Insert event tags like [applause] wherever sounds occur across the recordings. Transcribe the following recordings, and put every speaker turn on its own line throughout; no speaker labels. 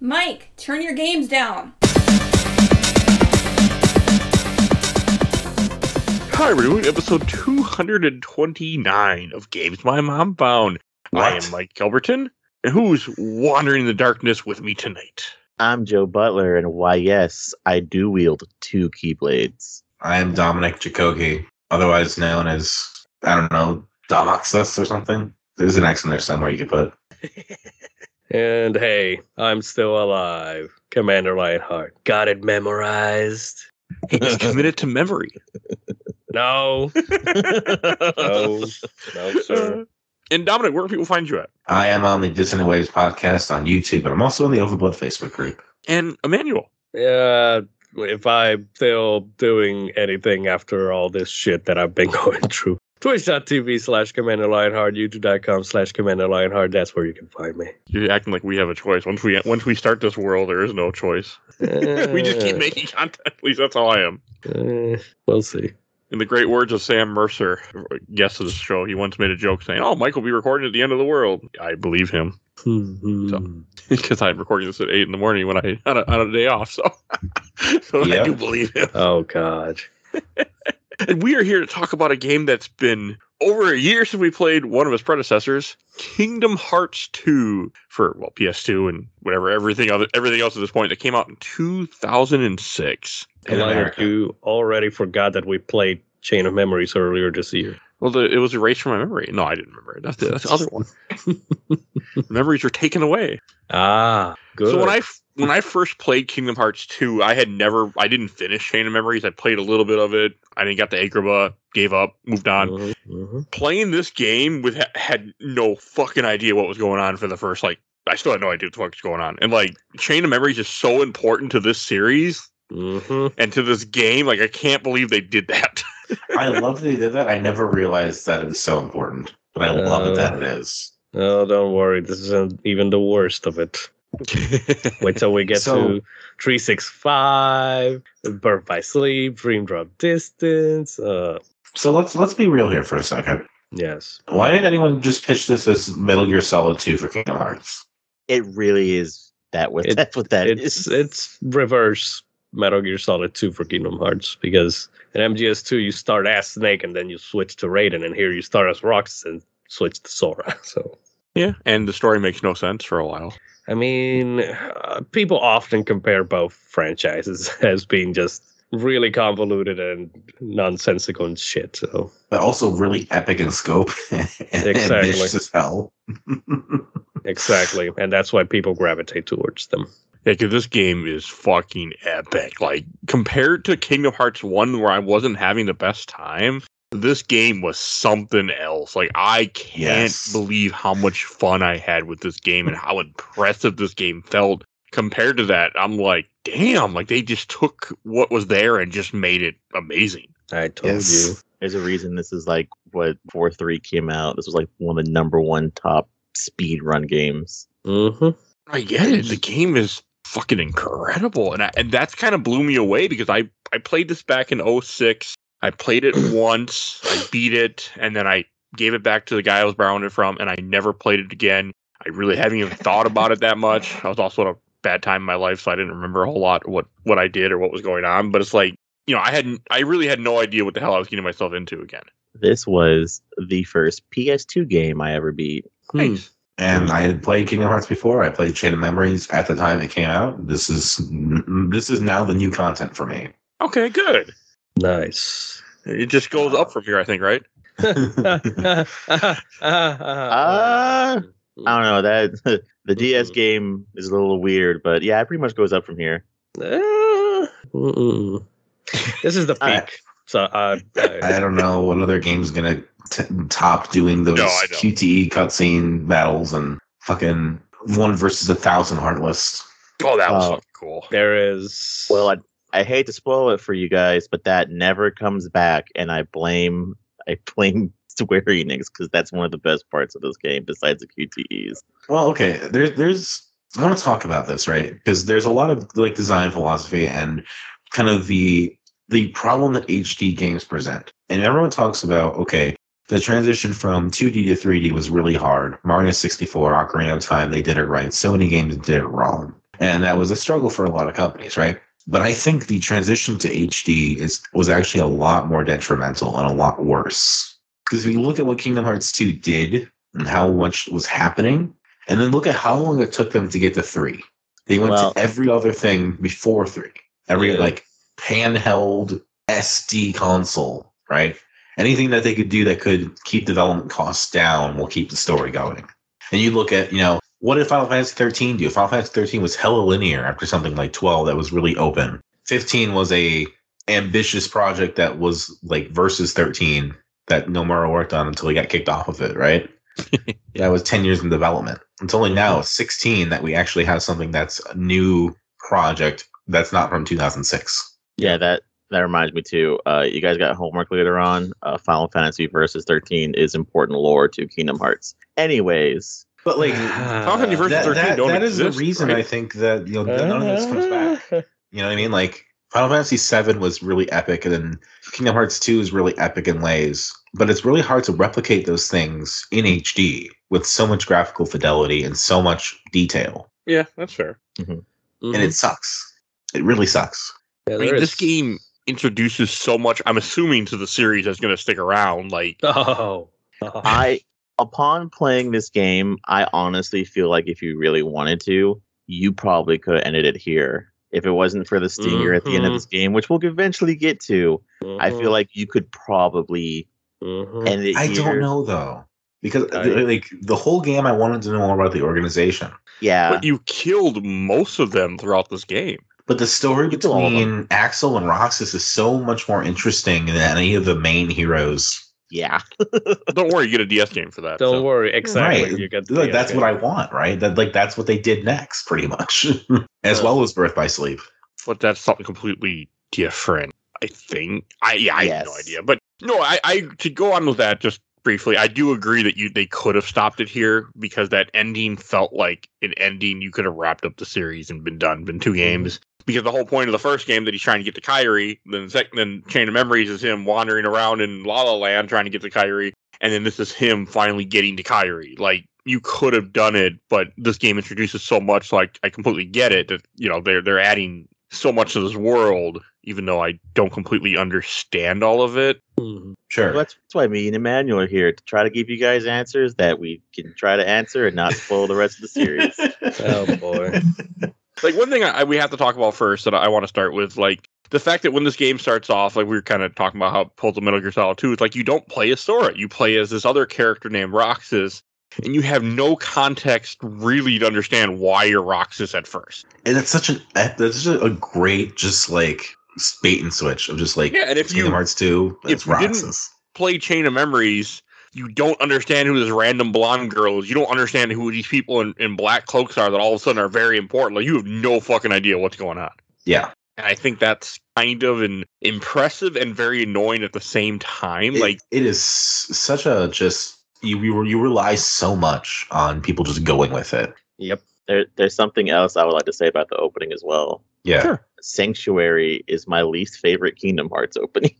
Mike, turn your games down.
Hi, everyone. Episode 229 of Games My Mom Found. I
What?
am Mike Gilberton, and who's wandering in the darkness with me tonight?
I'm Joe Butler, and why, yes, I do wield two keyblades.
I am Dominic Jacogi, otherwise known as I don't know Domoxus or something. There's an X in there somewhere you could put.
And hey, I'm still alive. Commander Lionheart. Got it memorized.
It's committed to memory. [laughs]
No. No. No, sir.
and Dominic, where can people find you at?
I am on the Dissonant Waves podcast on YouTube, and I'm also in the Overblood Facebook group.
And Emmanuel.
Yeah. If I'm still doing anything after all this shit that I've been [laughs] going through. Twitch.tv slash Commander Lionheart, YouTube.com slash Commander Lionheart. That's where you can find me.
You're acting like we have a choice. Once we once we start this world, there is no choice. [laughs] [laughs] we just
Uh.
keep making content. At least that's how I am.
making. uh, we'll see.
In the great words of Sam Mercer, guest of the show, he once made a joke saying, "Oh, Mike will be recording at the end of the world." I believe him
Hmm,
[laughs] because I'm recording this at eight in the morning when I on a, on a day off. So, [laughs] so I
Yeah.
do believe him.
Oh, God.
And we are here to talk about a game that's been over a year since we played one of its predecessors, Kingdom Hearts 2 for well PS2 and whatever everything other everything else at this point that came out in 2006.
In
Lionheart,
America.
you already forgot that we played Chain of Memories earlier this year.
Well, the, it was erased from my memory. No, I didn't remember it. That's the, that's the other one. [laughs] Memories are taken away.
Ah, good.
So when I f- when I first played Kingdom Hearts 2, I had never I didn't finish Chain of Memories. I played a little bit of it. I didn't got the Agrabah, gave up, moved on.
Mhm, mhm.
playing this game with had no fucking idea what was going on for the first like I still had no idea what the fuck was going on. And like Chain of Memories is so important to this series
Mhm.
and to this game. Like I can't believe they did that. [laughs]
I love that they did that. I never realized that it was so important, but I love it that it is.
Oh, don't worry. This isn't even the worst of it. Wait till we get
So-
to 365, Birth by Sleep, Dream Drop Distance. Uh,
So let's let's be real here for a second.
yes.
Why did anyone just pitch this as Metal Gear Solid 2 for Kingdom Hearts?
It really is that what
It-
that's what [laughs] that is.
It's it's reverse Metal Gear Solid 2 for Kingdom Hearts because in MGS2 you start as Snake and then you switch to Raiden, and here you start as Rox and switch to Sora. [laughs] So
yeah, and the story makes no sense for a while.
I mean, uh, people often compare both franchises [laughs] as being just really convoluted and nonsensical and shit. So
But also really epic in scope [laughs] and
Exactly.
ambitious as hell. [laughs]
exactly, and that's why people gravitate towards them.
Yeah, because this game is fucking epic. Like compared to Kingdom Hearts One, where I wasn't having the best time, this game was something else. Like I can't
Yes.
believe how much fun I had with this game and how impressive this game felt. Compared to that, I'm like, damn! Like they just took what was there and just made it amazing.
I told
Yes.
you.
There's a reason this is like what four three came out. This was like one of the number one top speed run games.
hmm
I get it. The game is fucking incredible, and I, and that's kind of blew me away because I I played this back in 06. I played [clears throat] it once, I beat it, and then I gave it back to the guy I was borrowing it from, and I never played it again. I really haven't even thought about it that much. I was also at a bad time in my life, so I didn't remember a whole lot what what I did or what was going on. But it's like you know, I hadn't, I really had no idea what the hell I was getting myself into again.
This was the first PS2 game I ever beat.
Hmm.
Nice.
And I had played Kingdom Hearts before. I played Chain of Memories at the time it came out. This is this is now the new content for me.
Okay, good.
Nice.
It just goes up from here, I think, right?
Uh.
Ah.
I don't know that [laughs] the DS
Mhm.
game is a little weird, but yeah, it pretty much goes up from here.
Uh, [laughs] mm-mm. this is the
I-
peak. So uh,
I
uh,
don't know what other game's gonna t- top doing those
No, I know.
QTE cutscene battles and fucking one versus a thousand heartless.
Oh, that was
Oh.
fucking cool.
there is
Well, I I hate to spoil it for you guys, but that never comes back, and I blame I [laughs] blame Square Enix because that's one of the best parts of this game besides the QTEs.
Well, okay. There's there's I want to talk about this, right? Because there's a lot of like design philosophy and kind of the the problem that HD games present. And everyone talks about, okay, the transition from 2D to 3D was really hard. Mario 64, Ocarina of Time, they did it right. So many games did it wrong. and that was a struggle for a lot of companies, right? But I think the transition to HD is was actually a lot more detrimental and a lot worse because if you look at what Kingdom Hearts two did and how much was happening, and then look at how long it took them to get to three. They went
Well-
to every other thing before three. Every
Yeah.
like handheld SD console, right? Anything that they could do that could keep development costs down will keep the story going. And you look at, you know, what did Final Fantasy 13 do? Final Fantasy 13 was hella linear after something like 12 that was really open. 15 was a ambitious project that was like versus 13 that Nomura worked on until he got kicked off of it, right? that was 10 years in development. It's only now 16 that we actually have something that's a new project that's not from 2006.
Yeah, that that reminds me too. Uh, you guys got homework later on. Uh, Final Fantasy versus thirteen is important lore to Kingdom Hearts. Anyways,
But like
How can you versus
Uh, that,
13
that-
don't
that is
exist,
the reason
right?
I think that you know none of this comes
Uh-huh.
back. You know what I mean? Like Final Fantasy VII was really epic, and then Kingdom Hearts 2 is really epic in ways. But it's really hard to replicate those things in HD with so much graphical fidelity and so much detail.
Yeah, that's fair.
Mhm.
And it sucks. It really sucks.
Yeah,
I
there
mean, this
is-
game introduces so much. I'm assuming to the series that's going to stick around. Like,
Oh.
I upon playing this game, I honestly feel like if you really wanted to, you probably could have ended it here. If it wasn't for the stinger at the end of
Mhm.
this game, which we'll eventually get to, I feel like you could probably
Mhm.
end it
Mm. I
here.
don't know though. Because
I-
like the whole game I wanted to know more about the organization.
Yeah,
but you killed most of them throughout this game.
But the story
could do all of them.
between Axel and Roxas is so much more interesting than any of the main heroes.
yeah.
Don't worry, you get a DS game for that.
Don't
so.
worry. Exactly.
Right.
You get
Like, that's
idea.
what I want, right? That like that's what they did next, pretty much, [laughs] as well as Birth by Sleep.
But that's something completely different. I think. I yeah, I have no
Yes.
idea. But no, I, I to go on with that just briefly. I do agree that you they could have stopped it here because that ending felt like an ending you could have wrapped up the series and been done, been two games. Because the whole point of the first game that he's trying to get to Kyrie, then the second, then Chain of Memories is him wandering around in La La Land trying to get to Kyrie, and then this is him finally getting to Kyrie. Like you could have done it, but this game introduces so much. Like I completely get it that you know they're they're adding so much to this world, even though I don't completely understand all of it.
Mm-hmm.
Mhm.
Sure.
Well, that's, that's why me and Emmanuel are here to try to give you guys answers that we can try to answer and not spoil the rest of
[laughs]
the series.
[laughs] Oh, boy.
like one thing I, we have to talk about first that I want to start with, like the fact that when this game starts off, like we were kind of talking about how it pulls the Metal Gear Solid 2, it's like you don't play as Sora, you play as this other character named Roxas, and you have no context really to understand why you're Roxas at first.
and it's such an e, that's such a great just like bait and switch of just like
Yeah, and if
Kingdom
you-
Hearts two,
if
it's
you didn't-
Roxas.
Play Chain of Memories, you don't understand who this random blonde girl is, you don't understand who these people in, in black cloaks are that all of a sudden are very important. Like you have no fucking idea what's going on.
Yeah,
And I think that's kind of an impressive and very annoying at the same time.
It-
Like
it is s- such a just you you, you rely so much on people just going with it.
Yep.
there, there's something else I would like to say about the opening as well.
Yeah,
Sure.
Sanctuary is my least favorite Kingdom Hearts opening.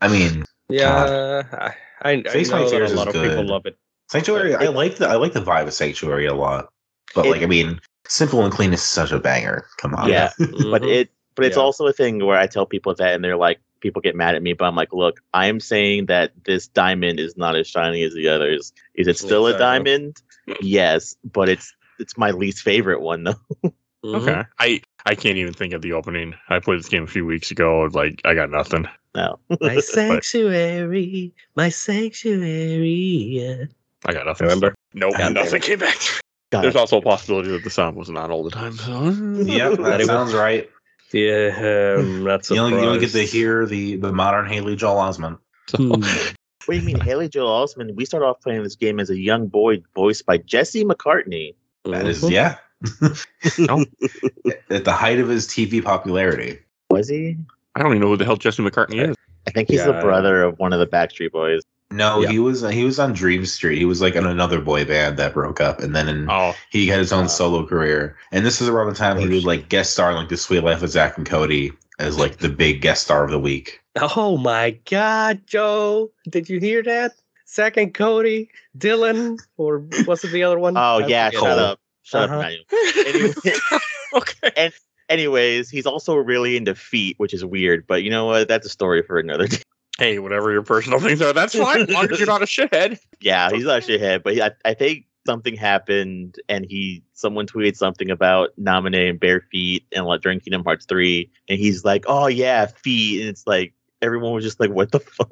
I mean
Yeah. I, I, I
Face My
know that
Fears
a
is
lot of people
good.
love
[laughs]
it.
Sanctuary. I like the I like the vibe of Sanctuary a lot, but
It-
like I mean, Simple and Clean is such a banger. Come on. [laughs]
Yeah. But
Mm-hmm.
Mhm.
it but it's
Yeah.
also a thing where I tell people that and they're like people get mad at me, but I'm like, look, I am saying that this diamond is not as shiny as the others. Is it still a
Exactly.
diamond? yes, but it's it's my least favorite one though. [laughs]
Mm-hmm.
Mhm.
Mm-hmm.
[laughs]
Okay. I I can't even think of the opening. I played this game a few weeks ago. and, Like I got nothing.
No.
My
[laughs]
sanctuary, my sanctuary.
I got nothing.
Remember?
No,
God damn
nothing
it.
came back.
[laughs]
God.
There's also a possibility that the sound wasn't on all the time. So
Yep, that sounds right.
[laughs] Yeah, um, that's
You only, you only get to hear the the modern Haley Joel Osment.
Hmm.
Hmm.
What do you mean, Haley Joel Osment? We start off playing this game as a young boy voiced by Jesse McCartney.
[laughs] That is,
Mm-hmm.
Mm-hmm.
yeah.
No.
[laughs] At the height of his TV popularity.
Was he?
I don't even know who the hell Justin McCartney is.
I think he's
Yeah.
the brother of one of the Backstreet Boys.
No,
Yeah.
he was he was on Dream Street. He was like in another boy band that broke up, and then in,
Oh,
he had his own
Uh,
solo career. And this is around the time he was like guest star in like The Sweet Life of Zach and Cody as like the big guest star of the week.
Oh my God, Joe! Did you hear that? Zach and Cody, Dylan, or was it the other one?
Oh
I
yeah,
forget.
shut up, shut
Uh-huh. [laughs]
up, Emmanuel. Anyway,
Okay.
Anyways, he's also really into feet, which is weird, but you know what? That's a story for another [laughs] day.
Hey, whatever your personal [laughs] things are, that's fine. As long as you're not a shithead.
Yeah, he's actually ahead, but he, I, I think something happened and he someone tweeted something about nominating bare feet and like during Kingdom Hearts 3 and he's like, Oh yeah, feet and it's like everyone was just like, What the fuck?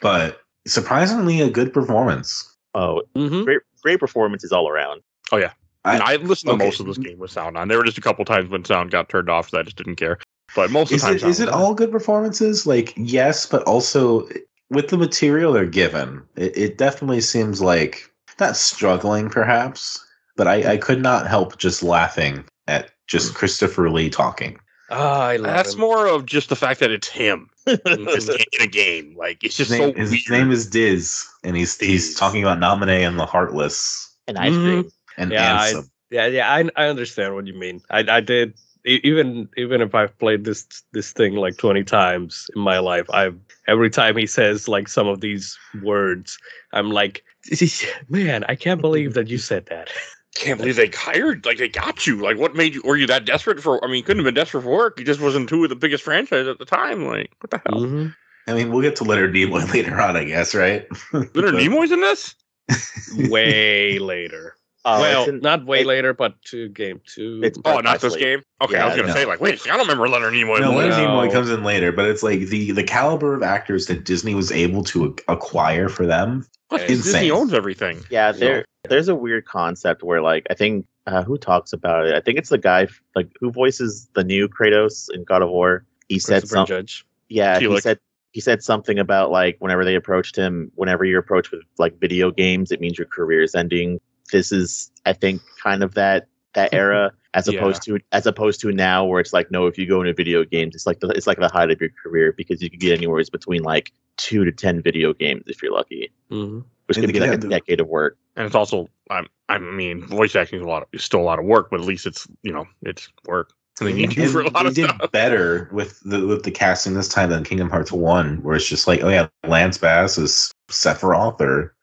But surprisingly, a good performance.
Oh
Mm-hmm.
great great performances all around. [laughs]
And I listened to
okay.
most of this game with sound on. There were just a couple times when sound got turned off, so I just didn't care. But most of
Is
the time,
it, is it all good performances? Like, yes, but also with the material they're given, it, it definitely seems like not struggling, perhaps, but I, I could not help just laughing at
Mm.
just Christopher Lee talking.
Ah, I love
That's
him.
more of just the fact that it's him in
Mm-hmm.
[laughs]
I
a game. Like it's
His
just
name,
so
his
weird.
name is Diz, and he's he's
Diz.
talking about Nominee and the Heartless
and ice
Mm-hmm.
cream.
and
Yeah, I-
Ansem.
Yeah, yeah, I I understand what you mean. I I did e- even even if I've played this this thing like twenty times in my life, I've every time he says like some of these words, I'm like, [laughs] man, I can't believe that you
[laughs]
said that.
Can't believe they hired. Like they got you. Like what made you? Were you that desperate for? I mean, you couldn't have been desperate for work. You just wasn't two of the biggest franchise at the time. Like what the hell?
I mean, we'll get to Leonard Nimoy [laughs] later on, I guess, right?
Leonard
[laughs] But-
Nimoy's in this.
[laughs] way later.
Oh,
well,
it's in-
not way
it-
later, but to game two.
It's-
Oh, not this
Actually,
game. Okay, I was
yeah,
gonna
no.
say like, wait, I don't remember Leonard Nimoy.
No,
in
Leonard
this.
Nimoy
No.
comes in later, but it's like the the caliber of actors that Disney was able to ac- acquire for them.
Plus,
It's
Disney
insane.
owns everything.
Yeah, there there's a weird concept where like I think uh, who talks about it? I think it's the guy f- like who voices the new Kratos in God of War. He said
Christopher
something.
Judge.
Yeah, he
Felix.
said he said something about like whenever they approached him, whenever you're approached with like video games, it means your career is ending. This is, I think, kind of that that era as
Yeah.
opposed to as opposed to now where it's like no, if you go into video games, it's like the, it's like the height of your career because you could get anywhere between like two to ten video games if you're lucky,
hmm
[laughs]
which
And
could be like a
again, the-
decade of work.
and it's also I, I mean voice acting is a lot of, it's still a lot of work but at least it's you know it's work and they need you
And
for a lot
they
of
did
stuff
better with the with the casting this time than Kingdom Hearts One, where it's just like, oh yeah, Lance Bass is Sephiroth or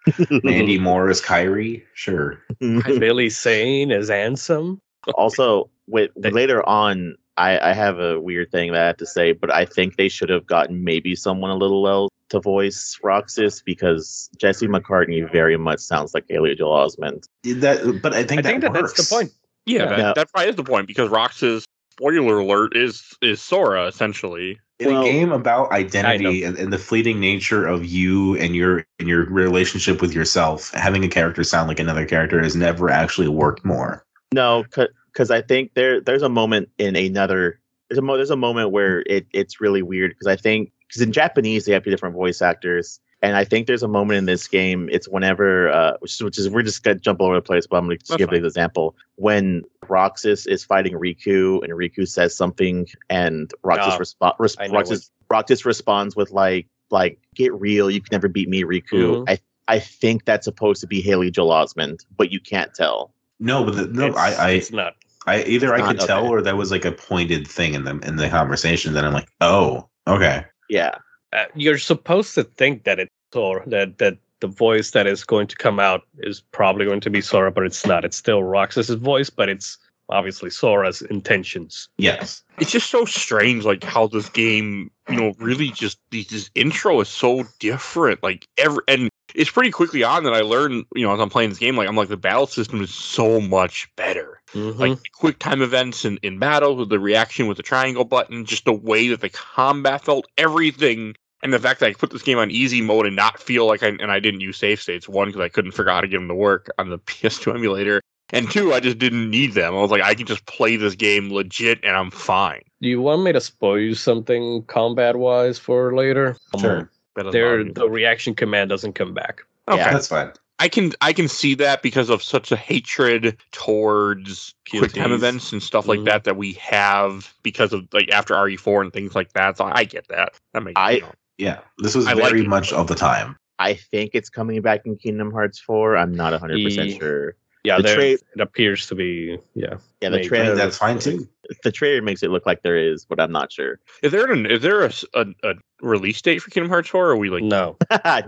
Mandy Moore is Kyrie. Sure,
Billy Sane is Ansem.
also with
They-
later on I, I have a weird thing that I have to say, but I think they should have gotten maybe someone a little else to voice Roxas because Jesse McCartney very much sounds like Haley Joel Osment.
Did that, but I think
I
that
think that
works.
that's the point.
[laughs] yeah,
Yeah.
That, that probably is the point because rox's spoiler alert is is sora essentially
In
Well,
a game about identity and, and the fleeting nature of you and your and your relationship with yourself, having a character sound like another character has never actually worked more.
No, because I think there there's a moment in another there's a mo- there's a moment where it it's really weird because I think because in Japanese they have two different voice actors and I think there's a moment in this game it's whenever uh which is, which is we're just gonna jump all over the place but I'm gonna just
That's
give
fine.
an example when Roxas is fighting Riku and Riku says something and Roxas
Ah,
responds
I know
Roxas Roxas responds with like like get real you can never beat me Riku
Mhm.
I I think that's supposed to be Haley Joel Osment but you can't tell.
No, but the, no,
it's,
I, I
it's not.
I either
It's
I could
not-
tell
okay.
or that was like a pointed thing in them in the conversation. Then I'm like, oh, okay.
Yeah.
Uh, you're supposed to think that it's Sora, that that the voice that is going to come out is probably going to be Sora, but it's not. It's still Roxas's voice, but it's obviously Sora's intentions.
Yes.
it's just so strange like how this game you know really just these this intro is so different like every and it's pretty quickly on that i learned you know as i'm playing this game like i'm like the battle system is so much better
Like,
like quick time events in, in battle with the reaction with the triangle button just the way that the combat felt everything and the fact that i put this game on easy mode and not feel like i and i didn't use save states one because i couldn't figure out how to get them to work on the [laughs] ps2 emulator and two i just didn't need them i was like i can just play this game legit and i'm fine
do you want me to spoil you something combat wise for later?
Sure.
That doesn't bother
There,
me.
the reaction command doesn't come back.
okay
Yeah.
That's fine.
I can I can see that because of such a hatred towards quick time
POTs.
events and stuff like
Mhm.
that that we have because of like after RE4 and things like that. So I get that. That makes
I-
you know.
Yeah. This was
I like
very
it.
much of the time.
I think it's coming back in Kingdom Hearts 4. I'm not 100%
Ye-
sure.
Yeah,
The
there,
trade-
it appears to be. Yeah,
Yeah, the
Maybe.
I
trailer
think that's fine too.
the trailer makes it look like there is, but I'm not sure. [laughs]
Is there an is there a, s- a- a release date for Kingdom Hearts 4? Or are we like
no.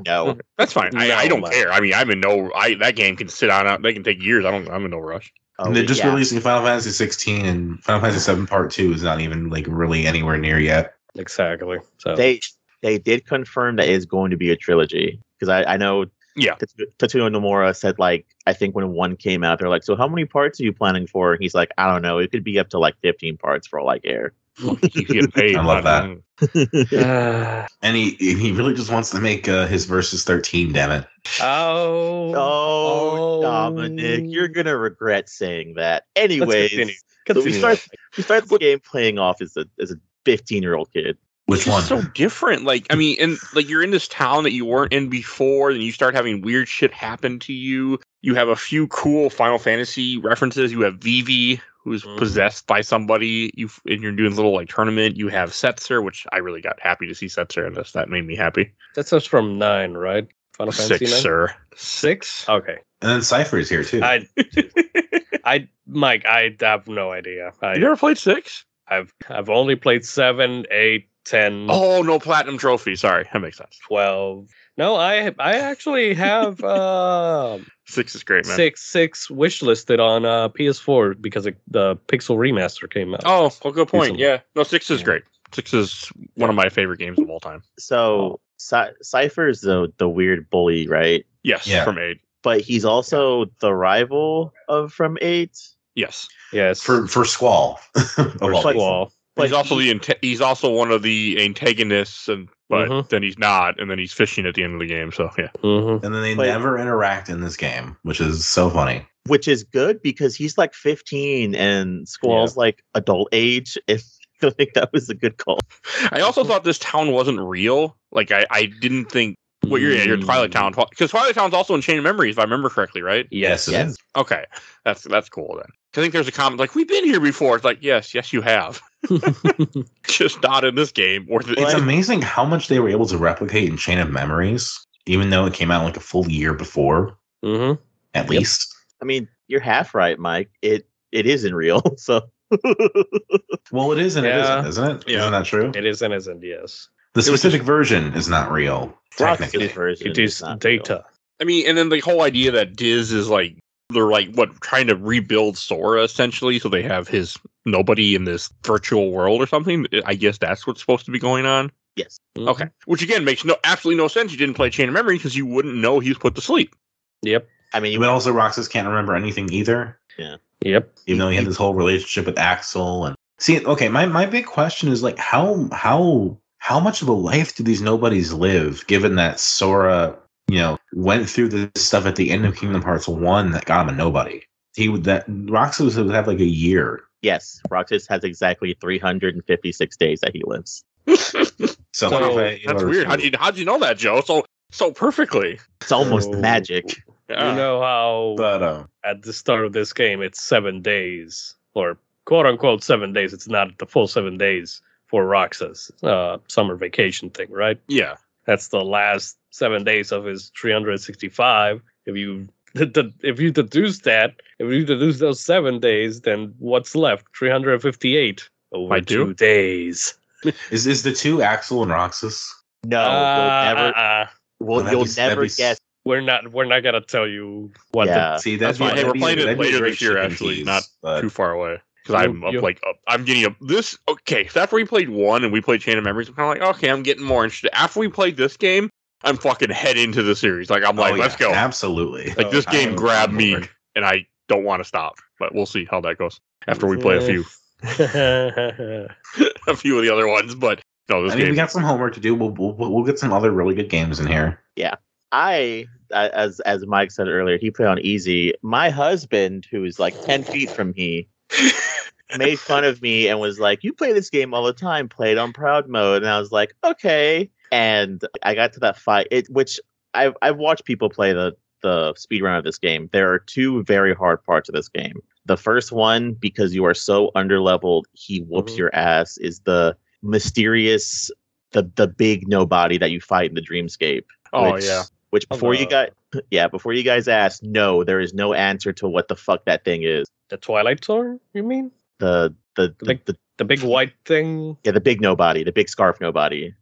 no.
that's fine. I,
No,
I don't
Mike. [laughs]
care. I mean I'm in no I that game can sit on out they can take years. I don't I'm in no rush.
Oh,
and they're just
yeah.
releasing Final Fantasy 16 and Final Fantasy 7 Part 2 is not even like really anywhere near yet.
Exactly. So
they they did confirm that it's going to be a trilogy because I, I know
Yeah.
Tetsu- Tetsuya Nomura said like I think when one came out they're like so how many parts are you planning for and he's like I don't know it could be up to like fifteen parts for all I care
He's getting paid.
I love
not-
Ah.
And he he really just wants to make uh, his versus 13, damn it.
[sighs] oh,
oh,
Oh.
Dominic you're gonna regret saying that
Let's
anyways
continue.
so we
Continue.
start we start the game playing off as a as a fifteen year old kid
Which
It's
one?
just so different. Like, I mean, and like you're in this town that you weren't in before, and you start having weird shit happen to you. You have a few cool Final Fantasy references. You have Vivi, who's
Mhm.
possessed by somebody. You and you're doing a little like tournament. You have Setzer, which I really got happy to see Setzer in this. That made me happy.
That's us from nine, right? Final Fantasy
Six,
nine.
sir.
Six. Okay.
and then Cypher is here too.
[laughs]
I, I, Mike, I have no idea. I,
Uh, You ever played six?
I've, I've only played seven, eight, ten,
Oh no, platinum trophy. Sorry, that makes sense.
twelve. No, I, I actually
[laughs]
have um
Six is great, man.
six, six wish listed on uh, PS4 because it, the Pixel remaster came out.
Oh, well, good point.
Decent.
Yeah, no, six is
Yeah.
great. Six is one of my favorite games of all time.
so Cy- Cipher is the the weird bully right
Yes,
Yeah.
from eight.
but he's also the rival of from eight.
Yes.
yes,
for for Squall. [laughs] Of all people.
Squall.
Squall.
But
he's also
he-
the anta- he's also one of the antagonists, and but
Mhm.
then he's not, and then he's fishing at the end of the game. So yeah,
hmm
And then they
Wait.
never interact in this game, which is so funny.
which is good because he's like 15 and Squall's like adult age. [laughs] If I think that was a good call.
I also thought this town wasn't real. Like I, I didn't think. Well, you're yeah, you're in Twilight Town because Twilight Town's also in Chain of Memories, if I remember correctly, right?
Yes.
it
Yes.
is.
Okay, that's that's cool then. 'Cause I think there's a comment like we've been here before. It's like yes, yes, you [laughs] have. Just not in this game or the,
It's
Well, I-
amazing how much they were able to replicate in Chain of Memories, even though it came out like a full year before,
hmm
at least.
I mean, you're half right, Mike. It it isn't real. [laughs] So
Well, it is and
Yeah.
it isn't, isn't it?
Yeah.
not that true?
It is and isn't. Yes,
the
was
specific version is not real, technically.
Roxy's version
it is
not real.
data.
I mean, and then the whole idea that Diz is like they're like what trying to rebuild Sora essentially, so they have his nobody in this virtual world or something. I guess that's what's supposed to be going on.
Yes.
Mhm.
Okay, which again makes no absolutely no sense. You didn't play Chain of Memory because you wouldn't know he was put to sleep. [laughs]
Mm-hmm. Yep.
I mean,
But also, Roxas can't remember anything either,
Yep.
even though he had this whole relationship with Axel. And see, okay, my, my big question is like, how how how much of a life do these nobodies live, given that Sora, you know, went through this stuff at the end of Kingdom Hearts One that got him a nobody. He would that Roxas would have like a year.
yes, Roxas has exactly 356 days that he lives.
So,
So,
if I- in
That's
order
weird.
to-
How'd you how'd you know that, Joe? So so perfectly. Uh,
It's almost
Oh.
magic.
Yeah.
you know how
But um,
at the start of this game it's seven days or quote unquote seven days it's not the full seven days for roxas uh, summer vacation thing right
yeah.
that's the last seven days of his 365 if you [laughs] if you deduce that if you deduce those seven days then what's left 358 over
I do.
two days
is is the two Axel and Roxas?
No,
Uh,
you'll never,
uh, uh.
well,
that'd
you'll
be- that'd
never
be s-
guess.
we're not we're not gonna tell you what the
yeah.
See,
That's
that'd
fine. Hey,
be- that'd
we're
be-
playing it
that'd be a
later
great
this year,
chicken
actually,
tease,
not
but-
too far away because I'm
You-
up,
you-
like up, I'm getting up. This okay? So after we played one and we played Chain of Memories, I'm kind of like okay, I'm getting more interested. After we played this game, I'm fucking head into the series. Like I'm
Oh,
like,
yeah,
let's go.
Absolutely.
Like this
Oh,
game
I'm-
grabbed
I'm
me,
bored.
and I don't want to stop. But we'll see how that goes after we play a
[laughs]
few a few of the other ones. But no, this
I mean, we
game.
got some homework to do. We'll, we'll we'll get some other really good games in here.
I, a- as as Mike said earlier, he played on easy. My husband, who is like ten feet from me, made fun of me and was like, "You play this game all the time. Play it on proud mode." And I was like, "Okay." And I got to that fight, it which I've I've watched people play the the speed run of this game. There are two very hard parts of this game. The first one, because you are so underleveled, he whoops
Mhm.
your ass. Is the mysterious the the big nobody that you fight in the dreamscape
oh
which,
yeah,
Which
Of
before you
the-
got yeah, before you guys asked, no, there is no answer to what the fuck that thing is.
[laughs] the twilight zone you mean
The the the,
Like-
the
the big white thing
yeah, the big nobody, the big scarf nobody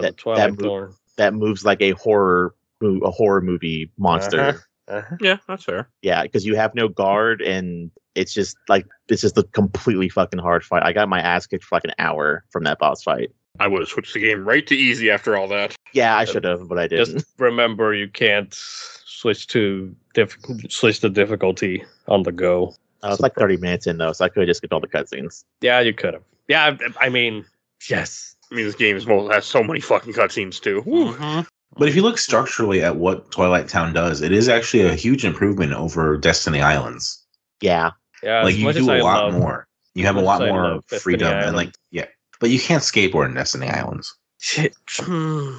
That-
the
that
Twilight
mo-
Thorn.
that moves like a horror mo- a horror movie monster.
Uh-huh.
Uh-huh.
Yeah, that's fair.
Yeah, because you have no guard, and it's just like it's just a completely fucking hard fight. I got my ass kicked for like an hour from that boss fight.
I would have switched the game right to easy after all that.
Yeah, I should have, but I didn't.
Uh, Just remember, you can't switch to diff- switch the difficulty on the go.
I was like 30 minutes in though, so I could have just skipped all the cutscenes.
Yeah, you could have. Yeah, I, I mean, yes.
I mean, this game is well, has so many fucking cutscenes too.
Mm-hmm.
Whew.
But if you look structurally at what Twilight Town does, it is actually a huge improvement over Destiny Islands.
Yeah,
Yeah,
like
as
you
much as
do a
I
lot
love-
more. You have a
as
lot
I
more
love Destiny
freedom and
Island.
like yeah. But you can't skateboard in Destiny Islands.
Shit. [sighs]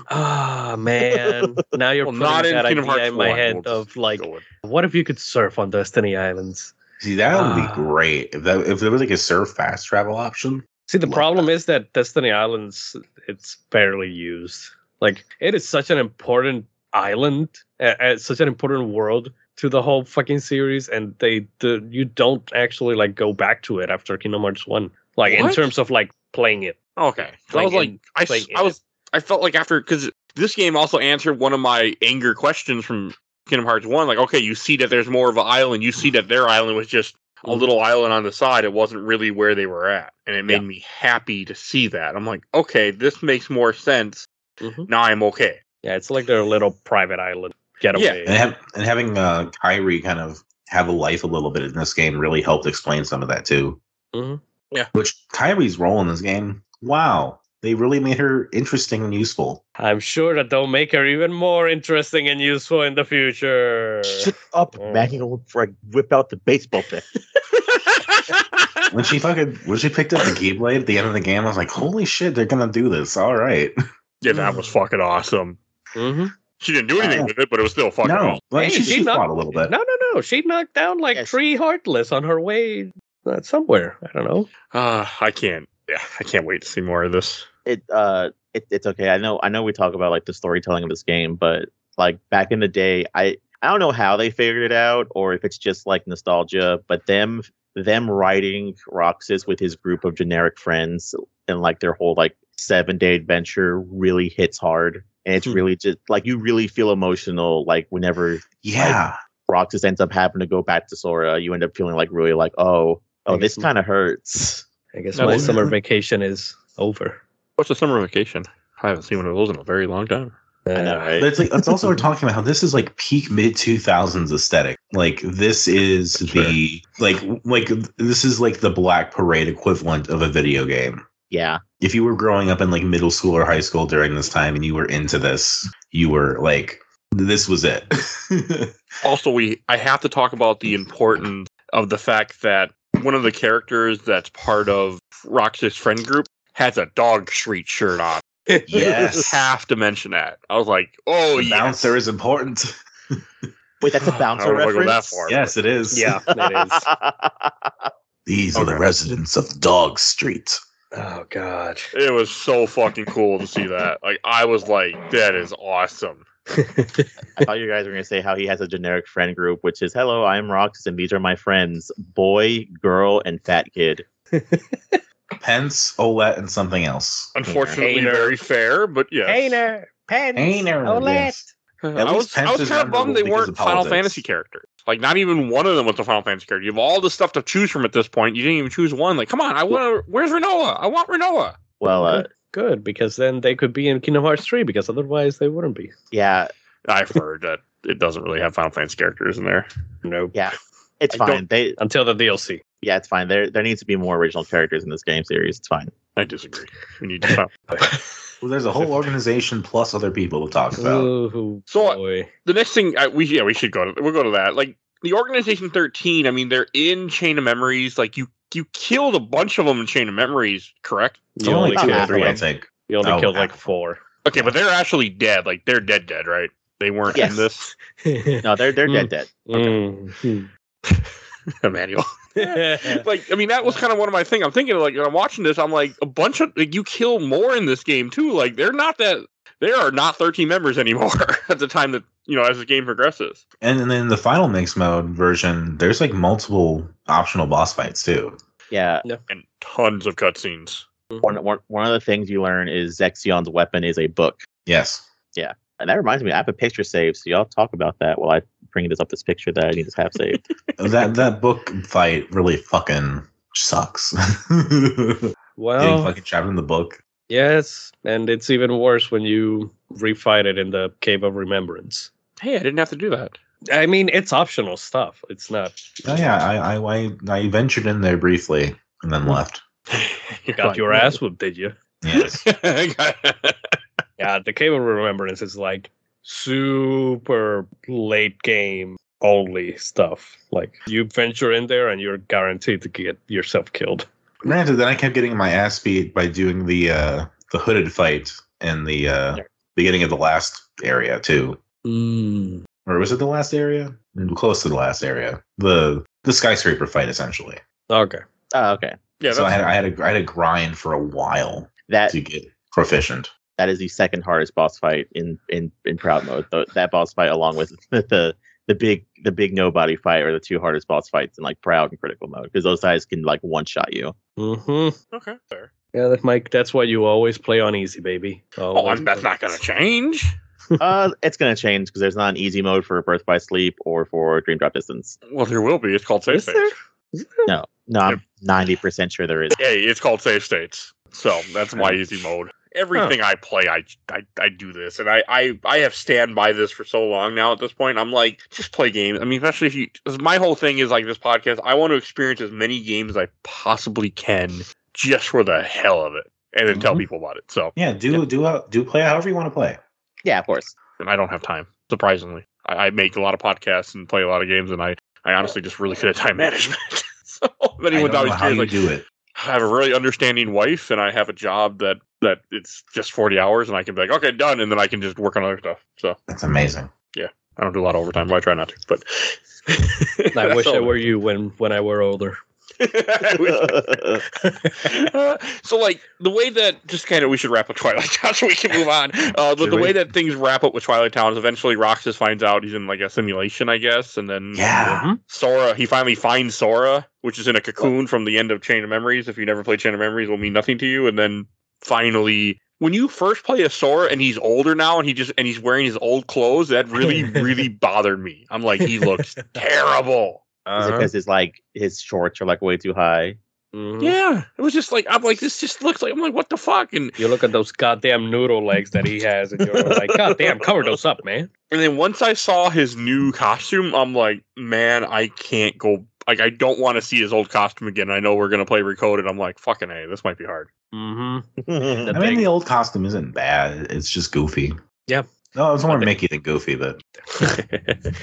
Ah, man. Now you're
Well,
putting
not in
that
Kingdom
idea
Hearts
in my
4,
head
we'll just
of like,
go with-
what if you could surf on Destiny Islands?
See, that would
Ah.
be great. If that if there was like a surf fast travel option.
See, the
Love
problem is that Destiny Islands, it's barely used. Like, it is such an important island, uh, uh, such an important world to the whole fucking series, and they the, you don't actually like go back to it after Kingdom Hearts One. Like in
What?
terms of like playing it.
Okay, 'Cause I
Like
was like,
in-
I, s-
like in
I was, I felt like after because this game also answered one of my anger questions from Kingdom Hearts One. Like, okay, you see that there's more of an island. You see that their island was just a
Mm-hmm.
Mhm.
little island on the side. It wasn't really where they were at, and it made
Yeah.
me happy to see that. I'm like, okay, this makes more sense.
Mhm.
Now I'm okay.
Yeah, it's like their little private island getaway.
And have, and having uh Kyrie kind of have a life a little bit in this game really helped explain some of that too.
Mhm.
Yeah.
Which Kyrie's role in this game, wow. They really made her interesting and useful.
I'm sure that they'll make her even more interesting and useful in the
[laughs]
future.
shut up,
Mm.
Maggie will like whip out the baseball bat.
When she fucking when she picked up the Keyblade at the end of the game, I was like, holy shit, they're gonna do this. All right.
yeah, that was fucking awesome.
Mm-hmm.
She didn't do anything
Mm. Yeah.
with it, but it was still fucking
no,
awesome.
like,
Hey,
she,
she
she
not-
fought a little
[laughs]
bit.
No, no, no. She knocked down like
Yes.
three heartless on her way uh, somewhere. I don't know.
Uh, I can't. Yeah, I can't wait to see more of this.
it uh it, it's okay. I know I know we talk about like the storytelling of this game, but like back in the day, I I don't know how they figured it out or if it's just like nostalgia, but them them riding Roxas with his group of generic friends and like their whole like seven day adventure really hits hard. And it's
Hmm.
really just like you really feel emotional like whenever
Yeah.
Roxas ends up having to go back to Sora, you end up feeling like really like, oh, oh,
I guess
this
Mm-hmm.
kind of hurts.
I guess
No,
my
but-
summer vacation is over.
What's the summer vacation? I haven't seen one of those in a very long time.
I know, right?
That's like that's also we're talking about how this is like peak mid two thousands aesthetic. Like this is the like like this is like the Black Parade equivalent of a video game.
yeah.
If you were growing up in like middle school or high school during this time and you were into this, you were like this was it.
also we i have to talk about the importance of the fact that one of the characters that's part of roxas friend group has a dog street shirt on
Uh, [laughs]
Yes.
have to mention that i was like oh
the
yes.
bouncer is important.
Wait, that's a
[sighs] I
bouncer
don't wanna go that
reference.
far.
Yes, it is.
Yeah, it is.
These are the
Okay.
residents of Dog Street.
Oh God.
it was so fucking cool to see that like i was like that is awesome [laughs]
I thought you guys were gonna say how he has a generic friend group, which is hello, I'm Rox, and these are my friends: boy, girl, and fat kid.
Pence, Olet, and something else.
unfortunately
Hainer.
very fair but yes
Pen,
Hainer, Olet. yes.
I was,
least Pence
I was
is
kind of
memorable
bummed they
because
weren't
of
Final
politics.
Fantasy characters. Like, not even one of them was a Final Fantasy character. You have all the stuff to choose from at this point. You didn't even choose one. Like, come on, I want to. Where's Renoa? I want Renoa.
Well, uh,
Good, because then they could be in Kingdom Hearts 3, because otherwise they wouldn't be.
yeah,
I've heard that it doesn't really have Final Fantasy characters in there.
Nope.
Yeah. it's
I
fine.
don't-
They,
Until the DLC.
yeah, it's fine. There, there needs to be more original characters in this game series. It's fine.
I disagree. We need to
Well, there's a whole organization plus other people to talk about.
Uh,
Ooh,
So-
boy.
[laughs] the next thing I, we yeah we should go to we'll go to that like the organization 13 i mean they're in chain of memories like you you killed a bunch of them in chain of memories correct
You only,
two or
killed,
three,
three,
I
think.
you only
Oh,
killed like
half.
four.
okay but they're actually dead like they're dead dead right they weren't in
Yes.
[laughs] this
[laughs]
No, they're they're
Mm.
Hmm.
dead dead.
Mm.
manual [laughs] like I mean that was kind of one of my thing. I'm thinking like when I'm watching this, I'm like a bunch of like you kill more in this game too. Like they're not that there are not 13 members anymore [laughs] at the time that you know as the game progresses.
And, and then the final mix mode version, there's like multiple optional boss fights too.
Yeah,
And tons of cutscenes.
one, one one of the things you learn is Zexion's weapon is a book,
Yes.
and that reminds me, I have a picture saved, so y'all talk about that while I bringing this up this picture that I need to have
[laughs]
saved.
that that book fight really fucking sucks. [laughs] Getting
Oh.
Well,
fucking trapped in the book.
yes, and it's even worse when you refight it in the Cave of Remembrance.
Hey, I didn't have to do that.
I mean, it's optional stuff. It's [laughs] not.
Oh yeah, I I I, I ventured in there briefly and
Hmm.
then left.
Got your ass whooped, did you?
[laughs]
Yes.
Yeah, the Cable Remembrance is like super late game only stuff. Like you venture in there and you're guaranteed to get yourself killed.
Granted, then I kept getting my ass beat by doing the uh the hooded fight in the uh beginning of the last area too.
Hmm.
Or was it the last area? Close to the last area. The the skyscraper fight essentially.
Okay.
Oh, okay.
[laughs] Yeah,
so I
that's-
had I had a I had a grind for a while
That
to get proficient.
that is the second hardest boss fight in in in proud mode. Tho- that boss fight, along with [laughs] the the big the big nobody fight, are the two hardest boss fights in like proud and critical mode because those guys can like one shot you.
Mm-hmm.
okay. Fair.
Yeah, that, Mike. That's why you always play on easy, baby.
Oh,
Always
I'm, that's
play-
not gonna change.
uh, it's gonna change because there's not an easy mode for Birth by Sleep or for Dream Drop Distance.
Well, there will be. It's called safe
Is there?
states.
No, no, I'm ninety percent sure there is.
Yeah, it's called safe states. So that's my easy mode. Everything I play, I, I I do this, and I I I have stand by this for so long now. At this point, I'm like, just play games. I mean, especially if you. 'cause My whole thing is like this podcast. I want to experience as many games as I possibly can, just for the hell of it, and then tell
Mhm.
people about it. So,
Yeah, do do uh, do play however you want to play.
Yeah, of course.
and I don't have time. Surprisingly, I, I make a lot of podcasts and play a lot of games, and I I honestly just really good at time [laughs] management. so, if anyone's
I don't
always
know how
curious,
you
like,
do it.
I have a really understanding wife, and I have a job that that it's just forty hours, and I can be like, okay, done, and then I can just work on other stuff. So
That's amazing.
I don't do a lot of overtime, but I try not to.
[laughs]
But [laughs]
I
That's
wish
all
I
it
were
is.
you when when I were older.
I wish- so like the way that just kind of we should wrap up Twilight Town [laughs] so we can move on. Uh, but
Should
the
we?
way that things wrap up with Twilight Town is eventually Roxas finds out he's in like a simulation, I guess, and then
Yeah.
Sora he finally finds Sora, which is in a cocoon from the end of Chain of Memories. If you never played Chain of Memories, it will mean nothing to you. And then finally, when you first play a Sora and he's older now and he just and he's wearing his old clothes, that really really bothered me. I'm like, he looks terrible.
Is it
Uh-huh.
because his like his shorts are like way too high?
Mhm.
Yeah, it was just like I'm like this just looks like I'm like what the fuck and
You look at those goddamn noodle legs that he has, and you're like, goddamn, cover those up, man.
And then once I saw his new costume, I'm like, man, I can't go. Like, I don't want to see his old costume again. I know we're gonna play recoded. I'm like, fucking a, this might be hard.
Mm-hmm.
I
I mean,
thing-
the old costume isn't bad. It's just goofy.
Yeah.
No, it's
I
more
think-
Mickey than Goofy, but
[laughs]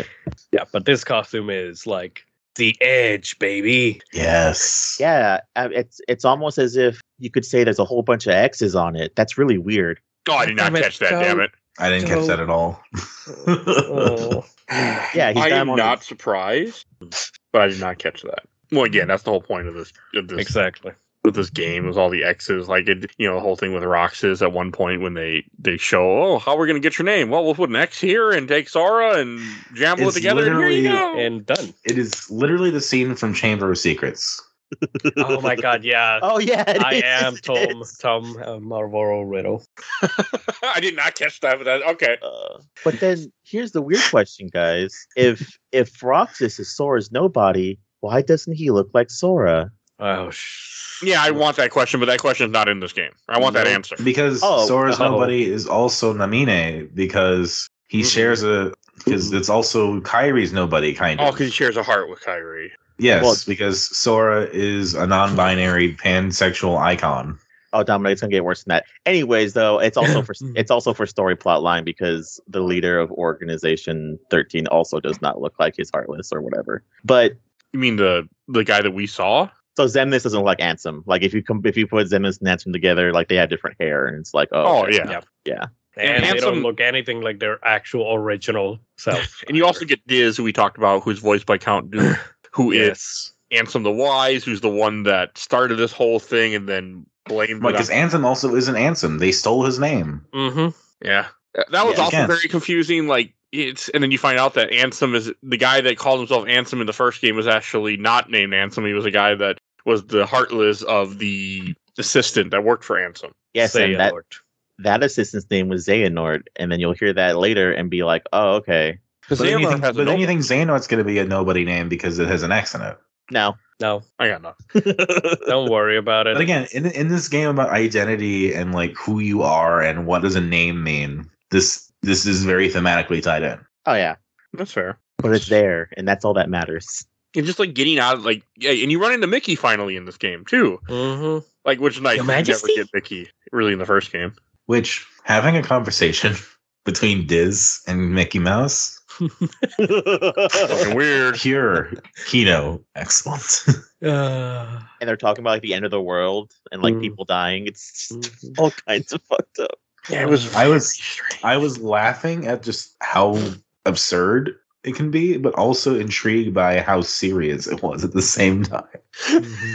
Yeah, but this costume is like the edge, baby.
yes.
Yeah, uh, it's it's almost as if you could say there's a whole bunch of X's on it. That's really weird.
God, I did not
Damn it,
catch that.
don't.
Damn [sighs] it.
I didn't catch that at all.
Oh.
Yeah, he's
I
got
am
him on
not surprised, but I did not catch that. Well, again, that's the whole point of this of this
[laughs] exactly.
with this game was all the X's. Like it, you know, the whole thing with Roxas at one point when they they show, oh, how we're gonna get your name? Well, we'll put an X here and take Sora and jumble
It's
it together, and here you
literally
go.
And done.
[laughs] It is literally the scene from Chamber of Secrets.
Oh my god, yeah.
[laughs] Oh yeah, it
I
is, [laughs]
am
it
Tom
is.
Tom uh, Marlboro Riddle.
[laughs] I did not catch that, but that, okay.
Uh, but then here's the weird question, guys. If if Roxas is Sora's nobody, why doesn't he look like Sora?
Oh sh-
Yeah, I want that question, but that question is not in this game. I want that
No.
answer.
Because
Oh,
Sora's
oh.
nobody is also Namine because he
Mhm.
shares a because it's also Kyrie's nobody kind
Oh,
of.
because he shares a heart with Kyrie.
yes,
Well-
because Sora is a non-binary pansexual icon.
Oh, Dominic, it's gonna get worse than that. Anyways, though, it's also [laughs] for it's also for story plot line because the leader of Organization Thirteen also does not look like he's heartless or whatever. But
You mean the the guy that we saw?
So Zemnis doesn't look like Ansem. Like if you come if you put Zemnis and Ansem together, like they have different hair and it's like oh,
Oh,
okay.
yeah.
Yeah.
Yeah.
And they don't
Handsome-
look anything like their actual original self.
[laughs] And you also get Diz, who we talked about, who's voiced by Count
[laughs]
Dooku, who is
yes.
Ansem the Wise, who's the one that started this whole thing and then blamed. it
Because
on-
Anthem also isn't Anthem. They stole his name.
Mm-hmm.
yeah, that was
Yeah.
also
Again.
very confusing. Like it's, and then you find out that Ansem is the guy that called himself Ansem in the first game was actually not named Ansem. He was a guy that was the heartless of the assistant that worked for Ansem.
Yes,
Say
and that
Lord.
that assistant's name was Xehanort, and then you'll hear that later and be like, oh okay,
But, then you,
Xehanort
think,
has
but
a
then you
noble-
think Xehanort's going to be a nobody name because it has an X in it.
No.
No, I got nothing.
no.
Don't worry about it.
But again, in in this game about identity and like who you are and what does a name mean, this this is very thematically tied in.
Oh yeah.
That's fair.
But it's there, and that's all that
[laughs]
matters.
And just like getting out, like yeah, and you run into Mickey finally in this game too.
Mhm.
Like which is nice.
Your
You never
Majesty?
get Mickey really in the first game.
Which having a conversation [laughs] between Diz and Mickey Mouse,
Fucking
[laughs]
weird.
pure Kino excellent. [laughs]
Uh,
and they're talking about like the end of the world and like
Mm.
people dying. It's
Mm-hmm.
just all kinds of fucked up.
Yeah, it was.
I was-
very strange.
I was laughing at just how absurd it can be, but also intrigued by how serious it was at the same time.
mhm.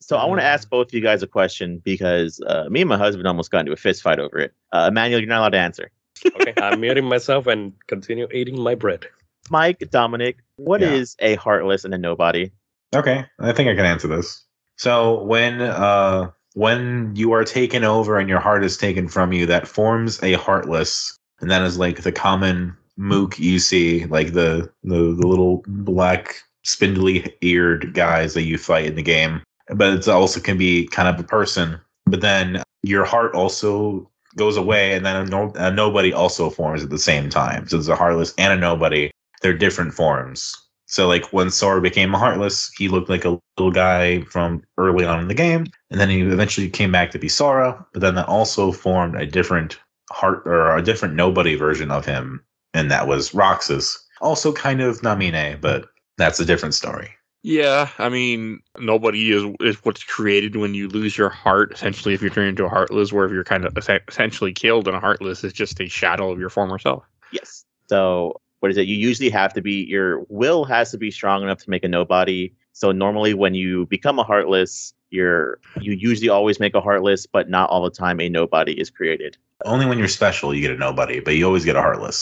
So I want to
Yeah.
ask both of you guys a question because uh, me and my husband almost got into a fist fight over it. Uh, Emmanuel, you're not allowed to answer.
okay, I'm muting myself and continue eating my bread.
Mike, Dominic, what is
Yeah.
a heartless and a nobody?
Okay, I think I can answer this. So when uh when you are taken over and your heart is taken from you, that forms a heartless, and that is like the common mook you see, like the the, the little black spindly eared guys that you fight in the game. But it also can be kind of a person. But then your heart also goes away, and then a, no- a nobody also forms at the same time. So there's a heartless and a nobody, they're different forms. So like when Sora became a Heartless, he looked like a little guy from early on in the game, and then he eventually came back to be Sora. But then that also formed a different heart or a different nobody version of him, and that was Roxas. Also kind of Namine, but that's a different story.
Yeah, I mean, nobody is is what's created when you lose your heart. Essentially, if you're turned into a heartless, where if you're kind of essen- essentially killed and a heartless is just a shadow of your former self.
Yes. So what is it? You usually have to be your will has to be strong enough to make a nobody. So normally when you become a heartless, you're you usually always make a heartless, but not all the time a nobody is created.
Only when you're special you get a nobody, but you always get a Heartless.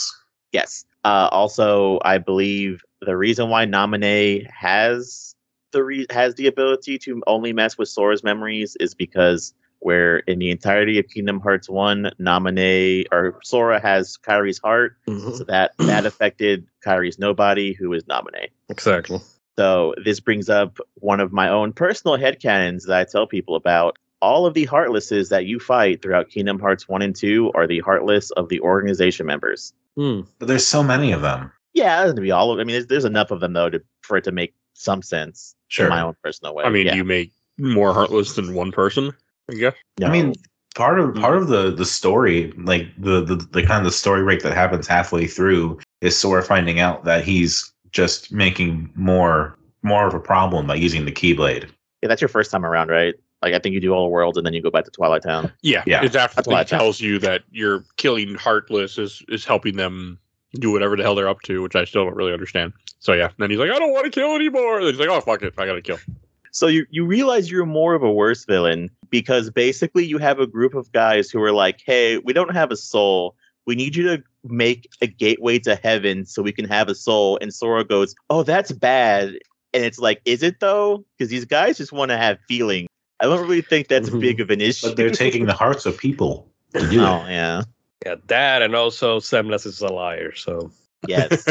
Yes. Uh, also, I believe the reason why Naminé has the re- has the ability to only mess with Sora's memories is because where in the entirety of Kingdom Hearts One, Naminé or Sora has Kyrie's heart, so that
[clears throat]
that affected Kyrie's nobody, who is Naminé.
Exactly.
So this brings up one of my own personal headcanons that I tell people about. All of the heartlesses that you fight throughout Kingdom Hearts 1 and 2 are the heartless of the organization members.
Hmm.
But there's so many of them.
Yeah, it doesn't have to be all of I mean, there's, there's enough of them though to for it to make some sense
Sure.
in my own personal way.
I mean,
yeah.
do you make more heartless than one person? I guess.
No.
I mean, part of part of the the story, like the, the the kind of the story break that happens halfway through, is Sora finding out that he's just making more more of a problem by using the Keyblade.
yeah, that's your first time around, right? Like I think you do all the worlds and then you go back to Twilight Town.
Yeah,
Yeah,
It's after
that's what I
it
thought.
tells you that you're killing heartless is is helping them do whatever the hell they're up to, which I still don't really understand. So yeah, then he's like, I don't want to kill anymore. And he's like, Oh fuck it, I gotta kill. [laughs]
So you, you realize you're more of a worse villain because basically you have a group of guys who are like, hey, we don't have a soul. We need you to make a gateway to heaven so we can have a soul. And Sora goes, oh, that's bad. And it's like, is it though? Because these guys just want to have feeling. I don't really think that's
Mhm.
big of an issue.
But they're taking the hearts of people to do
[laughs] oh
it.
yeah,
Yeah, that and also Semlas is a liar. So
yes.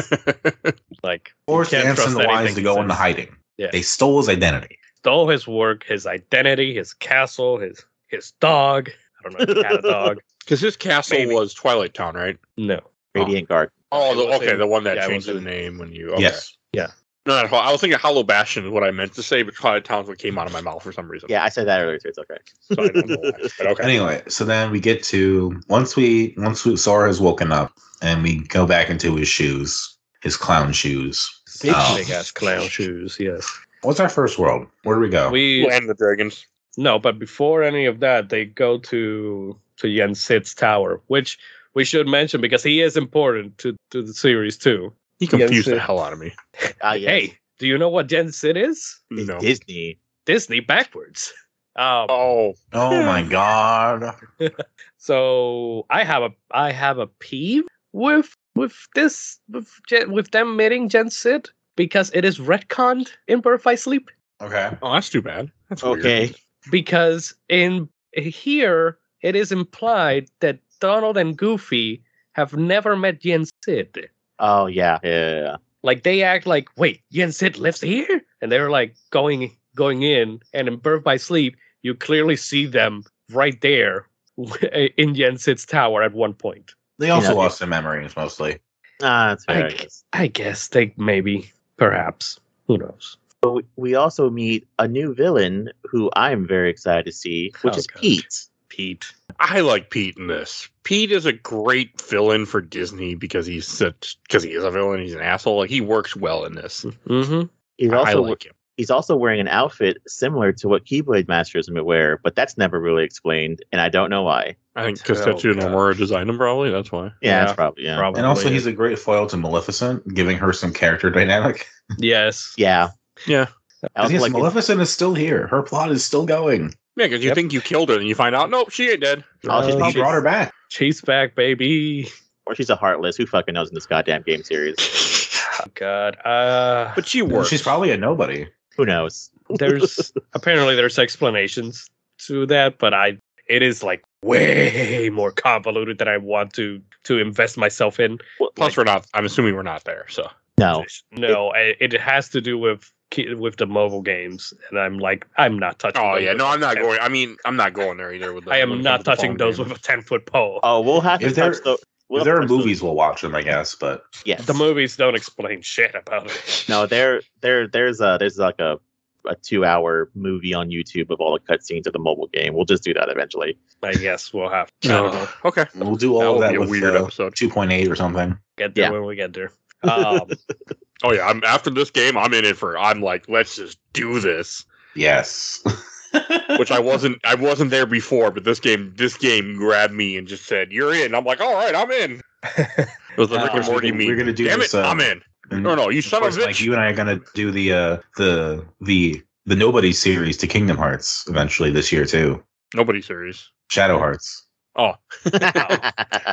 like,
Or
you can't
Samson
trust
the Wise
anything
to
he
go
says.
into hiding.
Yeah.
They stole his identity.
stole his work, his identity, his castle, his his dog. I don't know if he had a dog.
Because his castle
Maybe.
was Twilight Town, right?
No.
Radiant Guard.
Oh,
It
the,
was
okay,
in-
the one that
yeah, it
changed
was
the
in-
name when you. Okay.
Yes.
Yeah.
No, not Hol- I was thinking Hollow Bastion is what I meant to say, but Twilight Town's what came out of my mouth for some reason.
Yeah, I said that earlier too. It's okay.
So I don't know why, but
[laughs]
okay.
Anyway, so then we get to once we once we, Sora has woken up and we go back into his shoes, his clown shoes.
Big
Oh.
ass clown shoes. Yes.
What's our first world? Where do we go?
We
Land of the Dragons.
No, but before any of that, they go to to Yen Sid's tower, which we should mention because he is important to, to the series too.
He confused
Sid.
the hell out of me.
Ah, yes.
Hey, do you know what Yen Sid is?
It's
No.
Disney.
Disney backwards. [laughs] Um,
Oh,
oh
[laughs]
my god.
So I have a I have a peeve with with this with Gen, with them meeting Yen Sid because it is retconned in Birth by Sleep.
Okay.
oh, that's too bad. That's weird.
Okay.
because in here it is implied that Donald and Goofy have never met Yen Sid.
Oh yeah, yeah. yeah.
Like they act like, wait, Yen Sid lives here, and they're like going going in, and in Birth by Sleep, you clearly see them right there [laughs] in Yen Sid's tower at one point.
They also
Yeah.
lost their memories mostly.
Ah, that's fair. I
I
guess.
I guess they maybe, perhaps, who knows?
But we- we also meet a new villain who I'm very excited to see, which
Oh,
is
God.
Pete.
Pete.
I like Pete in this. Pete is a great villain for Disney because he's such because he is a villain. He's an asshole. Like he works well in this.
Mm-hmm.
He's
I- I
also
like him.
he's also wearing an outfit similar to what Keyblade Masters would wear, but that's never really explained, and I don't know why.
I think
Oh,
because Tetsuya
gosh.
Nomura designed him probably. That's why.
Yeah,
Yeah,
that's probably Oh, yeah.
Probably.
And also, he's a great foil to Maleficent, giving her some character dynamic.
yes.
Yeah,
Yeah.
I also
Yes,
like his,
Maleficent is still here. Her plot is still going.
Yeah, because you
Yep.
think you killed her, and you find out, nope, she ain't dead.
Oh, she's
he
probably-
brought her back.
Chase back, baby.
or she's a heartless. Who fucking knows in this goddamn game series?
Oh, God. Uh,
But she works.
She's probably a nobody.
Who knows? [laughs]
there's apparently there's explanations to that, but I it is like way more convoluted than I want to to invest myself in.
Plus, we're not. I'm assuming we're not there. So
No,
No, I- it, has to do with ki- with the mobile games, and I'm like I'm not touching.
Oh
those
yeah,
with
no,
a
I'm not
10
going. I mean, I'm not going there either. With the,
I
when
am
it comes to
not
the
touching
phone
those
game.
with a ten foot pole.
oh, we'll have to
If there-
touch the. We'll
If
have
there
to
are
touch the-
movies, we'll watch them, I guess. But
yes.
The movies don't explain shit about it.
[laughs] No, there, there, there's a there's like a a two hour movie on YouTube of all the cutscenes of the mobile game. We'll just do that [laughs] eventually.
I guess we'll have [laughs] to I don't know.
No. Okay,
we'll do
that
all
will
of
be
that
a
with
weird
uh,
episode.
2.8 or something.
get there
Yeah.
when we
[laughs]
get there. Um,
Oh yeah, I'm after this game. I'm in it for. I'm like, let's just do this.
Yes.
[laughs] Which I wasn't. I wasn't there before, but this game, this game grabbed me and just said, "You're in." I'm like, "All right, I'm in." It was the
Uh,
Rick and
we're
Morty
gonna-
meme.
we're gonna do
Damn
this,
it,
uh,
I'm in.
And
No, no, you
of
son of
course,
a bitch.
Mike, you and I are gonna do the uh, the the the Nobody series to Kingdom Hearts eventually this year too.
Nobody serious.
Shadow Hearts.
Oh,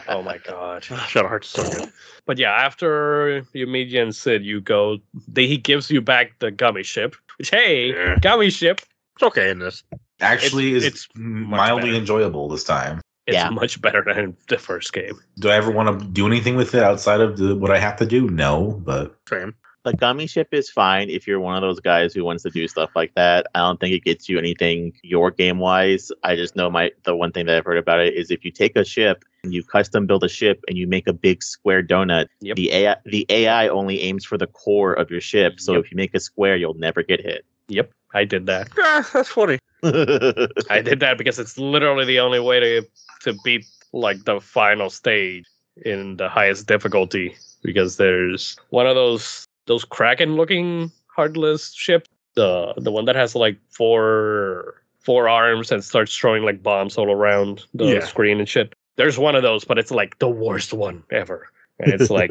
oh my god.
shut heart's so good.
But yeah, after you meet Yen Sid, you go. They, he gives you back the gummy ship, which hey,
Yeah.
gummy ship,
It's okay in this.
Actually,
It's-
is
it's
mildly
better.
enjoyable this time.
it's
Yeah.
much better than the first game.
Do I ever want to do anything with it outside of the, what I have to do? No, but
Same.
the gummy ship is fine if you're one of those guys who wants to do stuff like that. I don't think it gets you anything your game wise. I just know my the one thing that I've heard about it is if you take a ship and you custom build a ship and you make a big square donut,
Yep.
the AI the AI only aims for the core of your ship. So
Yep.
if you make a square, you'll never get hit. [laughs]
Yep, I did that.
Ah, that's funny.
I did that because it's literally the only way to to beat like the final stage in the highest difficulty. Because there's one of those those kraken looking heartless ships, the the one that has like four four arms and starts throwing like bombs all around the
Yeah.
screen and shit. There's one of those, but it's like the worst one ever. And it's like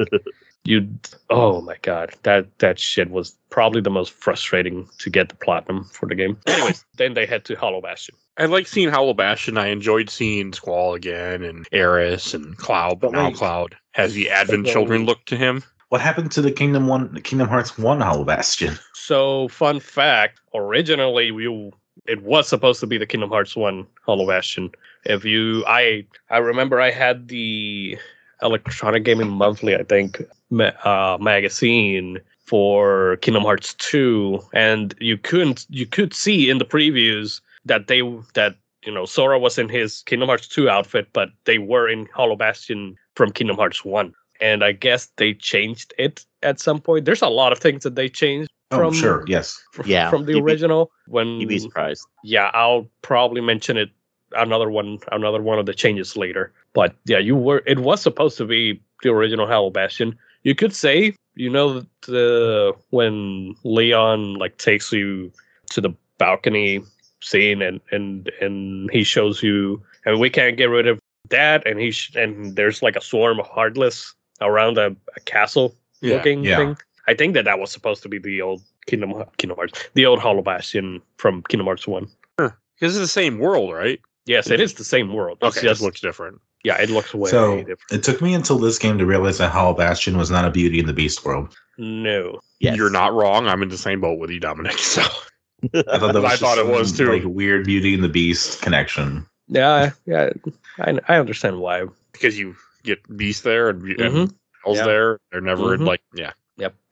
you oh my god that that shit was probably the most frustrating to get the platinum for the game anyways then they head to hollow bastion
I like seeing Howl Bastion. I enjoyed seeing Squall again and Eris and Cloud, but
But
now
wait.
Cloud has the Advent
But
children
wait.
look to him.
what happened to the Kingdom One, Kingdom Hearts One Hollow Bastion?
so fun fact originally we it was supposed to be the kingdom hearts 1 hollow bastion if you i i remember i had the electronic gaming monthly i think ma- uh, magazine for kingdom hearts 2 and you couldn't you could see in the previews that they that you know sora was in his kingdom hearts 2 outfit but they were in hollow bastion from kingdom hearts 1 and i guess they changed it at some point there's a lot of things that they changed
Oh,
[laughs] From-
sure, yes.
fr-
Yeah,
from the
you'd be-
original when
You'd be surprised.
yeah i'll probably mention it another one another one of the changes later but yeah you were it was supposed to be the original Hollow Bastion. you could say you know the when leon like takes you to the balcony scene and and and he shows you and we can't get rid of that and he sh- and there's like a swarm of heartless around a, a castle looking
yeah.
thing. I think that that was supposed to be the old Kingdom Kingdom Hearts, the old Hollow Bastion from Kingdom Hearts One.
This is the same world, right?
Yes, it is the same world. It's
Okay,
just-
this looks different.
yeah, it looks way
So-
different.
It took me until this game to realize that Hollow Bastion was not a Beauty and the Beast world.
[laughs]
No,
Yes.
You're not wrong. I'm in the same boat with you, Dominic. [laughs] So
I thought that was
I
just
thought it was,
some,
too.
like weird Beauty and the Beast connection.
yeah, yeah, I, I understand why.
because you get Beast there and, and
Mhm.
Hell's
Yeah.
there. They're never
Mhm.
like yeah.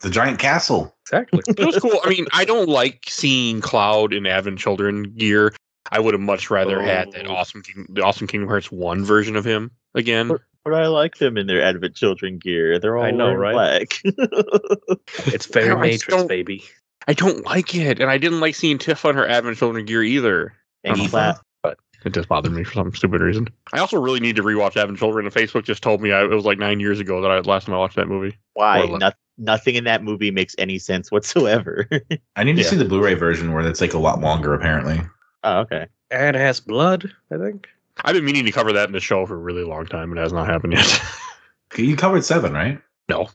The giant castle.
[laughs] Exactly.
It was cool. I mean, I don't like seeing Cloud in Advent Children gear. I would have much rather had that
Oh.
awesome King, the awesome Kingdom Hearts one version of him again.
But I like them in their Advent Children gear. They're all
I know,
wearing
right?
black. [laughs]
It's very
No, I
Matrix,
don't-
baby.
I don't like it, and I didn't like seeing Tiff on her Advent Children gear either.
and
Uh-huh.
Um,
Cloud,
It just bothered me for some stupid reason. I also really need to rewatch Advent Children. And Facebook just told me I, it was like nine years ago that I last time I watched that movie.
why?
Orla.
Noth- nothing in that movie makes any sense whatsoever. [laughs]
I need to
Yeah.
see the Blu-ray version where that's like a lot longer, apparently.
oh, okay.
And it has blood, I think.
I've been meaning to cover that in the show for a really long time, and it has not happened yet. [laughs]
You covered seven, right?
That's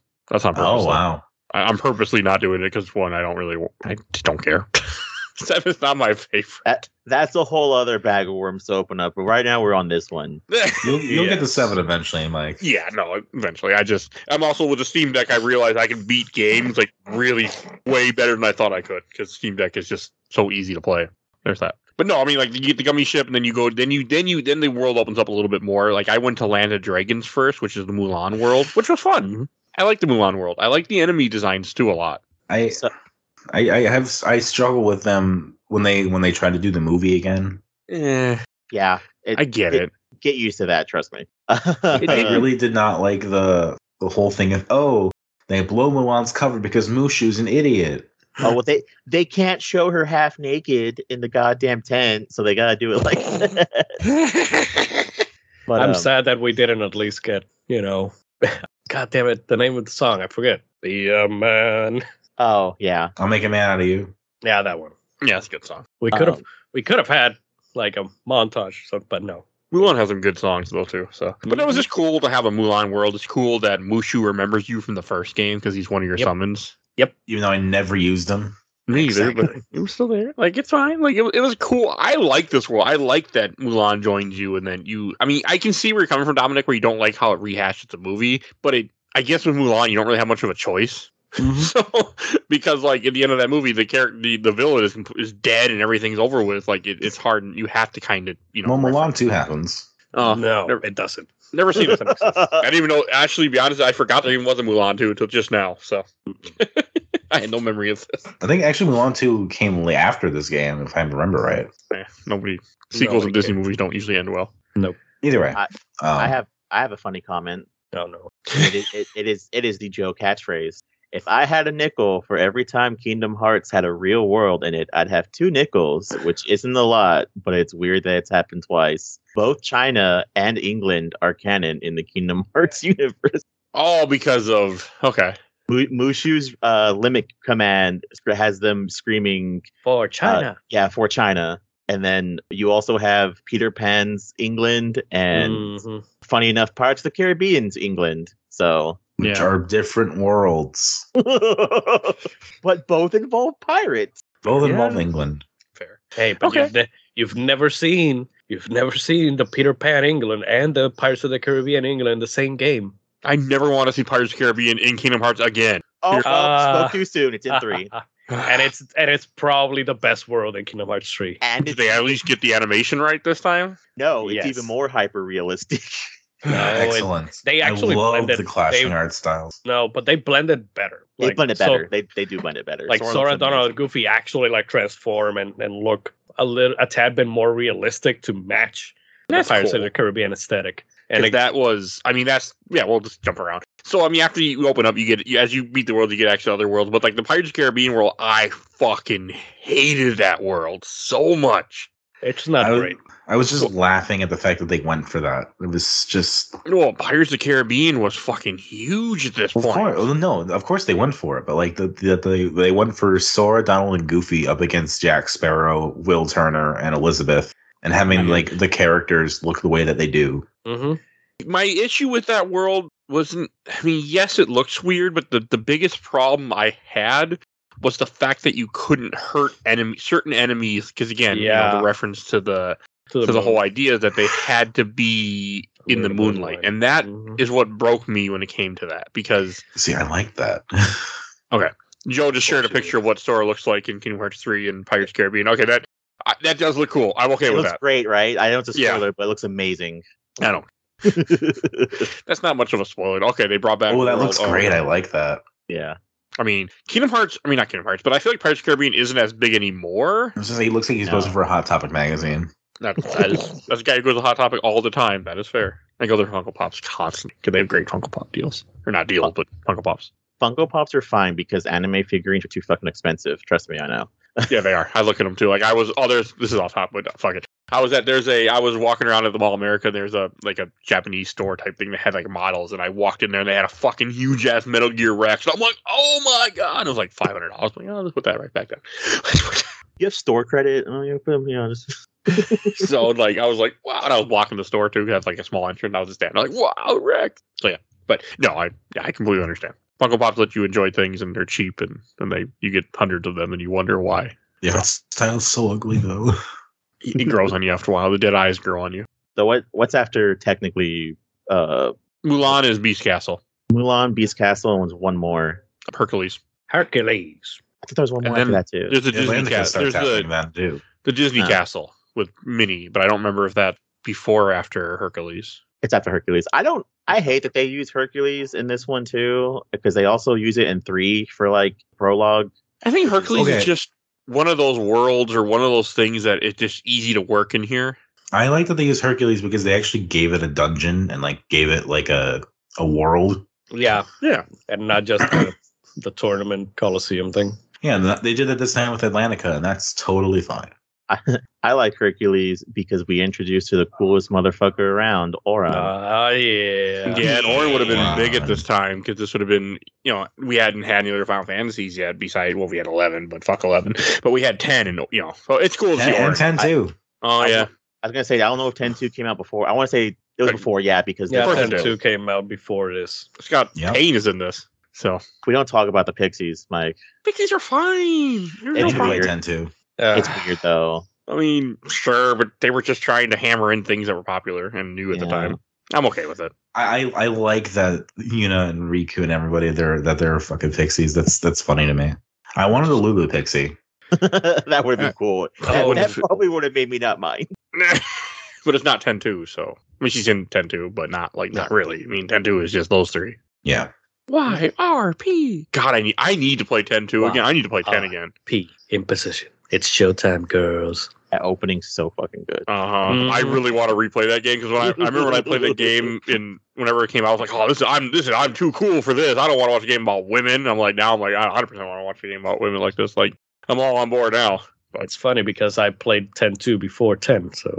on purpose.
Oh
though.
wow.
I, I'm purposely not doing it because one, I don't really, wa- I just don't care. [laughs] Seven's not my favorite. [laughs]
That, that's a whole other bag of worms to open up. But right now we're on this one.
You'll you'll get
[laughs]
the
Yes.
seven eventually, Mike.
Yeah, no, eventually. I just, I'm also with the Steam Deck, I realized I can beat games like really way better than I thought I could because Steam Deck is just so easy to play. There's that. But no, I mean, like you get the gummy ship, and then you go, then you, then you, then the world opens up a little bit more. Like I went to Land of Dragons first, which is the Mulan world, which was fun. I like the Mulan world. I like the enemy designs too a lot.
I,
So-
I I have I struggle with them when they when they try to do the movie again.
Eh,
Yeah,
I get it.
get used to that. Trust me. [laughs]
I really did not like the the whole thing of oh they blow Mulan's cover because Mushu's an idiot.
oh well, they they can't show her half naked in the goddamn tent, so they gotta
[laughs]
do it like. that. [laughs] but
I'm
um,
sad that we didn't at least get, you know, [laughs] God damn it, the name of the song, I forget. The uh, man.
Oh yeah.
I'll make a man out of you.
Yeah, that one.
Yeah, it's a good song.
We could have
Um,
we could have had like a montage, so, but no.
Mulan has some good songs though too. So, but it was just cool to have a Mulan world. It's cool that Mushu remembers you from the first game because he's one of your
Yep.
summons.
Even though I never used them.
Me either,
Exactly.
but it was still there. Like it's fine. Like it, it was cool. I like this world. I like that Mulan joins you, and then you. I mean, I can see where you're coming from, Dominic, where you don't like how it rehashes the movie, but it. I guess with Mulan, you don't really have much of a choice. [laughs] So, because like at the end of that movie, the character, the, the villain is comp- is dead and everything's over with. Like it, it's hard, and you have to kind of you know.
well, Mulan
reference-
too happens.
Uh,
[laughs]
[laughs] no,
never-
it [laughs] doesn't.
never seen it. I didn't even know. Actually, to be honest, I forgot there even was a Mulan 2 until just now. So [laughs] I had no memory of this.
I think actually Mulan two came late after this game, if I remember right.
Eh, nobody sequels
Nobody
of Disney
cares.
movies don't usually end well.
Either way,
I-
um,
I have I have a funny comment.
no, no.
It is it, it is it is the Joe catchphrase. If I had a nickel for every time Kingdom Hearts had a real world in it, I'd have two nickels, which isn't a lot, but it's weird that it's happened twice. Both China and England are canon in the Kingdom [laughs] Hearts universe.
All because of okay.
Mu- Mushu's uh, limit command has them screaming,
For
uh,
China.
yeah, for China. And then you also have Peter Pan's England Uh, and
Mhm.
funny enough, Pirates of the Caribbean's England. So,
which
yeah.
are different worlds,
[laughs] but both involve pirates.
both
Yeah.
involve England.
fair. Hey, but
Okay.
you've, ne- you've never seen you've never seen the Peter Pan England and the Pirates of the Caribbean England in the same game.
I never want to see Pirates of the Caribbean in Kingdom Hearts [sighs] again.
Oh, well,
Uh,
spoke too soon. It's
[laughs]
in three,
and it's and it's probably the best world in Kingdom Hearts three.
and
Did
it's,
they at least get the animation right this [sighs] time?
no, it's
Yes.
even more hyper realistic.
No,
Uh,
it- they actually
I love
blended-
the clashing
they-
art styles.
No, but they blended better.
[laughs] they
Like,
blend it
so-
better. they they do blend it better.
like
Sora
Sora,
looks
Donald,
amazing.
and Goofy actually like transform and, and look a little a tad bit more realistic to match
That's
the Pirates
cool.
of the Caribbean aesthetic.
And
And it,
that was, I mean, that's yeah. We'll just jump around. So I mean, after you open up, you get you, as you beat the world, you get actually other worlds. But like the Pirates of the Caribbean world, I fucking hated that world so much.
it's not
I was-
great.
I was just laughing at the fact that they went for that. It was just
Well, Pirates of the Caribbean was fucking huge at this
Of
point.
course, no, of course they went for it, but like the, the they they went for Sora, Donald, and Goofy up against Jack Sparrow, Will Turner, and Elizabeth, and having
Mhm.
like the characters look the way that they do.
hmm
My issue with that world wasn't I mean, yes, it looks weird, but the, the biggest problem I had was the fact that you couldn't hurt enemy certain enemies because again, you know,
Yeah.
the reference to the
To
to the, whole
moon.
idea that they had to be in the
Moon,
moonlight. And that is
Mhm.
what broke me when it came to that because
See, I like that. [laughs]
Joe just shared a
Bullshit.
picture of what Sora looks like in Kingdom Hearts 3 and Pirates of the Caribbean. Okay, that I, that does look cool. I'm okay
It
with
looks
that.
great, right? I know it's a
Yeah.
spoiler, but it looks amazing. [laughs]
I don't. That's not much of a spoiler. Okay, they brought back.
Oh, that
World
looks
of-
great. I like that.
yeah.
I mean, Kingdom Hearts. I mean, not Kingdom Hearts, but I feel like Pirates of the Caribbean isn't as big anymore.
It's just- he looks like he's
No.
posing for a Hot Topic magazine.
That, that is, that's a guy who goes to Hot Topic all the time. That is fair. I go there for Funko Pops constantly because they have great Funko Pop deals. Or not deals, but Funko Pops.
Funko Pops are fine because anime figurines are too fucking expensive. Trust me, I know.
Yeah, they are. I look at them too. Like I was. Oh, there's. This is off top, but fuck it. I was at. There's a. I was walking around at the Mall of America. And there's a like a Japanese store type thing that had like models, and I walked in there and they had a fucking huge ass Metal Gear Rex. And I'm like, oh my god! It was like five hundred dollars. I'm like, oh, let's put that right back down. [laughs]
You have store credit. Oh, you put them, you know, just [laughs]
so like I was like, wow. And I was walking the store too. 'cause That's like a small entrance. and I was just standing like, wow, Rex. So yeah, but no, I yeah, I completely understand. Funko Pops let you enjoy things, and they're cheap, and and they you get hundreds of them, and you wonder why.
Yeah, it's style's so ugly though.
It grows on you after a while. The dead eyes grow on you.
so what? What's after technically uh,
Mulan is Beast Castle,
Mulan, Beast Castle, and was one more.
Hercules.
Hercules.
I thought there was one more
And
after that too.
There's the Disney
Atlantic
Castle.
starts
There's
happening
the,
then too.
the Disney
Oh.
Castle with Minnie, but I don't remember if that before or after Hercules.
It's after Hercules. I don't. I hate that they use Hercules in this one too because they also use it in three for like prologue. [laughs]
I think Hercules
Okay.
is just one of those worlds or one of those things that it's just easy to work in here.
I like that they use Hercules because they actually gave it a dungeon and like gave it like a a world.
Yeah,
Yeah.
and not just the, the tournament Coliseum thing.
Yeah, and that- they did it this time with Atlantica, and that's totally fine.
I, I like Hercules because we introduced to the coolest motherfucker around, Aura.
Ah, yeah.
Yeah, and Orin would have been
Yeah.
big at this time because this would have been, you know, we hadn't had any other Final Fantasies yet. Besides, well, we had eleven, but fuck eleven. But we had ten, and you know, so it's cool to
And,
see
and
Orin.
ten too.
Oh yeah,
I was gonna say I don't know if Ten Two came out before. I want to say it was
Like-
before, yeah, because
Yeah,
Of course
they-
it
Ten
is.
Two came out before this.
Scott
Yeah.
Payne is in this, so
we don't talk about the Pixies,
[sighs]
Mike.
Pixies are fine. There's
It's
no
They
weird.
play
problem.
ten too.
Uh,
It's weird though. [laughs]
I mean, sure, but they were just trying to hammer in things that were popular and new at the
Yeah.
time. I'm okay with it. [laughs]
I, I I like that Yuna and Riku and everybody they're that they're fucking pixies. That's that's funny to me. I wanted a Lulu pixie.
that would have
[sighs]
been cool. That,
Oh,
that
if-
probably would have made me not mind. [laughs]
but it's not 10-2, so I mean, she's in 10-2, but not like not really. I mean, 10-2 is just those three.
Yeah,
Y R P. God, I need I need to play 10-2
Wow.
again. I need to play 10
Uh.
again.
P in position. It's showtime, girls.
That opening's so fucking good.
Uh huh. I
Mhm.
really want to replay that game because when I, I remember when I played that game in whenever it came out, I was like, oh, this is I'm this is I'm too cool for this. I don't want to watch a game about women. I'm like now I'm like I 100 percent want to watch a game about women like this. Like I'm all on board now.
It's funny because I played 10 2 before 10, so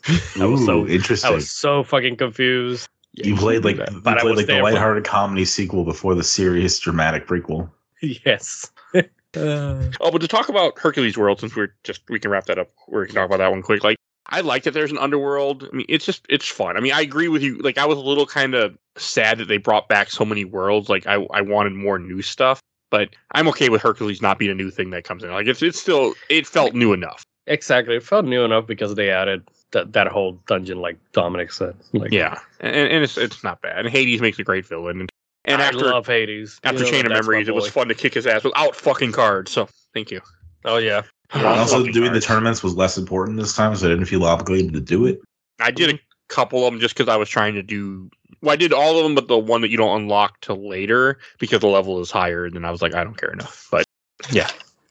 [laughs] I was
Ooh,
so I
interesting.
was so fucking confused. [laughs]
you played like
But
you
I
played like
was
the
there when-
lighthearted comedy sequel before the serious dramatic prequel.
Yes. Uh,
Oh, but to talk about Hercules World, since we're just we can wrap that up, we can talk about that one quick. Like I like that there's an underworld. I mean, it's just it's fun. I mean, I agree with you. Like I was a little kind of sad that they brought back so many worlds. Like I I wanted more new stuff, but I'm okay with Hercules not being a new thing that comes in. Like it's it's still it felt new enough.
exactly. It felt new enough because they added that that whole dungeon, like Dominic said. Like,
Yeah, and, and it's it's not bad. And Hades makes a great villain. And, and
I
after
love Hades. You
after
know
Chain
that
of
that's my
Memories, it was
boy.
fun to kick his ass without fucking cards. So thank you.
Oh yeah.
And also, doing the tournaments was less important this time, so I didn't feel obligated to do it.
I did a couple of them just because I was trying to do. Well, I did all of them, but the one that you don't unlock till later because the level is higher. And then I was like, I don't care enough. But yeah,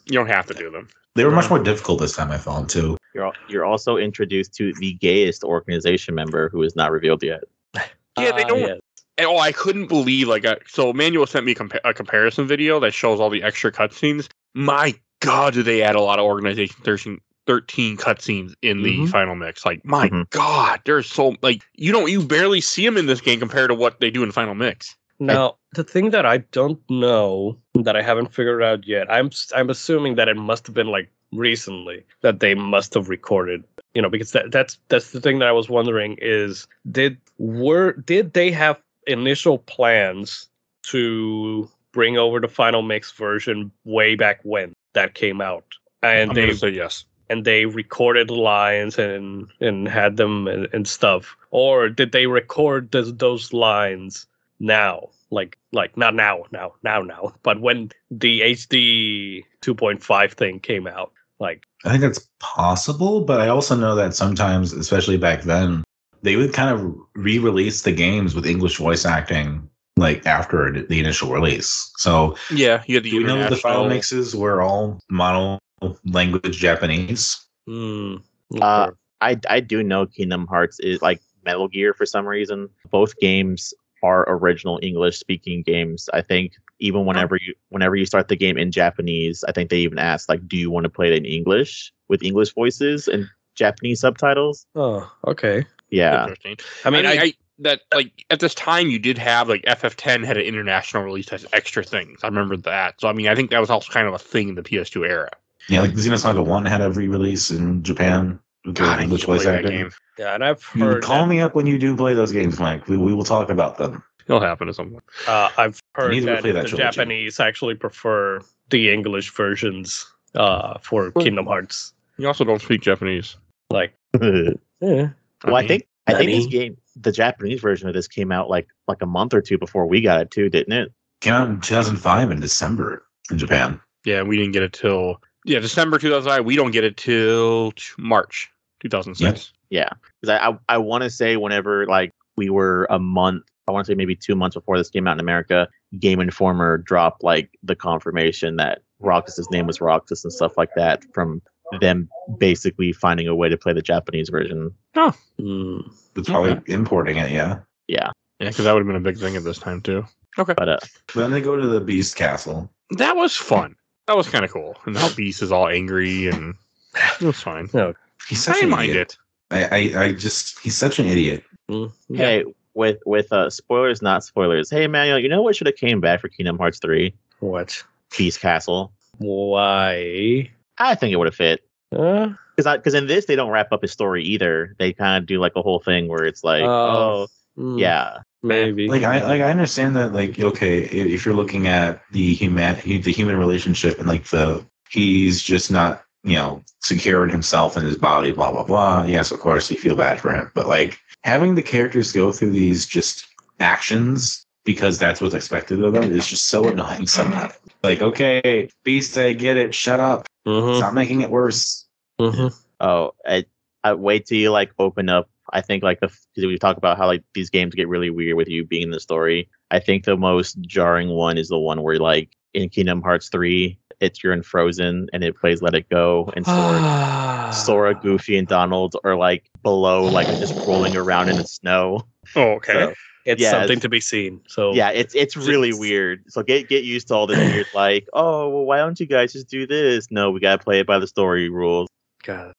you don't have to do them.
They were much more difficult this time. I found too.
You're al- you're also introduced to the gayest organization member who is not revealed yet.
Yeah, they
Ah,
don't-
yeah.
And oh, I couldn't believe like I, so. Emmanuel sent me compa- a comparison video that shows all the extra cutscenes. My God, do they add a lot of organization thirteen. 13 cutscenes in the
Mhm.
final mix. Like, my
Mhm.
God, there's so, like, you don't, you barely see them in this game compared to what they do in final mix.
Now, the thing that I don't know that I haven't figured out yet, I'm s- I'm assuming that it must have been like recently that they must have recorded, you know, because that that's that's the thing that I was wondering is did were did they have initial plans to bring over the final mix version way back when that came out? And
I'm
they
gonna say yes.
and they recorded lines and and had them and, and stuff or did they record this, those lines now like like not now now now now but when the hd 2.5 thing came out like
I think that's possible, but I also know that sometimes, especially back then, they would kind of re-release the games with English voice acting like after the initial release. So
Yeah, you had the
do we know that the
international-
file mixes were all mono language Japanese?
Hmm.
Uh, I I do know Kingdom Hearts is like Metal Gear for some reason. Both games are original English speaking games. I think even whenever you whenever you start the game in Japanese, I think they even ask like, do you want to play it in English with English voices and Japanese subtitles?
oh, okay.
Yeah.
Interesting.
I
I
mean, I,
that like at this time you did have like FF10 had an international release as extra things. I remember that. So I mean, I think that was also kind of a thing in the PS2 era.
Yeah, like Xenosaga One had a re-release in Japan with the
I
English
can't believe
voice
that
acting.
game.
yeah, and I've
You
heard
call
that,
me up when you do play those games, Mike. We, we will talk about them.
It'll happen to someone.
uh, I've heard
Neither
that,
play that
the
trilogy.
Japanese actually prefer the English versions uh, for
Well-
Kingdom Hearts.
You also don't speak Japanese.
Like,
[laughs] well,
eh.
Oh, I
mean,
think I think this
Nani?
game, the Japanese version of this came out like like a month or two before we got it too, didn't it?
Came out in 2005 in December in Japan.
Yeah, we didn't get it till yeah December 2005. We don't get it till t- March 2006.
because I I, I want to say whenever like we were a month, I want to say maybe two months before this came out in America, Game Informer dropped like the confirmation that Roxas's name was Roxas and stuff like that from them basically finding a way to play the Japanese version.
Hmm.
It's probably importing it, yeah.
Yeah, because that would have been a big thing at this time too.
But uh,
Then they go to the Beast Castle.
That was fun. That was kind of cool. And the beast is all angry and [sighs] it was fine.
He's
I
such
didn't
an
mind
idiot.
it.
I, I, I just he's such an idiot.
Yeah.
hey, with with uh spoilers, not spoilers. Hey Manuel, you know what should have came back for Kingdom Hearts three?
What?
Beast Castle.
Why?
I think it would have fit.
Uh,
Because because in this they don't wrap up his story either. They kind of do like a whole thing where it's like, oh,
Oh. hmm,
yeah,
Maybe.
Like I like I understand that like okay i- if you're looking at the human the human relationship and like the he's just not you know secure in himself and his body blah blah blah yes of course you feel bad for him but like having the characters go through these just actions because that's what's expected of them is just so annoying somehow. Like okay, Beast, I get it. Shut up.
Mhm,
Hmm.
Stop making it worse.
mhm.
Oh, I, I wait till you like open up. I think like the because we talk about how like these games get really weird with you being in the story. I think the most jarring one is the one where like in Kingdom Hearts three, it's you're in Frozen and it plays Let It Go and
[gasps]
Sora,
Ah.
Sora, Goofy, and Donald are like below, like just rolling around in the snow.
Oh, okay.
So,
it's
yeah,
something
it's-
to be seen. So
yeah, it's it's really
Just-
weird. So get get used to all this weird like, oh well, why don't you guys just do this? No, we gotta play it by the story rules.
God.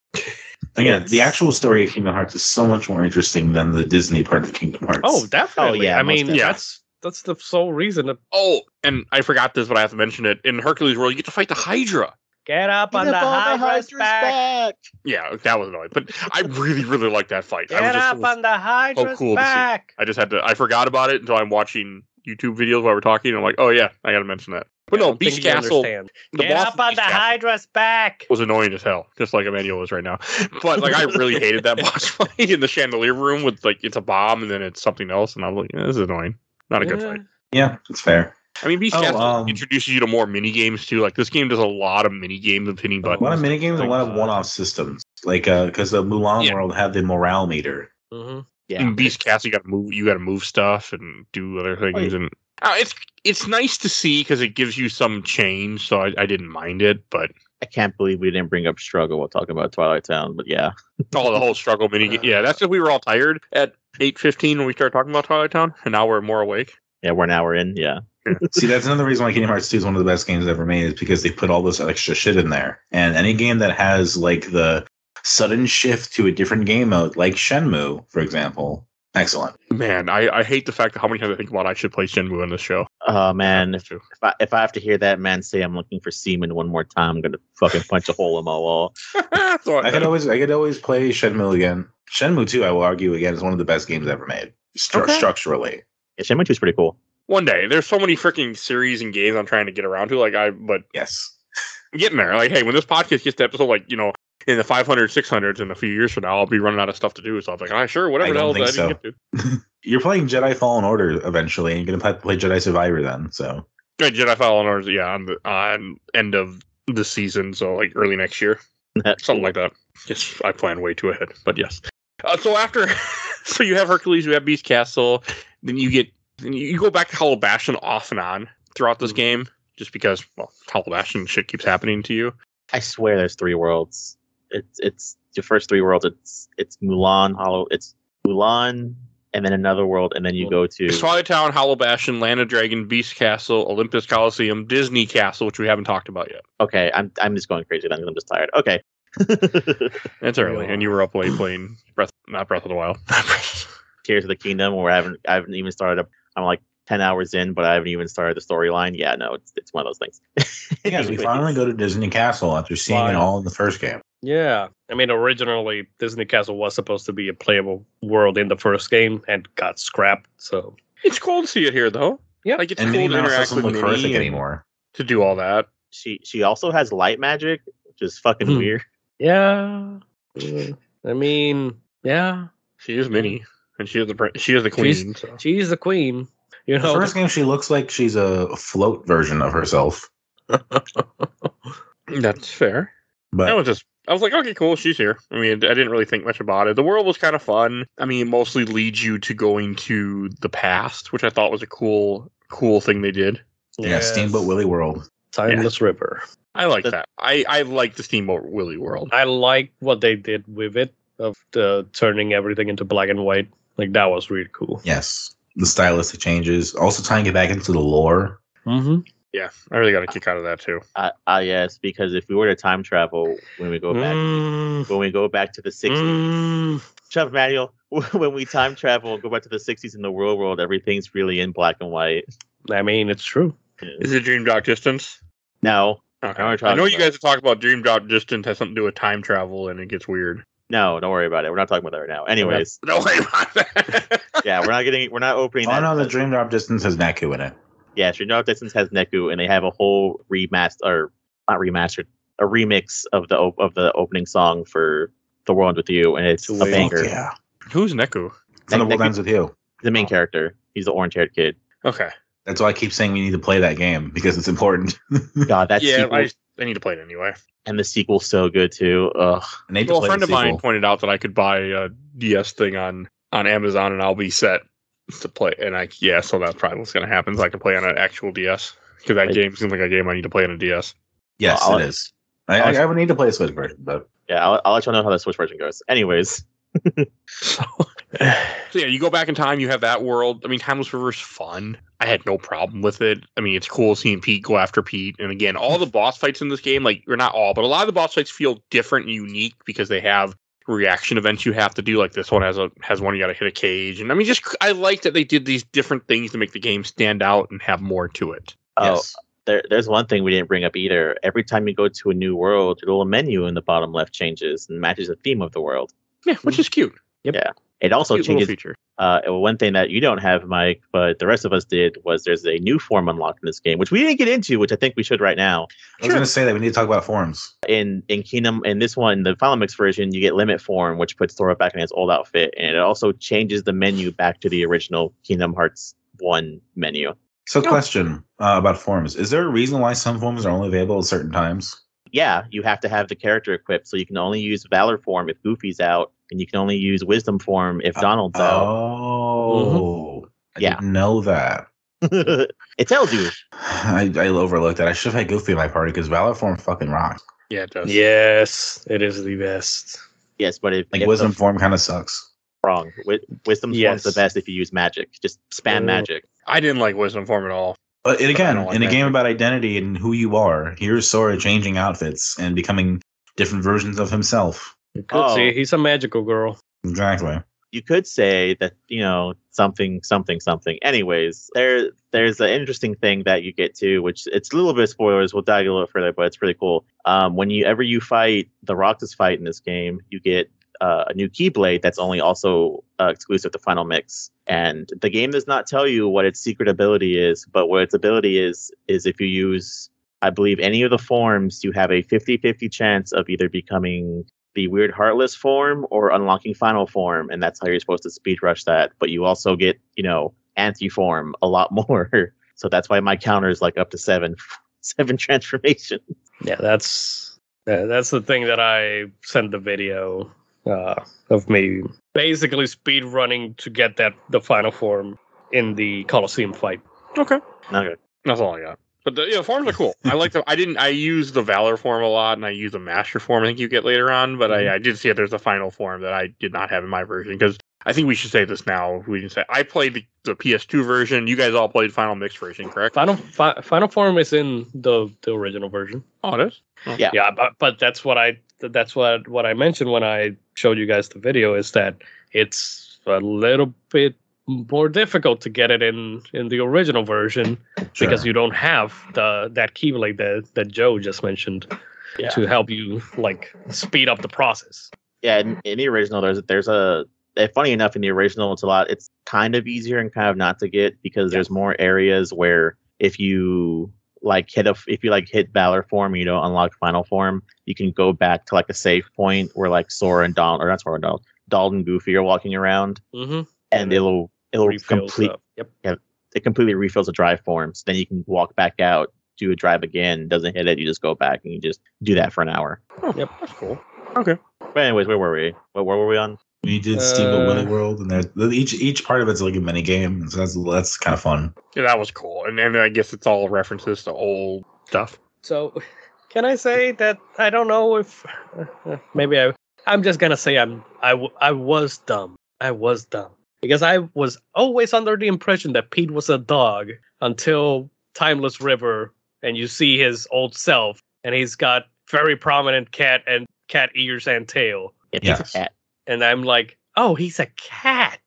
Again, the actual story of Kingdom Hearts is so much more interesting than the Disney part of Kingdom Hearts.
Oh, definitely.
yeah,
I
most
mean,
definitely.
that's that's the sole reason. To
Oh, and I forgot this, but I have to mention it. In Hercules World, you get to fight the Hydra.
get up on the Hydra's back.
Yeah, that was annoying. But I really, really liked that fight. I was
Get
just
up
so-
on the Hydra's
cool to see.
back.
I just had to. I forgot about it until I'm watching YouTube videos while we're talking. And I'm like, oh yeah, I got to mention that. But
I
no,
don't think
Beast
you
Castle.
understand.
The
Get
boss
up
of
on
Beast
the
Castle
Hydra's back.
was annoying as hell, just like Emmanuel is right now. But like, I really hated that
[laughs]
boss fight in the chandelier room with like it's a bomb and then it's something else, and I'm like, eh, this is annoying. Not a good
Yeah.
fight.
yeah, it's fair.
I mean, Beast
Oh,
Castle
um,
introduces you to more mini games too. Like this game does a lot of mini games of hitting
A
buttons.
lot of minigames, a lot of
Like,
one-off systems. Like because the Mulan
uh, Yeah.
world had the morale meter.
Mhm.
Yeah,
in Beast Castle, you got to move. You got to move stuff and do other things,
Right.
and uh, it's it's nice to see because it gives you some change. So I, I didn't mind it, but
I can't believe we didn't bring up struggle while talking about Twilight Town, but yeah.
oh, the whole struggle mini. ga- yeah, that's because we were all tired at eight fifteen when we started talking about Twilight Town, and now we're more awake.
Yeah, we're now we're in. Yeah.
See, that's another reason why Kingdom Hearts 2 is one of the best games ever made is because they put all this extra shit in there. And any game that has like the sudden shift to a different game mode, like Shenmue, for example, excellent.
Man, I, I hate the fact that how many times I think about I should play Shenmue on this show.
Oh man, if,
That's true. [laughs]
if I if I have to hear that man say I'm looking for semen one more time, I'm gonna fucking punch a hole in my wall.
So
I could always I could always play Shenmue again. Shenmue 2, I will argue again, is one of the best games ever made. Stru-
Okay.
Structurally.
Yeah, Shenmue 2 is pretty cool.
one day, there's so many freaking series and games I'm trying to get around to. Like I, but
Yes.
getting there. Like, hey, when this podcast gets to episode, like, you know, in the 500, 600s in a few years from now, I'll be running out of stuff to do. So I was like, ah, sure, whatever
I
the hell
don't
I didn't
think
get to.
You're playing Jedi Fallen Order eventually, and you're gonna play, play Jedi Survivor then. So
Yeah, Jedi Fallen Order, yeah, on the on end of the season. So, like, early next year, something like that. Just, I plan way too ahead, but yes. Uh, so after [laughs] so you have Hercules, you have Beast Castle, then you get then you go back to Halabashan off and on throughout this game, just because well, Halabashan shit keeps happening to you.
I swear there's three worlds. It's it's the first three worlds. It's it's Mulan Hollow. It's Mulan and then another world, and then you go to
It's Twilight Town, Halabashan, Land of Dragon, Beast Castle, Olympus Coliseum, Disney Castle, which we haven't talked about yet.
okay. I'm I'm just going crazy. then 'cause I'm just tired. Okay. [laughs]
It's early, and you were up late playing Breath, not Breath of the Wild. [laughs]
Tears of the Kingdom, where I haven't I haven't even started. Up. I'm like ten hours in, but I haven't even started the storyline. Yeah, no, it's it's one of those things.
Yeah, we
[laughs] Anyways.
finally go to Disney Castle after seeing
Fine.
it all in the first game.
Yeah. I mean, originally, Disney Castle was supposed to be a playable world in the first game and got scrapped. So,
it's cool to see it here, though.
Yeah.
like it's
And
cool
Minnie
to
Mouse
interact
doesn't
with
look horrific
Minnie and
anymore.
to do all that.
she she also has light magic, which is fucking
Hmm.
weird.
yeah. Yeah. Mm, I mean, yeah.
She is Minnie, and she is the prin- she is the queen. so.
She's the queen. You
The
know,
first game, she looks like she's a float version of herself.
That's fair. I
But
was just, I was like, okay, cool, she's here. I mean, I didn't really think much about it. The world was kind of fun. I mean, it mostly leads you to going to the past, which I thought was a cool, cool thing they did.
yeah,
Yes.
Steamboat Willie World.
Timeless River.
I like
That-
that. I, I like the Steamboat Willie world.
I like what they did with it of the turning everything into black and white. Like that was really cool.
Yes, the stylistic changes. Also tying it back into the lore.
Mm-hmm.
Yeah, I really got a kick out of that too.
Ah, uh, yes, because if we were to time travel when we go back,
Hmm. Mm.
when we go back to the sixties, Chuck Manuel, [laughs] when we time travel and go back to the sixties in the real world, everything's really in black and white.
I mean, it's true.
Is it Dream Drop Distance?
No,
Okay.
know what you're
I,
talking
know you
about.
guys have talked about Dream Drop Distance has something to do with time travel, and it gets weird.
no, don't worry about it. We're not talking about that right now. Anyways,
[laughs] Don't worry about that.
yeah, we're not getting, we're not opening.
Oh
that.
no, the Dream Drop Distance has Naku in it.
Yeah, Stranger Things Distance has Neku, and they have a whole remaster or not remastered, a remix of the op- of the opening song for The World Ends with You, and it's
To
a
Wait.
Fuck
banger.
yeah.
[laughs] Who's Neku?
And the
That- that
world
could-
ends with you.
The main character, he's the orange haired kid.
Okay.
That's why I keep saying we need to play that game because it's important. [laughs]
God, that
yeah,
sequel
I, I need to play it anyway.
and the sequel's so good too. Ugh,
And they
Well, a
play
friend
the
of mine
sequel.
pointed out that I could buy a DS thing on on Amazon, and I'll be set to play. And I yeah, so that's probably what's going to happen. Is I can play on an actual DS because that
Right.
game seems like a game I need to play on a DS.
Yes,
I'll-
it is. I, I, I would need to play a Switch version, but
yeah, I'll, I'll let y'all know how that Switch version goes. Anyways,
So, [sighs] so yeah, you go back in time, you have that world. I mean, Timeless River's fun. I had no problem with it. I mean, it's cool seeing Pete go after Pete. And again, all the boss fights in this game, like, or not all, but a lot of the boss fights feel different and unique because they have reaction events you have to do. Like this one has a has one you got to hit a cage, and I mean, just I like that they did these different things to make the game stand out and have more to it.
oh,
yes.
there, there's one thing we didn't bring up either. Every time you go to a new world, your little menu in the bottom left changes and matches the theme of the world.
Yeah, which is cute.
It also
Cute little
changes
feature.
Uh, and one thing that you don't have, Mike, but the rest of us did, was there's a new form unlocked in this game, which we didn't get into, which I think we should right now.
I was going to say that we need to talk about forms.
In in Kingdom, in this one, the Final Mix version, you get Limit Form, which puts Thora back in his old outfit, and it also changes the menu back to the original Kingdom Hearts one menu.
So, question uh, about forms: Is there a reason why some forms are only available at certain times?
Yeah, you have to have the character equipped, so you can only use Valor Form if Goofy's out, and you can only use Wisdom Form if Donald's out.
Oh, I
Yeah.
didn't know that.
[laughs] it tells you.
I, I overlooked that. I should have had Goofy in my party because Valor Form fucking rocks.
Yeah, it does.
Oh, Yes, it is the best.
Yes, but if,
Like
if
Wisdom
the-
Form kind of sucks.
wrong. Wi- Wisdom's
Yes.
one's the best if you use magic. Just spam
Oh.
magic.
I didn't like Wisdom Form at all.
But it,
I
again,
don't like
in a
that.
game about identity and who you are, here's Sora changing outfits and becoming different versions of himself.
You could
Oh.
see he's a magical girl.
Exactly.
You could say that you know something, something, something. Anyways, there there's an interesting thing that you get to, which it's a little bit of spoilers. We'll dive a little further, but it's pretty cool. Um, when you ever you fight the Roxas fight in this game, you get uh, a new Keyblade that's only also uh, exclusive to Final Mix. And the game does not tell you what its secret ability is, but what its ability is is if you use, I believe, any of the forms, you have a 50-50 chance of either becoming the weird heartless form or unlocking final form, and that's how you're supposed to speed rush that. But you also get, you know, anti form a lot [laughs] more. So that's why my counter is like up to seven, [laughs] seven transformations.
Yeah, that's yeah, that's the thing that I sent the video uh, of me basically speed running to get that the final form in the Colosseum fight.
Okay.
Okay.
That's all I got. But the yeah, forms are cool. I like the I didn't I use the Valor form a lot and I use a master form I think you get later on, but I, I did see that there's a final form that I did not have in my version because I think we should say this now. We can say I played the, the PS2 version. You guys all played Final Mix version, correct?
Final fi- final form is in the the original version.
Oh, it is.
Yeah, but, but that's what I that's what what I mentioned when I showed you guys the video is that it's a little bit more difficult to get it in in the original version because you don't have the that keyblade that that Joe just mentioned
Yeah.
to help you like speed up the process.
Yeah, in, in the original, there's there's a. eh, Funny enough, in the original, it's a lot. It's kind of easier and kind of not to get because there's more areas where if you like hit a if you like hit valor form, you know, unlock final form, you can go back to like a safe point where like Sora and Donald or not Sora and Donald, Donald and Goofy are walking around,
Mm-hmm.
and
Yeah.
it'll it'll complete
Yep.
it completely refills the drive forms. Then you can walk back out, do a drive again. Doesn't hit it, you just go back and you just do that for an hour.
Yep.
That's cool.
But anyways, where were we? What where were we on?
We did Steamboat
Uh,
Willie World, and there's each each part of it's like a mini game, and so that's that's kind of fun.
Yeah, that was cool. And and I guess it's all references to old stuff.
So, can I say that I don't know if [laughs] maybe I I'm just gonna say I'm I w- I was dumb. I was dumb because I was always under the impression that Pete was a dog until Timeless River, and you see his old self, and he's got very prominent cat and cat ears and tail,
It's
Yes.
a cat.
and I'm like, oh, he's a cat.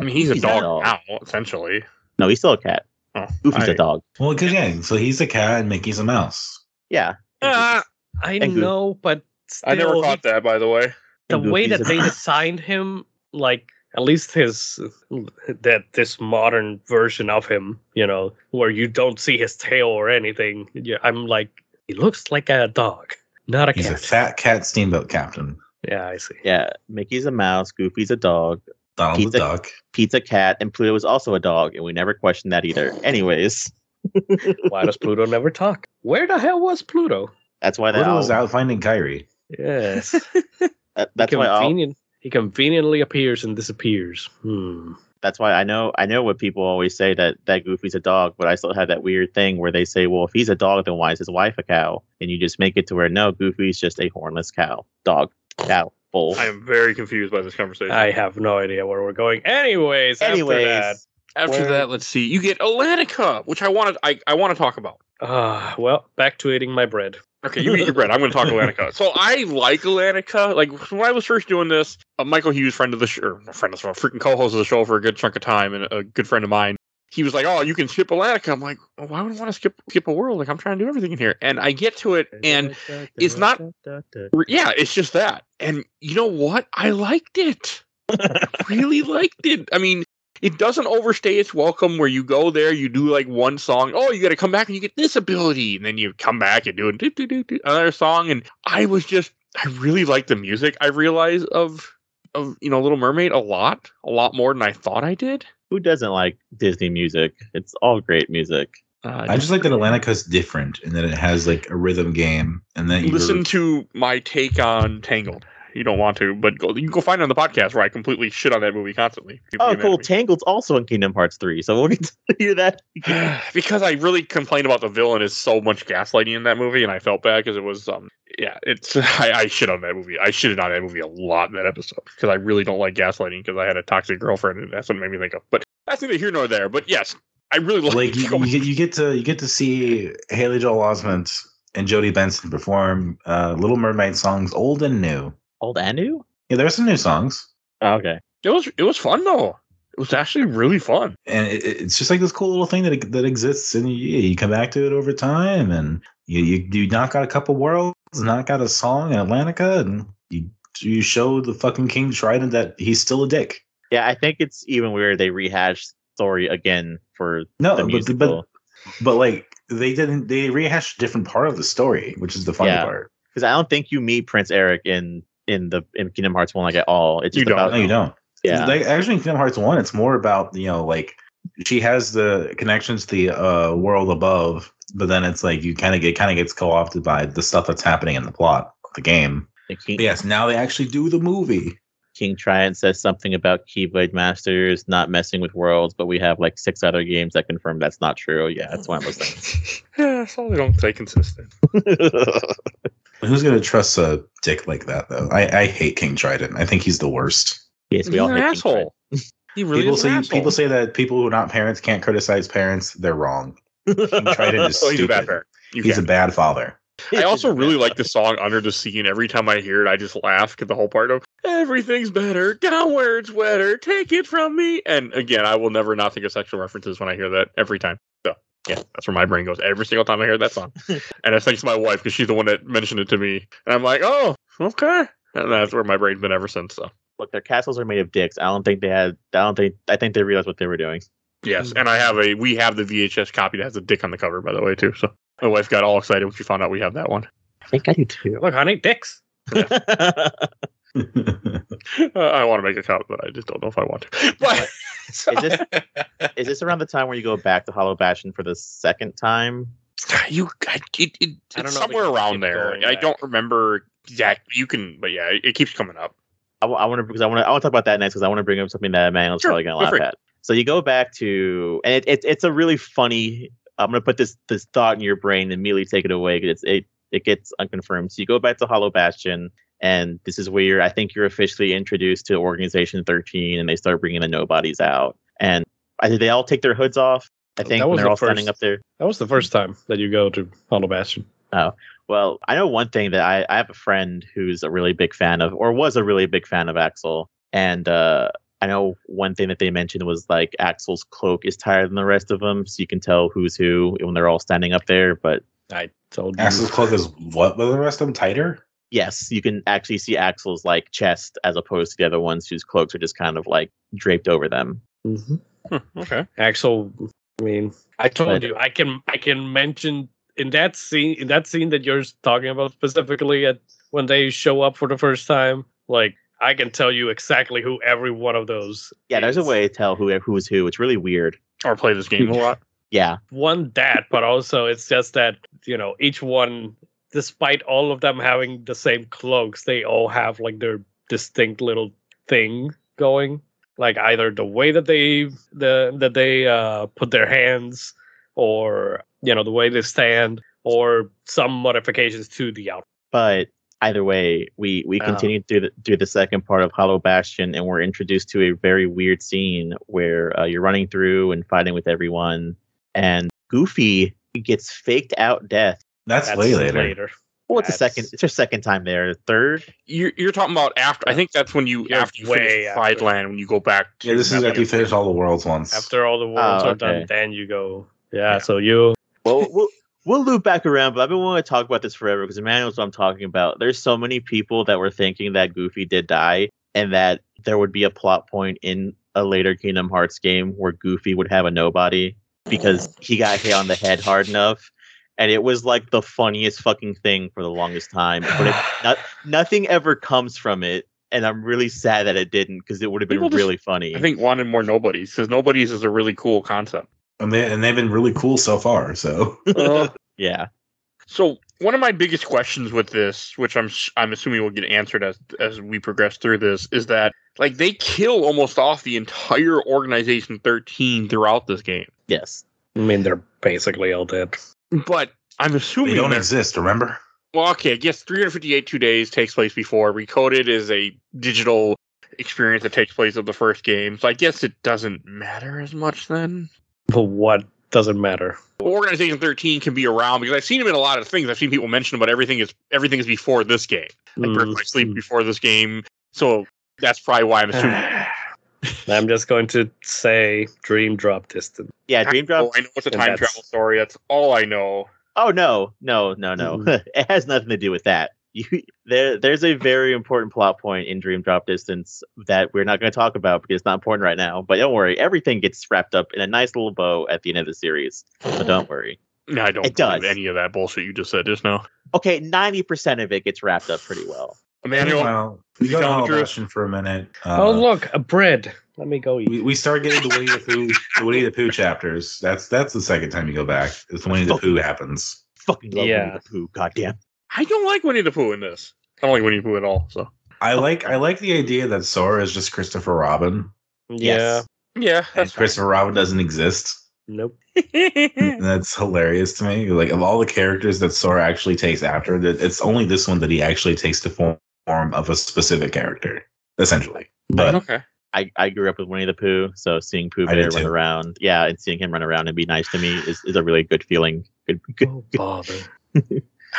I mean he's a
He's a
dog
dog.
now, essentially.
No, he's still a cat.
Oh,
Goofy's a
I-
dog.
Well, because yeah, so he's a cat and Mickey's a mouse.
Yeah.
Ah, I
Thank you.
know, but still,
I never
he
caught that by the way.
the
Goofy's
way that
a-
they designed him, like at least his that this modern version of him, you know, where you don't see his tail or anything. Yeah, I'm like, he looks like a dog, not a
He's a
cat.
fat cat steamboat captain.
yeah, I see.
Yeah, Mickey's a mouse, Goofy's a dog,
Donald
He's
the
a-
Duck.
Pete's a cat, and Pluto is also a dog, and we never questioned that either. Anyways,
[laughs] Why does Pluto never talk? Where the hell was Pluto?
that's why that
Pluto was
owl,
out finding Kyrie.
[laughs] Yes,
that- that's
he
why owl,
convenient. He conveniently appears and disappears. Hmm.
that's why I know I know what people always say that that Goofy's a dog, but I still have that weird thing where they say, well, if he's a dog, then why is his wife a cow? And you just make it to where no, Goofy's just a hornless cow, dog, cow, bull.
I am very confused by this conversation.
I have no idea where we're going. Anyways,
Anyways,
after that,
After
Where-
that, let's see. You get Atlantica, which I wanted. I, I want to talk about.
ah, well, back to eating my bread.
Okay, you eat your bread. I'm going to talk Atlantica. So I like Atlantica. Like when I was first doing this, uh, Michael Hughes, friend of the show, or friend of the show, freaking co-host of the show for a good chunk of time, and a good friend of mine. He was like, "Oh, you can skip Atlantica." I'm like, well, "Why would I want to skip skip a world? Like I'm trying to do everything in here." And I get to it, and it's not- yeah, it's just that. And you know what? I liked it. I really liked it. I mean, it doesn't overstay its welcome where you go there, you do like one song, oh, you got to come back and you get this ability. And then you come back and do it, do, do, do, do, another song. And I was just, I really liked the music, I realized, of, of, you know, Little Mermaid a lot, a lot more than I thought I did.
[laughs] Who doesn't like Disney music? It's all great music.
Uh,
I just like that Atlantica's different and that it has like a rhythm game and then you
listen to my take on Tangled. You don't want to, but go, you can go find it on the podcast where I completely shit on that movie constantly. People
Oh,
get mad at
cool.
me.
Tangled's also in Kingdom Hearts 3, so we'll get to [laughs]
[gasps]
hear that.
[sighs] because I really complained about the villain is so much gaslighting in that movie, and I felt bad because it was um yeah it's [laughs] I, I shit on that movie I shitted on that movie a lot in that episode because I really don't like gaslighting because I had a toxic girlfriend and that's what it made me think of but that's neither here nor there but yes I really like, [laughs]
[laughs] like you, you, get, you get to you get to see Haley Joel Osment and Jodie Benson perform uh, Little Mermaid songs, old and new.
Old Anu?
Yeah, there's some new songs,
Oh, okay.
it was it was fun though it was actually really fun
and it, it- it's just like this cool little thing that that exists, and you, you come back to it over time, and you, you you knock out a couple worlds, knock out a song in Atlantica, and you you show the fucking King Trident that he's still a dick.
Yeah, I think it's even weird they rehashed story again for
No,
the
Uh, but, but
musical.
but like they didn't they rehashed a different part of the story, which is the funny
Yeah.
part.
Because I don't think you meet Prince Eric in in the in Kingdom Hearts 1 like at all. It's
You
just
don't.
about
No, you don't.
yeah.
Like, actually, in Kingdom Hearts One, it's more about you know like she has the connections to the uh, world above, but then it's like you kind of get kind of gets co opted by the stuff that's happening in the plot of the game.
The king-
But yes, now they actually do the movie.
King Triad says something about Keyblade Masters not messing with worlds, but we have like six other games that confirm that's not true. Yeah, it's one of
[laughs]
those things.
yeah, as long as they don't stay consistent.
Who's gonna trust a dick like that though? I, I hate King Trident. I think he's the worst.
yes, we
He's
all
an
hate King
asshole. He really
people
is an
say
asshole.
people say that people who are not parents can't criticize parents. They're wrong. King Trident
Triad.
[laughs]
is
oh, he's a bad
stupid.
parent. You
he's
can't.
a
[laughs]
bad father.
[laughs]
I also really like the song "Under the Sea," and every time I hear it, I just laugh at the whole part of "Everything's better, downwards wetter, take it from me." And again, I will never not think of sexual references when I hear that every time. So yeah, that's where my brain goes every single time I hear that song. and it's thanks to my wife because she's the one that mentioned it to me, and I'm like, oh, okay. And that's where my brain's been ever since. So
Look, their castles are made of dicks. I don't think they had. I don't think. I think they realized what they were doing.
yes, and I have a we have the VHS copy that has a dick on the cover, by the way, too. So my wife got all excited when she found out we have that one. [laughs]
I think I do too.
Look, honey, dicks.
That's
Uh, I want to make a copy, but I just don't know if I want to. [laughs] But
Is this- [laughs] Is this around the time where you go back to Hollow Bastion for the second time?
[sighs] You, I- it, it,
I don't
it's
know if we
somewhere
can
around
keep
there.
going
I
back.
don't remember exact. You can, but yeah, it, it keeps coming up.
I, want to because I want to. I want to talk about that next because I want to bring up something that Emmanuel's
Sure,
probably going
go
to laugh
for it.
at. So you go back to, and it, it, it's a really funny. I'm going to put this this thought in your brain and immediately take it away because it it gets unconfirmed. So you go back to Hollow Bastion, and this is where you're, I think you're officially introduced to Organization 13, and they start bringing the nobodies out, and I think they all take their hoods off. I
That
think when
was
they're
the
all standing
first-
up there.
That was the first time that you go to Hollow Bastion.
Well, I know one thing that I, I have a friend who's a really big fan of, or was a really big fan of Axel. And uh, I know one thing that they mentioned was like Axel's cloak is tighter than the rest of them, so you can tell who's who when they're all standing up there. But
I told you.
Axel's cloak is what with the rest of them tighter?
yes, you can actually see Axel's like chest as opposed to the other ones whose cloaks are just kind of like draped over them.
Mhm.
Hmm, okay,
Axel. I mean, I told
But-
you. I can. I can mention in that scene. In that scene that you're talking about specifically, at when they show up for the first time, like I can tell you exactly who every one of those.
Yeah, there's a
is.
way to tell who who's who. It's really weird.
or play this
[laughs]
game a lot.
Yeah,
one that, but also it's just that you know each one, despite all of them having the same cloaks, they all have like their distinct little thing going. Like either the way that they the that they uh, put their hands, or you know the way they stand, or some modifications to the outfit.
but either way, we we
Uh-huh.
continue through the, through the second part of Hollow Bastion, and we're introduced to a very weird scene where uh, you're running through and fighting with everyone, and Goofy gets faked out death.
That's, way later.
Well, it's a
That's-
second. It's her second time there. Third.
You're, you're talking about after. I think that's when you
Yeah,
after you
way
finish
after.
Pride Land when you go back.
Yeah, this is
that
after you
place. [sighs]
finish all the worlds once.
After all the worlds
Oh,
are done,
okay.
then you go. yeah. so you
Well, we'll [laughs] we'll loop back around, but I've been wanting to talk about this forever because Emmanuel's what I'm talking about. There's so many people that were thinking that Goofy did die, and that there would be a plot point in a later Kingdom Hearts game where Goofy would have a nobody because he got hit on the head hard enough. And it was like the funniest fucking thing for the longest time. But it,
[sighs]
not, nothing ever comes from it. And I'm really sad that it didn't because it would have been
People just-
really funny.
I think wanted more nobodies because nobodies is a really cool concept.
and they and they've been really cool so
[laughs]
far. So
yeah.
So one of my biggest questions with this, which I'm s- I'm assuming will get answered as as we progress through this, is that like they kill almost off the entire organization 13 throughout this game.
Yes.
I mean they're basically all dead.
But I'm
they
assuming
don't
that-
exist. Remember?
well, okay, I guess 358 two days takes place before Recoded is a digital experience that takes place of the first game, so I guess it doesn't matter as much then.
But what doesn't matter.
Organization 13 can be around because I've seen them in a lot of things. I've seen people mention about everything is everything is before this game. Like Birth by
Mm.
Sleep before this game, so that's probably why [sighs] I'm assuming.
[sighs] I'm just going to say dream drop distance.
Yeah. Dream Drop
Oh, I know it's a
and
time
that's-
travel story. That's all I know.
Oh no, no, no, no! [laughs] it has nothing to do with that. You, there, there's a very important plot point in Dream Drop Distance that we're not going to talk about because it's not important right now. But don't worry, everything gets wrapped up in a nice little bow at the end of the series. So don't worry.
No, I don't
It
believe
does.
any of that bullshit you just said just now.
Okay, ninety percent of it gets wrapped up pretty well.
Emmanuel,
Well, we
You
go to
telling the
Hollow
truth?
Bastion for a minute. Uh,
oh look, a bread. Let me go eat.
we, we start getting the Winnie the Pooh, the Winnie the Pooh chapters. That's that's the second time you go back. It's when Winnie the Pooh happens.
Fucking love
Yeah.
Winnie the Pooh. Goddamn.
I don't like Winnie the Pooh in this. I don't like Winnie the Pooh at all. So
I like I like the idea that Sora is just Christopher Robin.
Yeah.
Yeah,
And
that's
Christopher Robin doesn't exist.
Nope.
Mm-hmm.
And that's hilarious to me. Like of all the characters that Sora actually takes after, that it's only this one that he actually takes the form form of a specific character, essentially. But
okay.
I, I grew up with Winnie the Pooh, so seeing Pooh
I
Bear
did
run
too.
around, yeah, and seeing him run around and be nice to me is, is a really good feeling. Good, good.
[laughs] Oh, bother.
I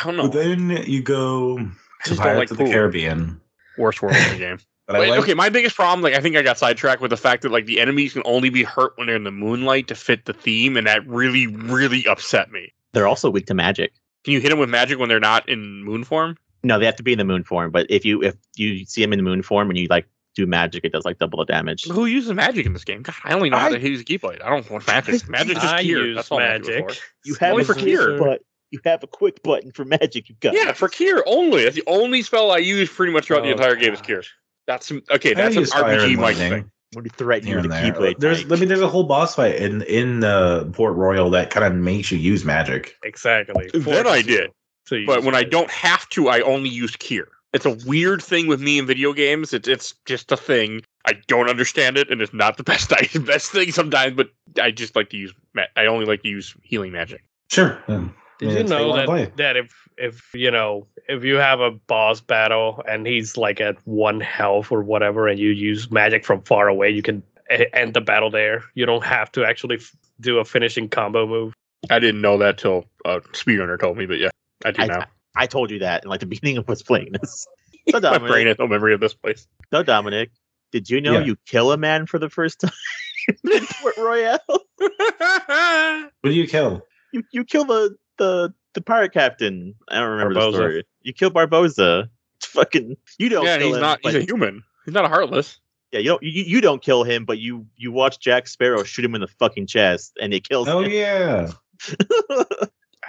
don't know.
but then you go to
just don't like
Pirates of the
Pooh.
Caribbean.
Worst world in the game.
But [laughs] I
Wait,
like
okay, my biggest problem, like I think I got sidetracked with the fact that like the enemies can only be hurt when they're in the moonlight to fit the theme, and that really, really upset me.
They're also weak to magic.
Can you hit them with magic when they're not in moon form?
No, they have to be in the moon form. But if you if you see him in the moon form and you like do magic, it does like double the damage.
Who uses magic in this game? God, I only know how
I-
to use Keyblade. I don't want
[laughs]
magic. Magic's just
I
here.
use
That's all magic.
magic.
is for.
You
have
Only
a
for
sweet
Kier.
serve.
but you have a quick button for magic. You got
Yeah, for Kier only. That's the only spell I use pretty much throughout the
Oh,
entire game is
gosh.
Kier. That's some- okay.
I
That's an
use Fire
RPG
and
Mike
Lightning.
thing.
When you threaten you
here
with a
and there.
keyblade,
There's, I
Mike.
mean, there's a whole boss fight in in uh, Port Royal that kind of makes you use magic.
Exactly.
Then
Forces
I did.
you to
But
use
when I
it.
don't have to, I only use Kier. It's a weird thing with me in video games. It's it's just a thing. I don't understand it, and it's not the [laughs] best best thing sometimes. But I just like to use. ma- I only like to use healing magic.
Sure. Yeah.
Did
Yeah,
you
it's how you
know
wanna
that
play.
that if if you know if you have a boss battle and he's like at one health or whatever, and you use magic from far away, you can e- end the battle there. You don't have to actually f- do a finishing combo move.
I didn't know that till a speedrunner told me. But yeah, I do
I-
now.
I told you that in like the [laughs] beginning of us playing this.
[laughs]
So
My brain
Dominic,
has no memory of this place. [laughs]
so Dominic, did you know
Yeah.
you kill a man for the first time [laughs] in Port Royale?
What do you kill?
You you kill the the the pirate captain. I don't remember
Barboza.
the story. You kill Barboza. It's fucking you don't.
yeah, and
kill
he's
him,
not.
but-
He's a human. He's not a heartless.
Yeah, you don't you, you don't kill him, but you you watch Jack Sparrow shoot him in the fucking chest, and it kills
Oh
him.
yeah.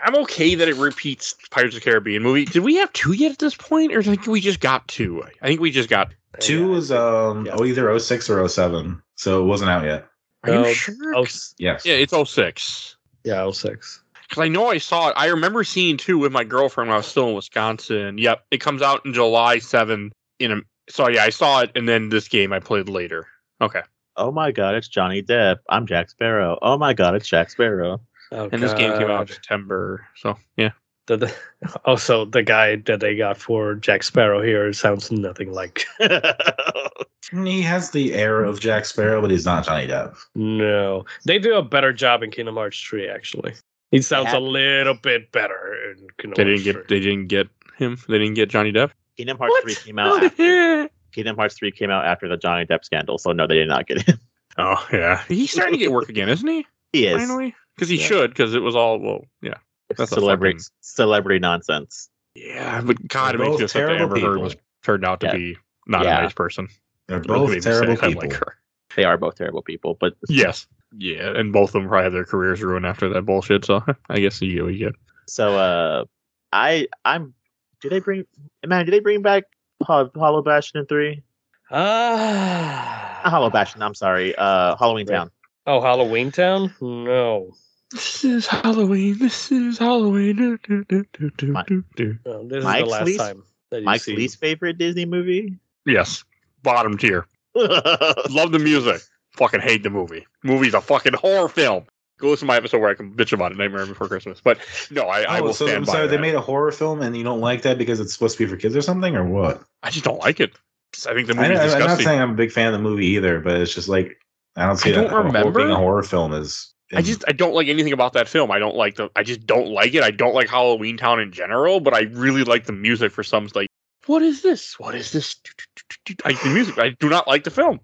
I'm okay that it repeats Pirates of the Caribbean movie. Did we have two yet at this point, or think we just got two? I think we just got.
Two was
uh,
um
Yeah.
oh either 06 or 07. So it wasn't out yet.
Are
Oh,
you sure?
Oh,
Yes.
Yeah, it's 06.
yeah, oh six.
Because I know I saw it. I remember seeing two with my girlfriend when I was still in Wisconsin. Yep, it comes out in July 7. In a, so yeah, I saw it, and then this game I played later. Okay,
Oh my god, it's Johnny Depp. I'm Jack Sparrow. Oh my god, it's Jack Sparrow.
Oh,
and this game came out in
God.
September. So yeah,
The, the, [laughs] also, the guy that they got for Jack Sparrow here sounds nothing like. [laughs]
He has the air of Jack Sparrow, but he's not Johnny Depp.
No, they do a better job in Kingdom Hearts three. Actually, he sounds
Yeah.
a little bit better in Kingdom
they
Hearts
didn't get
3.
they didn't get him. They didn't get Johnny
[laughs]
Depp.
Kingdom Hearts three came out. After, Kingdom Hearts three came out after the Johnny Depp scandal, so no, they did not get him. [laughs]
Oh yeah, [laughs] he's starting to get work again, isn't he?
He is
Finally, because he
Yeah.
should. Because it was all well, yeah, that's a
celebrity
fucking-
celebrity nonsense.
yeah. But God, it makes
They're both
me upset that
terrible
Amber Heard
people.
was turned out to
Yeah.
be not
Yeah.
a nice person.
They're
It really
both
made me
terrible
sad. I
people.
like her.
They are both terrible people, but
Yes. Yeah, and both of them probably have their careers ruined after that bullshit. So [laughs] I guess you get what you get.
So uh I I'm do they bring man, do they bring back Ho- Hollow Bastion in three? Not
Ah.
Hollow Bastion, I'm sorry. Uh Halloween
Right.
Town.
Oh, Halloween Town? No.
This is Halloween. This is Halloween. Do, do, do, do, do,
My-
do, do.
No, this is
Mike's
the last
least-
time that you
Mike's
see.
least favorite Disney movie? [laughs]
Yes, bottom tier.
I
Love the music. Fucking hate the movie. Movie's a fucking horror film. Go listen to my episode where I can bitch about it. Nightmare Before Christmas. But no, I, I
Oh,
will
so
stand
I'm
by
sorry,
that.
they made a horror film and you don't like that because it's supposed to be for kids or something or what?
I just don't like it. I think the
I,
movie's
am not
disgusting.
saying I'm a big fan of the movie either, but it's just like I don't see
I don't
that horror-
remember.
being a horror film is.
I just I don't like anything about that film. I don't like the I just don't like it. I don't like Halloween Town in general, but I really like the music for some like what is this? What is this? I like the music. I do not like the film.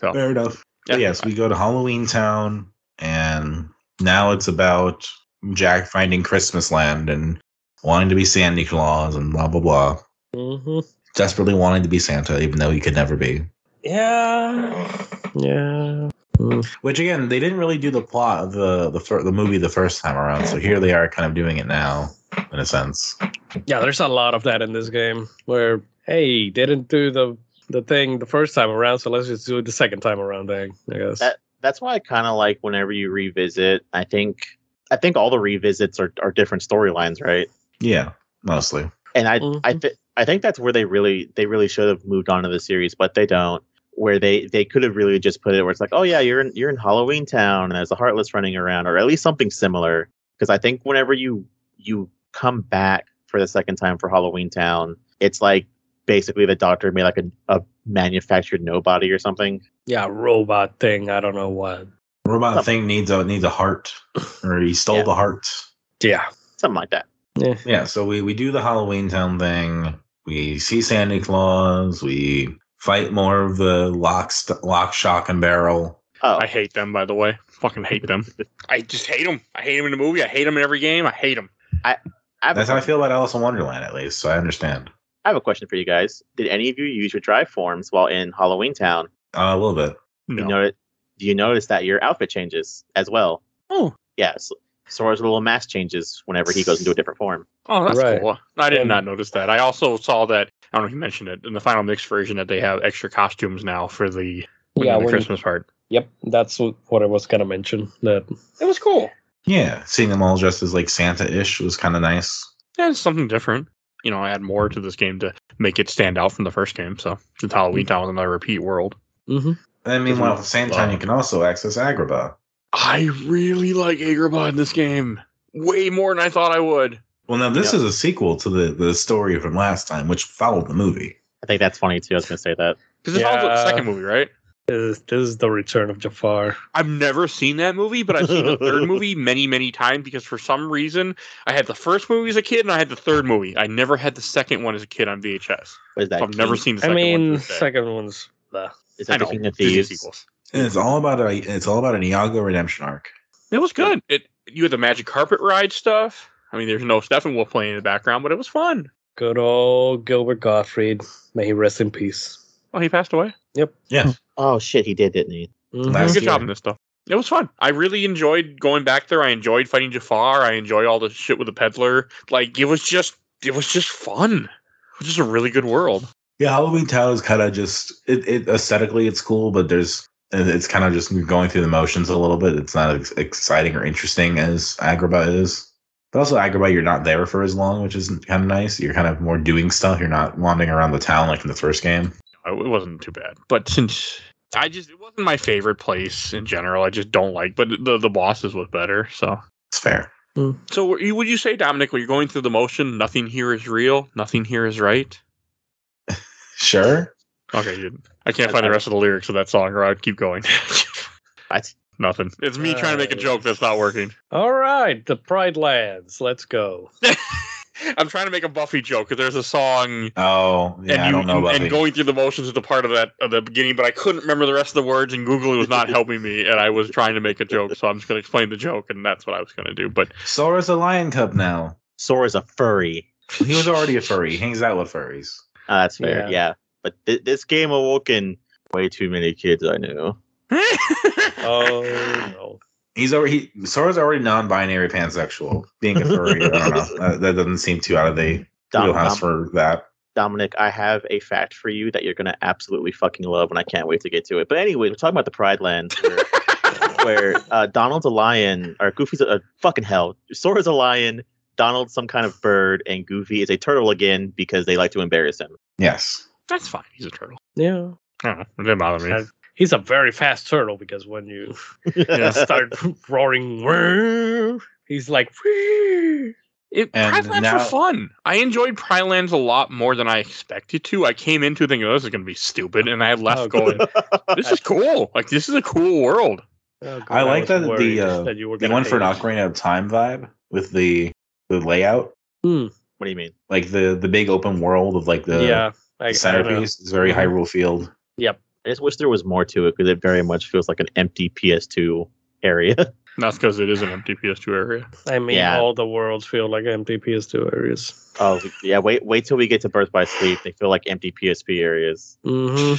So
fair enough.
yeah.
But yes, we go to Halloween Town, and now it's about Jack finding Christmas land and wanting to be Santa Claus and blah blah blah.
Mhm.
Desperately wanting to be Santa, even though he could never be.
Yeah. Yeah.
Which again, they didn't really do the plot of the the fir- the movie the first time around, so here they are kind of doing it now in a sense.
Yeah, there's a lot of that in this game where, hey, didn't do the the thing the first time around, so let's just do it the second time around thing, I guess.
Uh,
That- that's why I kinda like whenever you revisit, I think I think all the revisits are, are different storylines, right?
Yeah, mostly.
And I I
Mhm.
thi- I think that's where they really they really should have moved on to the series, but they don't. Where they they could have really just put it where it's like, oh yeah, you're in you're in Halloween Town, and there's a Heartless running around, or at least something similar. Because I think whenever you you come back for the second time for Halloween Town, it's like basically the Doctor made like a, a manufactured nobody or something.
Yeah, robot thing. I don't know what.
Robot thing needs a needs a heart, or he stole
Yeah.
the heart.
Yeah.
Something like that.
Yeah, so we we do the Halloween Town thing. We see Santa Claus. We fight more of the lock, st- lock, shock, and barrel.
Oh
I hate them, by the way. Fucking hate them. I just hate them. I hate them in the movie. I hate them in every game. I hate them.
I have, a
That's how I
question,
feel about Alice in Wonderland, at least. So I understand
I have a question for you guys. Did any of you use your drive forms while in Halloween Town?
uh, a little bit.
No.
You know, do you notice that your outfit changes as well?
Oh.
Yes. Sora's little mask changes whenever he goes into a different form.
Oh, that's
Right.
cool. I did
And-
not notice that. I also saw that. I don't know if you mentioned it in the final mix version that they have extra costumes now for the,
Yeah,
the
when-
Christmas part.
Yep. That's what what I was gonna mention. That
It was cool.
Yeah, seeing them all dressed as like Santa ish was kind of nice.
Yeah, it's something different. You know, add more to this game to make it stand out from the first game. So since Halloween Town was another repeat world,
mm-hmm.
And then meanwhile, at the same time,
Wow.
you can also access Agrabah.
I really like Agrabah in this game way more than I thought I would.
Well, now this
Yeah.
is a sequel to the the story from last time, which followed the movie.
I think that's funny too. I was going to say that.
Because it's also the
Yeah.
second movie, right?
this, is- this is the return of Jafar.
I've never seen that movie, but I've seen the [laughs] third movie many, many times because for some reason I had the first movie as a kid and I had the third movie. I never had the second one as a kid on VHS.
What is that?
So I've never
King-
seen the
I
second one. to
mean,
this day.
second one's the
Is
I
that the
know,
King of
Disney
Thieves?
sequels.
And it's all about a it's all about an Iago redemption arc.
It was good. It you had the magic carpet ride stuff. I mean, there's no Steppenwolf playing in the background, but it was fun.
good old Gilbert Gottfried. May he rest in peace.
Oh, he passed away.
Yeah,
Oh shit, he did, didn't he?
Mhm.
Last
good job
year.
in this stuff. It was fun. I really enjoyed going back there. I enjoyed fighting Jafar. I enjoy all the shit with the peddler. Like it was just, it was just fun. It was just a really good world.
yeah. Halloween Town is kind of just it, it aesthetically it's cool, but there's and it's kind of just going through the motions a little bit. It's not as exciting or interesting as Agrabah is. But also Agrabah, you're not there for as long, which is kind of nice. You're kind of more doing stuff. You're not wandering around the town like in the first game.
I- it wasn't too bad. But since I just it wasn't my favorite place in general, I just don't like. But the the bosses was better. So
It's fair.
so were you- would you say Dominic, when you're going through the motion, nothing here is real, nothing here is right?
Sure.
Okay, you, I can't find the rest of the lyrics of that song, or I'd keep [laughs] going.
What?
Nothing. It's me trying to make a
Uh,
joke that's not working.
All right, the Pride Lands. Let's go.
[laughs] I'm trying to make a Buffy joke because there's a song
Oh, yeah.
and
I
you,
don't know
you-
about
and
it.
going through the motions is the part of that of the beginning, but I couldn't remember the rest of the words, and Google was not helping me, and I was trying to make a joke, so I'm just going to explain the joke, and that's what I was going to do. But
Sora's a lion cub now.
Sora's a furry.
He was already a furry. He hangs out with furries.
Oh, that's fair.
Yeah.
Yeah. But th- this game awoken way too many kids I knew.
Oh no.
He's already he, Sora's already non-binary pansexual. Being a furry, I
[laughs]
don't know. That, that doesn't seem too out of the
Dom-
wheelhouse
Dom-
for that.
Dominic, I have a fact for you that you're gonna absolutely fucking love, and I can't wait to get to it. But anyway, we're talking about the Pride Lands. where- where uh, Donald's a lion, or Goofy's a, a fucking hell. Sora's a lion, Donald's some kind of bird, and Goofy is a turtle again because they like to embarrass him.
Yes.
that's fine. He's a turtle.
Yeah.
I don't know. It didn't bother me.
Has- He's a very fast turtle because
[laughs]
when you
[laughs]
start roaring, "Woo," he's like, "Woo."
It,
And
Prylands
now-
were fun. I enjoyed Prylands a lot more than I expected to. I came into thinking oh, this is going to be stupid, and I left
Oh,
going, "This is cool! Like this is a cool world."
Oh, God,
I like
was
that the,
worried
uh,
you were
The
gonna
one for an
hate it.
Ocarina of Time vibe with the the layout,
what do you mean?
like the the big open world of like the
yeah,
the
I, I know.
centerpiece is very Hyrule Field.
I just wish there was more to it because it very much feels like an empty PS2 area. [laughs]
That's because it is an empty PS2 area.
I mean,
Yeah.
all the worlds feel like empty PS2 areas.
oh yeah, wait, wait till we get to Birth by Sleep. They feel like empty PSP areas.
hmm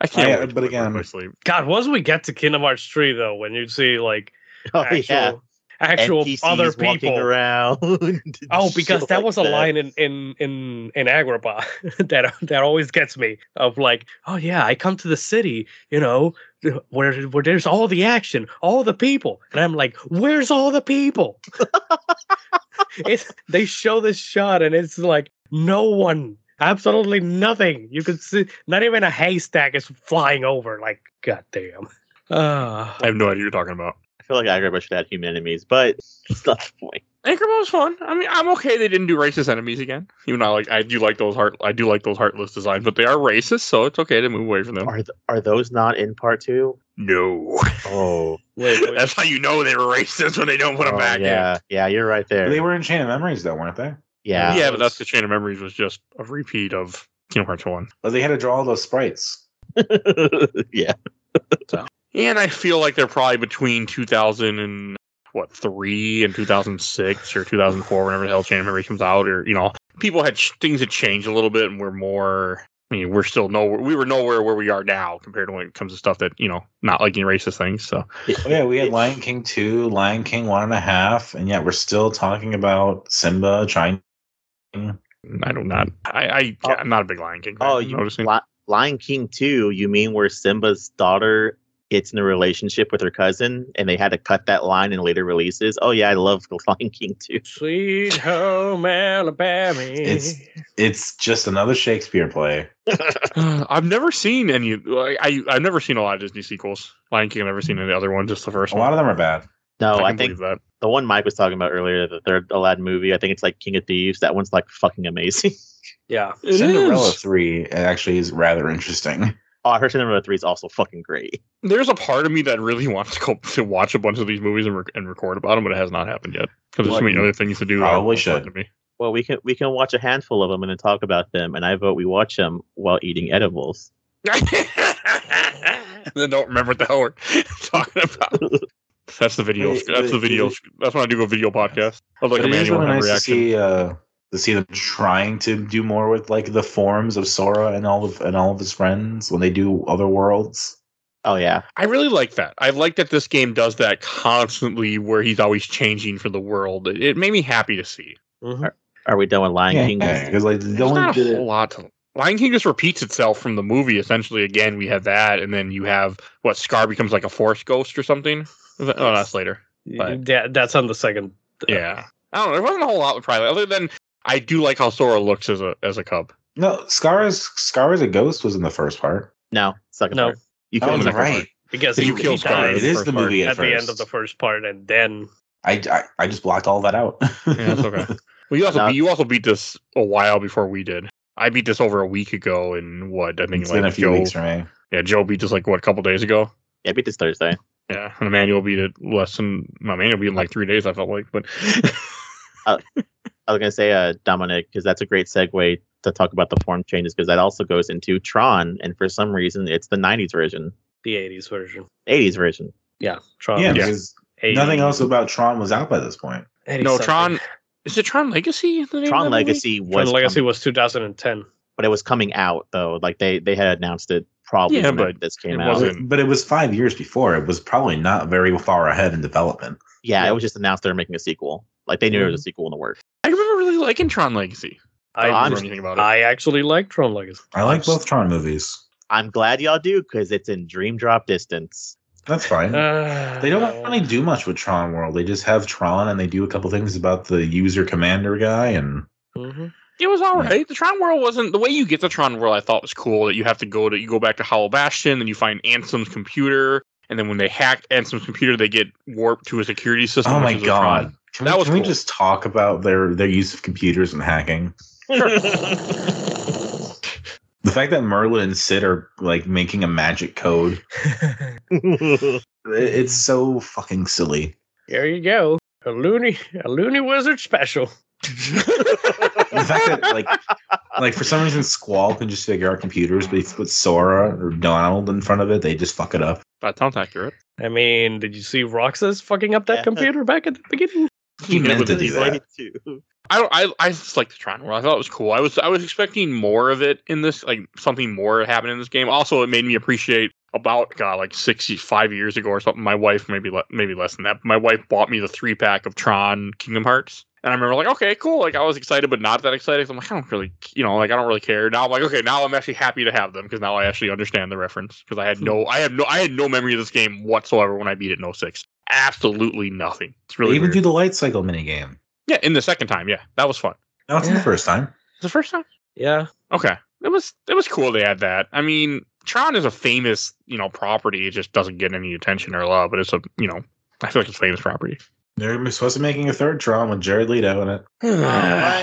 I can't. wait
I-
to
but
play
again-
Birth by Sleep.
God, once we get to Kingdom Hearts 3, though, when you see like
Oh
actual,
yeah,
actual
NPCs
other
walking
people.
around. [laughs]
Oh, because
Shit
that
like
was a line in in in in Agrabah [laughs] that that always gets me of like, oh yeah, I come to the city, you know, where where there's all the action, all the people, and I'm like, [laughs] where's all the people? it's, they show this shot, and it's like No one. Absolutely nothing. You could see not even a haystack is flying over. Like, goddamn. Uh,
I have no idea what you're talking about.
I feel like Agrabah should add human enemies, but [laughs] it's not the point.
Anchorman was fun. I mean, I'm okay they didn't do racist enemies again. Even though I like I do like those heart I do like those heartless designs, but they are racist, so it's okay to move away from them.
Are th- are those not in part two?
No,
Oh,
wait, wait.
that's how you know they were racist when they don't put them
Oh,
back
yeah, yeah, you're right there.
They were in Chain of Memories though, weren't they?
in.
yeah,
Yeah, but that's the chain of memories was just a repeat of Kingdom Hearts One.
But Oh, they had to draw all those sprites.
[laughs] yeah.
And I feel like they're probably between 2000 and what three and 2006 or 2004, whenever the hell Chain of Memories comes out, or you know, people had ch- things had changed a little bit, and we're more. I mean, we're still nowhere. We were nowhere where we are now compared to when it comes to stuff that you know, not liking racist things. So
Oh yeah, we had Lion King two, Lion King one and a half, and yet we're still talking about Simba trying.
I don't not. I, I
Oh.
I'm not a big Lion King. fan,
Oh,
I'm
you
noticing?
Li- Lion King two? You mean where Simba's daughter gets in a relationship with her cousin, and they had to cut that line in later releases? Oh yeah, I love [laughs] Lion King two.
Sweet home Alabama.
It's- It's just another Shakespeare play.
[sighs] I've never seen any. I, I I've never seen a lot of Disney sequels. Lion King. I've never seen any other one. Just the first
A
one.
lot of them are bad.
No, I,
can
think
believe that.
the one Mike was talking about earlier, the third Aladdin movie. I think it's like King of Thieves. That one's like fucking amazing. [laughs]
yeah.
It
Cinderella
is.
three actually is rather interesting.
Oh, her Cinderella three is also fucking great.
There's a part of me that really [laughs] wants to go to watch a bunch of these movies and, rec- and record about them, but it has not happened yet because there's so many
Well, you
other things to do. that are
probably
more fun
should.
To me.
Well, we can we can watch a handful of them and then talk about them. And I vote we watch them while eating edibles.
[laughs] then don't remember what the hell we're talking about. That's the video.
Wait,
that's the
wait,
video.
is
That's when I do a video podcast. Of like
But
a
it is
manual
really nice to
reaction.
see uh, to see them trying to do more with like the forms of Sora and all of and all of his friends when they do other worlds.
Oh yeah,
I really like that. I like that this game does that constantly, where he's always changing for the world. It, it made me happy to see.
Mhm.
are we done with Lion
Yeah,
King?
because like they
There's
only
not a
did
whole
it.
lot. To, Lion King just repeats itself from the movie. Essentially, again, we have that, and then you have what Scar becomes like a forest ghost or something. Oh, that's later. But-
Yeah, that's on the second.
Yeah, I don't know. There wasn't a whole lot probably other than I do like how Sora looks as a as a cub.
No, Scar is Scar as a ghost was in the first part.
No, second
No.
part. You
Oh,
killed
was
you're
the
him.
second
right.
Because
You
he,
kill
he
Scar.
dies
It is
first
the
part.
movie at,
at the end of the first part, and then
I, I I just blocked all that out.
Yeah, that's
[laughs]
okay. Well, you also
Now-
beat, you also beat this a while before we did. I beat this over a week ago, and what I think
it's
like
been a few
Joe,
weeks for me.
yeah, Joe beat this like what a couple days ago.
Yeah, I beat this Thursday.
Yeah, and Emmanuel beat it less than my Emmanuel beat it in like three days. I felt like, but [laughs]
I was gonna say uh, Dominic because that's a great segue to talk about the form changes because that also goes into Tron, and for some reason it's the '90s version,
the 80s version.
'80s version.
uh, Yeah. Tron.
yeah,
yeah.
because
80,
nothing else about Tron was out by this point.
80
no,
something.
Tron is it Tron Legacy? The name
Tron
of that movie?
Legacy was
Tron Legacy
coming-
was 2010.
but it was coming out though. Like they they had announced it probably
Yeah,
yeah,
but
this came
it
out.
wasn't-
But it was five years before. It was probably not very far ahead in development.
Yeah, it was just announced they were making a sequel. Like they knew there was a sequel in the works.
I remember really liking Tron Legacy. I don't
I,
I'm-
remember anything about it.
I actually like Tron Legacy.
I like both Tron movies.
I'm glad y'all do because it's in dream drop distance.
That's fine.
Uh,
they don't really do much with Tron World. They just have Tron and they do a couple things about the user commander guy and
Mhm.
it was all
Yeah.
right. The Tron World wasn't the way you get to Tron World. I thought was cool that you have to go to you go back to Hollow Bastion, then you find Ansem's computer, and then when they hack Ansem's computer, they get warped to a security system.
Oh
which
my
is a
god. Can,
That
we,
was
can we
cool.
just talk about their their use of computers and hacking? [laughs] The fact that Merlin and Sid are like making a magic code. [laughs] it- It's so fucking silly.
mm-hmm. There you go. A loony, a loony
[laughs]
wizard special.
The fact that
[laughs]
like like for some reason Squall can just figure out computers, but if you put Sora or Donald in front of it, they just fuck it up.
That sounds accurate.
I mean, did you see Roxas fucking up that
Yeah.
computer back at the beginning?
He
Yeah,
meant
but
to do that.
[laughs]
I don't. I I just like the Tron World. I thought it was cool. I was I was expecting more of it in this, like something more happened in this game. Also, it made me appreciate about God, like sixty five years ago or something. My wife, maybe le- maybe less than that. My wife bought me the three pack of Tron Kingdom Hearts, and I remember like, okay, cool. Like I was excited, but not that excited. 'cause I'm like, I don't really, you know, like I don't really care. Now I'm like, okay, now I'm actually happy to have them because now I actually understand the reference because I had no, I had no, I had no memory of this game whatsoever when I beat it in 06. Absolutely nothing. It's
They
really
even
weird.
do the light cycle minigame.
yeah. In the second time, yeah, that was fun.
No, it's in the
Yeah.
first time.
the first time.
[sighs]
Yeah.
Okay. It was it was cool they had that. I mean, Tron is a famous, you know, property. It just doesn't get any attention or love, but it's a you know, I feel like it's a famous property.
They're supposed to be making a third Tron with Jared Leto in it.
Why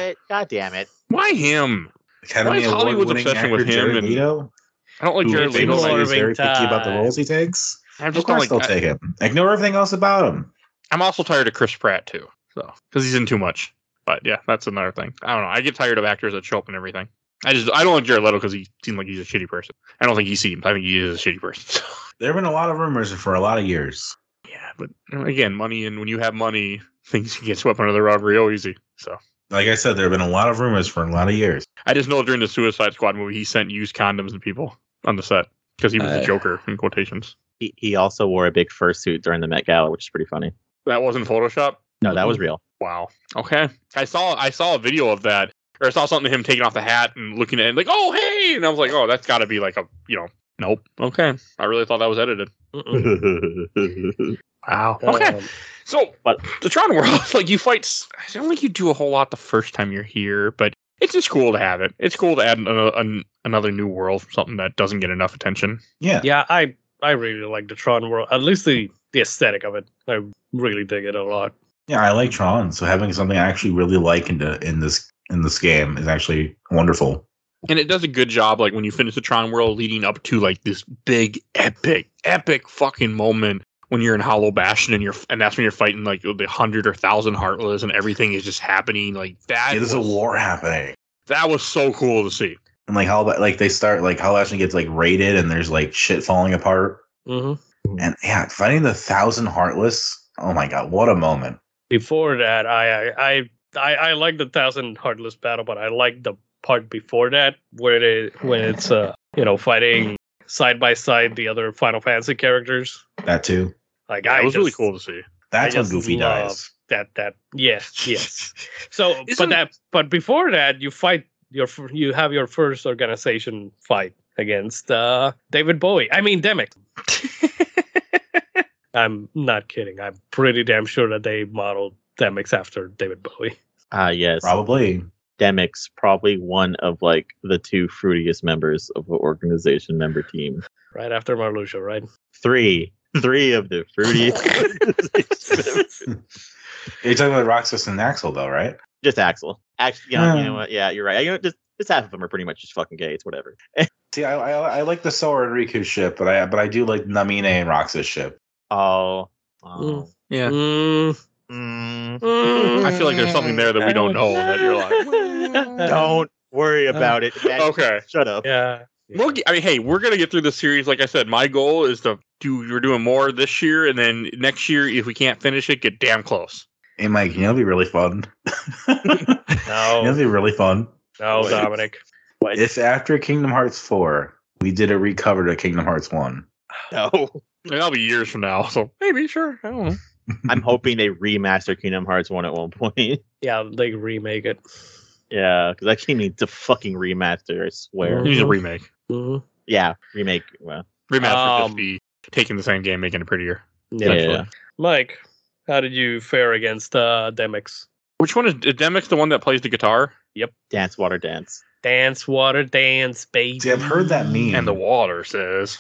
What? God damn it.
him? Why
Academy
is Hollywood's
Award-winning
obsession
actor
with him
Jared
and-
Leto,
I don't like
who
Jared Leto.
famously
like-
is very picky
Warming
about the
time.
roles he takes.
I'm
Of
just not
course
like
they'll
I,
take him. Ignore everything else about him.
I'm also tired of Chris Pratt too. So because he's in too much. But yeah, that's another thing. I don't know. I get tired of actors that show up and everything. I just I don't like Jared Leto because he seemed like he's a shitty person. I don't think he seems. I think he is a shitty person. [laughs]
There have been a lot of rumors for a lot of years.
yeah, but again, money and when you have money, things can get swept under the rug real easy. So
Like I said, there have been a lot of rumors for a lot of years.
I just know during the Suicide Squad movie, he sent used condoms to people on the set because he was the
Uh.
Joker in quotations.
He, he also wore a big fursuit during the Met Gala, which is pretty funny.
That wasn't Photoshop.
No, that was real.
Wow. Okay. I saw I saw a video of that, or I saw something of him taking off the hat and looking at it, like, oh hey, and I was like, oh, that's got to be like a you know, nope. Okay. I really thought that was edited.
Mm-mm.
I
Wow. Okay.
Um,
So,
Uh, But-
the Tron world, [laughs] like you fight, s- I don't think you do a whole lot the first time you're here, but it's just cool to have it. It's cool to add an, an, another new world from something that doesn't get enough attention.
Yeah.
yeah, I I really like the Tron world. At least the the aesthetic of it. I really dig it a lot.
Yeah, I like Tron, so having something I actually really like in, the, in this in this game is actually wonderful.
And it does a good job, like when you finish the Tron world, leading up to like this big, epic, epic fucking moment when you're in Hollow Bastion and you're, and that's when you're fighting like the hundred or thousand Heartless and everything is just happening like that.
Yeah, there's a
was-
war happening.
that was so cool to see.
And like how like they start like how Ashton gets like raided and there's like shit falling apart.
Mm-hmm.
And yeah, fighting the thousand heartless. Oh my god, what a moment.
Before that, I I I I, I like the Thousand Heartless battle, but I like the part before that where they when it's uh you know fighting side by side the other Final Fantasy characters.
That too.
Like
Yeah,
I
it was really
just-
cool to see.
That's
I
when
just
Goofy
love
dies.
That that yes yes. So
Isn't-
but that but before that you fight your fir- you have your first organization fight against uh David Bowie. I mean
[laughs]
Demick. I'm not kidding. I'm pretty damn sure that they modeled Demix after David Bowie.
Ah, yes.
Probably.
Demix, probably one of like the two fruitiest members of the organization member team.
Right after Marluxia,
[laughs]
right?
Three. Three of the
[laughs]
fruitiest. [laughs]
You're talking about Roxas and Axel though, right?
just Axel. Actually, you know, you know
Hmm.
what? Yeah, you're right. You know, just, just half of them are pretty much just fucking gay. It's whatever.
See, I, I I like the Sora and Riku ship, but I but I do like Namine and Roxas ship.
Oh. oh.
Yeah.
Mm,
Mm.
mm.
I feel like there's something there that we don't know that you're
[laughs]
like,
Don't worry about it. Matt.
okay.
Shut up.
Yeah.
We'll get- I mean, hey, we're gonna get through the series. Like I said, my goal is to do. We're doing more this year, and then next year, if we can't finish it, get damn close.
Hey Mike, you know it'd be really
[laughs]
fun. You know,
No,
it'd be really fun.
no, Dominic.
If after Kingdom Hearts 4, we did a recover to Kingdom Hearts 1.
No.
And that'll be years from now. So maybe, sure. I don't know.
[laughs] I'm hoping they remaster Kingdom Hearts 1 at one point. [laughs]
Yeah, they remake it.
yeah, because that game needs a fucking remaster, I swear.
It needs a remake.
Mhm.
Yeah, remake. Well,
Remaster would just
Um,
be taking the same game, making it prettier.
yeah.
Essentially.
Mike, how did you fare against uh, Demix?
Which one is, is Demix the one that plays the guitar
Dance, water, dance.
Dance, water, dance, baby.
See, I've heard that meme.
and the water says?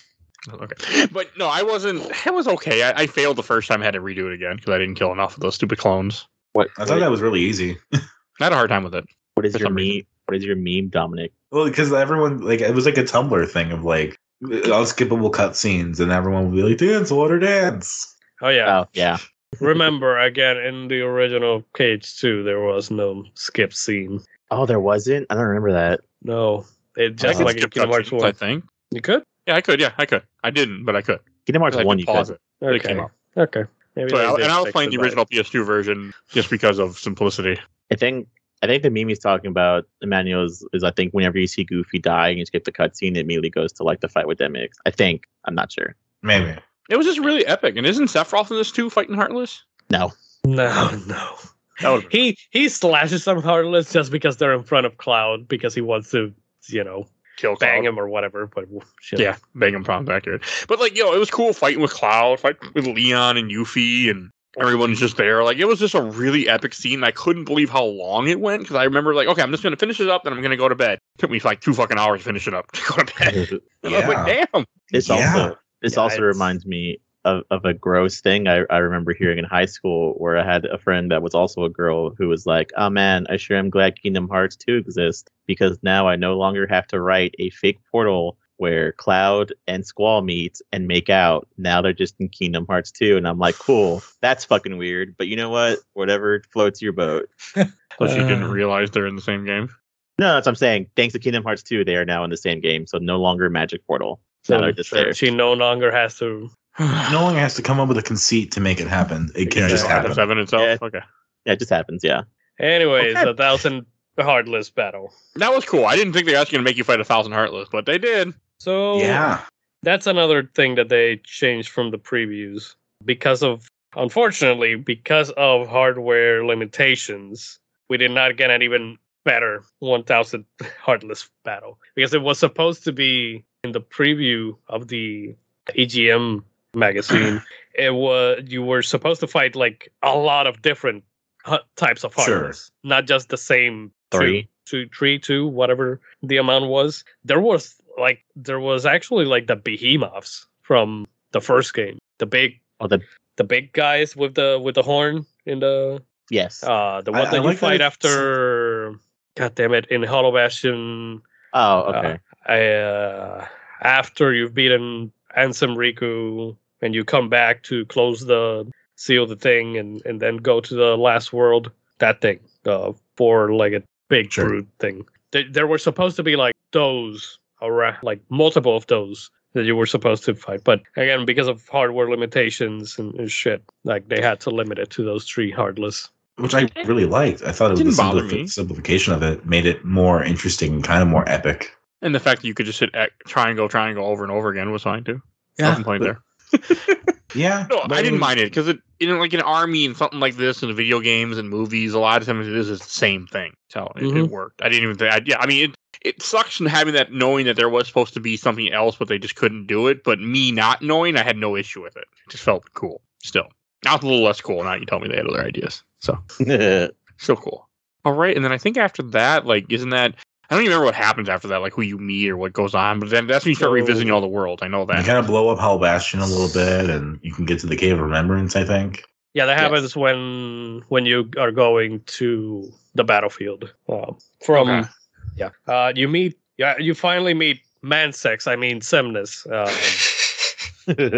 Okay, but no, I wasn't. I was okay. I, I failed the first time. I had to redo it again because I didn't kill enough of those stupid clones.
What?
I thought that was really easy.
I had a hard time with it.
what is
for
your
some
meme?
reason.
What is your meme, Dominic?
Well, because everyone, like, it was like a Tumblr thing of like unskippable cutscenes, and everyone would be like, dance, water, dance.
Oh
[laughs]
yeah.
Oh, yeah.
Remember again in the original Cage 2 there was no skip scene.
Oh, there wasn't. I don't remember that.
No. It
I
I
could
just
could
like in
skip
Kingdom Hearts
cutscenes, I
1.
think.
You could?
Yeah, I could. Yeah, I could. I didn't, but I could.
Kingdom Hearts
I could
one, you
pause
could.
it.
Okay.
It came up.
Okay. Maybe
So
they
I-
did
and I was
fix
playing the
it, but-
original PS2 version just because of simplicity.
I think I think the meme he's talking about, Emmanuel, is, is I think whenever you see Goofy die and you skip the cutscene, it immediately goes to like the fight with Demix. I think. I'm not sure.
Maybe.
It was just really epic. And isn't Sephiroth in this too fighting Heartless?
No.
[laughs] No, no.
That would
He he slashes some heartless just because they're in front of Cloud because he wants to, you know,
kill Cloud.
bang him or whatever. But shit.
Yeah, bang him prompt accurate. But like, yo, it was cool fighting with Cloud, fighting with Leon and Yuffie, and everyone's just there. Like it was just a really epic scene. I couldn't believe how long it went because I remember like, okay, I'm just gonna finish this up, then I'm gonna go to bed. took me like two fucking hours to finish it up [laughs] to go to bed.
[laughs]
Yeah.
But damn,
This
Yeah.
also this
Yeah,
also
it's-
reminds me of, of a gross thing I, I remember hearing in high school where I had a friend that was also a girl who was like, Oh man, I sure am glad Kingdom Hearts 2 exists because now I no longer have to write a fake portal where Cloud and Squall meet and make out. Now they're just in Kingdom Hearts 2. And I'm like, Cool, that's fucking weird. But you know what? Whatever floats your boat.
but you didn't
Uh.
realize they're in the same game. [sighs]
No, that's what I'm saying. Thanks to Kingdom Hearts 2, they are now in the same game. So no longer Magic Portal. Now they're just
so
there.
she no longer has to.
No one has to come up with a conceit to make it happen. It can
Yeah,
just
yeah,
happen.
Seven itself.
Yeah.
Okay,
Yeah, it just happens. Yeah.
Anyways,
Okay.
a thousand heartless battle.
that was cool. I didn't think they were actually gonna make you fight a thousand heartless, but they did.
So
Yeah.
that's another thing that they changed from the previews because of unfortunately because of hardware limitations we did not get an even better 1000 [laughs] heartless battle because it was supposed to be in the preview of the egm magazine it was you were supposed to fight like a lot of different hu- types of
Sure.
heartless not just the same two-
Three.
two, three, two, whatever the amount was. There was like there was actually like the behemoths from the first game, the big,
Oh, the-
the big guys with the with the horn in the
Yes.
uh the
I-
one
I
that you
like that
fight
it's-
after. God damn it! In Hollow Bastion,
oh, okay.
uh, after you've beaten Ansem Riku and you come back to close the seal the thing and, and then go to the last world, that thing, the four legged big
Sure.
brute thing. There, there were supposed to be like those, around, like multiple of those that you were supposed to fight. But again, because of hardware limitations and, and shit, like they had to limit it to those three heartless.
Which I really liked. I thought it was
Didn't
the
bother
simplifi-
me.
simplification of it made it more interesting and kind of more epic.
And the fact that you could just hit X- triangle, triangle over and over again was fine too.
Yeah,
no complaint
but-
there.
Yeah.
No,
but
I didn't
was-
mind it because it, you know, like an army and something like this in video games and movies, a lot of times it is the same thing. So it, it
Mhm.
worked. I didn't even think. I, yeah, I mean, it it sucks in having that knowing that there was supposed to be something else, but they just couldn't do it. But me not knowing, I had no issue with it. It just felt cool. Still, now it's a little less cool. Now you tell me they had other ideas. So still cool. All right, and then I think after that, like, isn't that? I don't even remember what happens after that, like who you meet or what goes on. But then that's when you start
So-
revisiting all the world. I know
You
that.
kind of blow up Hell Bastion a little bit, and you can get to the Cave of Remembrance, I think.
Yeah, that
Yes.
happens when when you are going to the battlefield. Um, from
Okay.
yeah, uh, you meet yeah, you finally meet Mansex. I mean Semnus.
[laughs]
Um,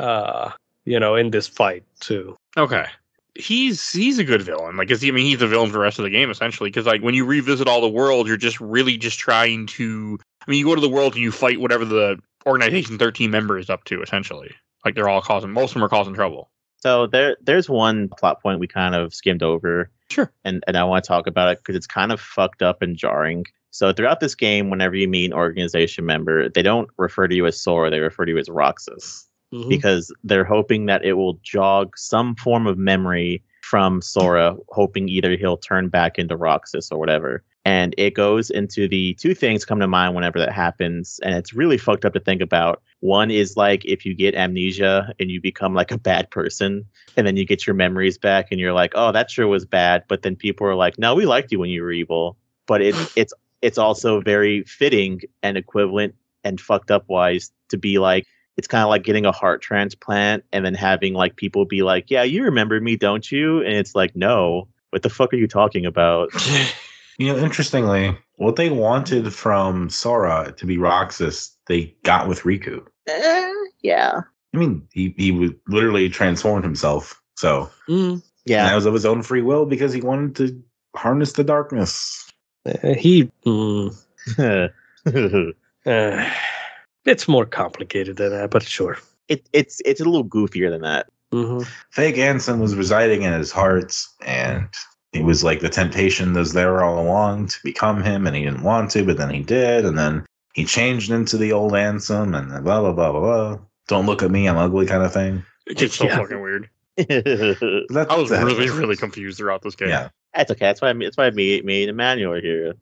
uh, you know, in this fight too.
Okay. He's he's a good villain. Like, is he? I mean, he's the villain for the rest of the game essentially. Because like when you revisit all the world, you're just really just trying to. I mean, you go to the world and you fight whatever the organization thirteen member is up to. Essentially, like they're all causing most of them are causing trouble.
[laughs] so there, there's one plot point we kind of skimmed over,
Sure.
and and I want to talk about it because it's kind of fucked up and jarring. So throughout this game, whenever you meet an organization member, they don't refer to you as Sora; they refer to you as Roxas
Mm-hmm.
because they're hoping that it will jog some form of memory from Sora, hoping either he'll turn back into Roxas or whatever. And it goes into the two things come to mind whenever that happens, and it's really fucked up to think about. One is like if you get amnesia and you become like a bad person, and then you get your memories back, and you're like, "Oh, that sure was bad," but then people are like, "No, we liked you when you were evil." But it's it's it's also very fitting and equivalent and fucked up wise to be like it's kind of like getting a heart transplant and then having like people be like, "Yeah, you remember me, don't you?" And it's like, "No, what the fuck are you talking about?"
You know, interestingly, what they wanted from Sora to be Roxas, they got with Riku.
yeah,
I mean, he, he would literally transformed himself. So,
Mm-hmm.
and
[laughs] [laughs] yeah.
that was of his own free will because he wanted to harness the darkness.
Uh, he.
it,
uh, it's more complicated than that, but sure.
it's it's a little goofier than that. [laughs]
Mhm.
Fake Anson was residing in his heart, and it was like the temptation was there all along to become him, and he didn't want to, but then he did, and then he changed into the old Ansem, and blah blah blah blah blah. Don't look at me, I'm ugly, kind of thing.
It's so
Yeah.
fucking weird.
that's
That's
I was
that's-
really really confused throughout this game.
Yeah,
okay. That's why I that's why me me and Emmanuel are [laughs] here.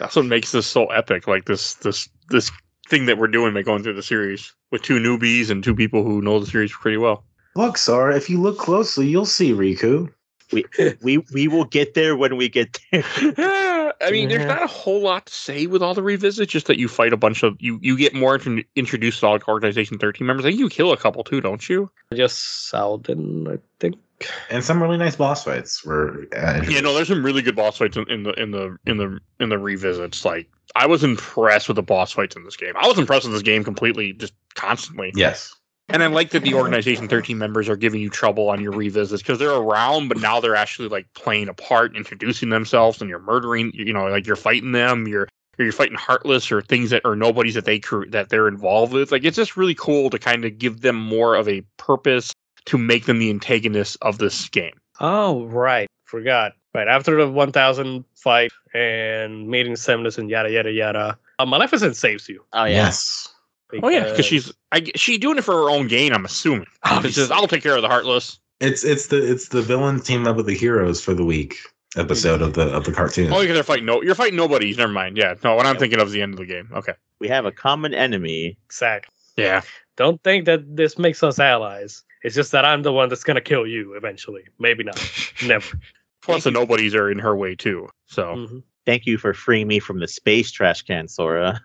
That's what makes this so epic. Like this this this thing that we're doing by going through the series with two newbies and two people who know the series pretty well.
Look, Sora, if you look closely, you'll see Riku.
We we will get there when we get there.
[laughs] I mean, there's
Yeah.
not a whole lot to say with all the revisits. Just that you fight a bunch of you. You get more intro- introduced to all Organization 13 members. I think you kill a couple too, don't you?
Just Salden, I think.
And some really nice boss fights were. Uh,
Yeah, no, there's some really good boss fights in, in the in the in the in the revisits. Like I was impressed with the boss fights in this game. I was impressed with this game completely, just constantly.
Yes.
And I like that the organization 13 members are giving you trouble on your revisits because they're around, but now they're actually like playing a part, introducing themselves, and you're murdering. You know, like you're fighting them. You're or you're fighting heartless or things that are nobodies that they cre- that they're involved with. Like it's just really cool to kind of give them more of a purpose to make them the antagonists of this game.
Oh, right. Forgot. Right. After the 1000 fight and meeting Semnus and yada, yada, yada, uh, Maleficent saves you.
[laughs] Oh yeah.
Yes.
Oh yeah, because she's I, g- she doing it for her own gain. I'm [laughs] assuming. She says, "I'll take care of the heartless."
It's it's the it's the villain team up with the heroes for the week episode of the of the cartoon.
Oh, because they're fighting no, you're fighting nobodies. Never mind. Yeah, no, what I'm
Yeah.
thinking of is the end of the game. Okay.
We have a common enemy.
Exactly.
Yeah.
Don't think that this makes us allies. It's just that I'm the one that's going to kill you eventually. Maybe not.
[laughs]
Never.
Plus, the nobodies are in her way too. So
Mhm.
Thank you for freeing me from the space trash can, Sora.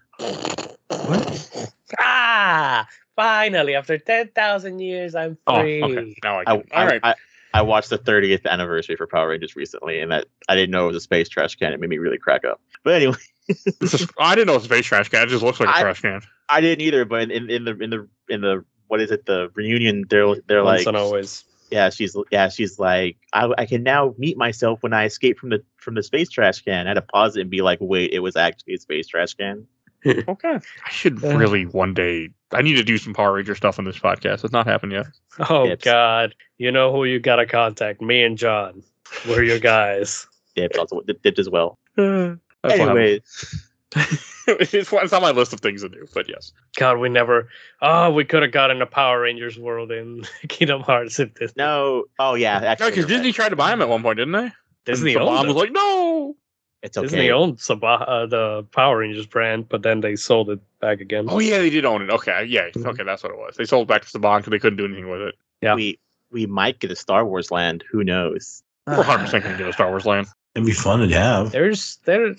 Ah, finally, after 10,000 years, I'm
oh,
free.
okay. Now I
I,
can. All right.
I, I, I watched the 30th anniversary for Power Rangers recently, and that I didn't know it was a space trash can. It made me really crack up. But anyway, [laughs]
It's a- [laughs] I didn't know it was a space trash can. It just looks like a
I-
trash can.
I didn't either. But in, in the in the in the what is it? The reunion. They're they're
Once
like,
and always.
yeah, she's yeah, she's like, I, I can now meet myself when I escape from the from the space trash can. I had to pause it and be like, wait, it was actually a space trash can.
Okay. I should
Uh.
really one day. I need to do some Power Ranger stuff on this podcast. It's not happened yet.
[laughs] Oh,
Dips.
God. You know who you got to contact? Me and John. We're
[laughs]
your guys.
Dipped also dip- dipped as well.
That's what
anyway,
happened. [laughs] it's, it's on my list of things to do. But yes,
God, we never. Oh, we could have gotten a Power Rangers world in [laughs] Kingdom Hearts if this.
no, oh yeah,
no,
actually,
because
you're
Disney
right.
tried to buy them at one point, didn't they?
Disney
and the
owned
mom
them.
was like, "No."
It's
Disney
okay.
owned Sabah, uh, the Power Rangers brand, but then they sold it back again.
Oh yeah, they did own it. Okay, yeah,
Mhm.
okay, that's what it was. They sold it back to Saban because they couldn't do anything with it.
yeah.
We we might get a Star Wars land.
[laughs]
Who knows?
We're
Ah.
100 percent gonna get a Star Wars land.
It'd be fun to have.
There's there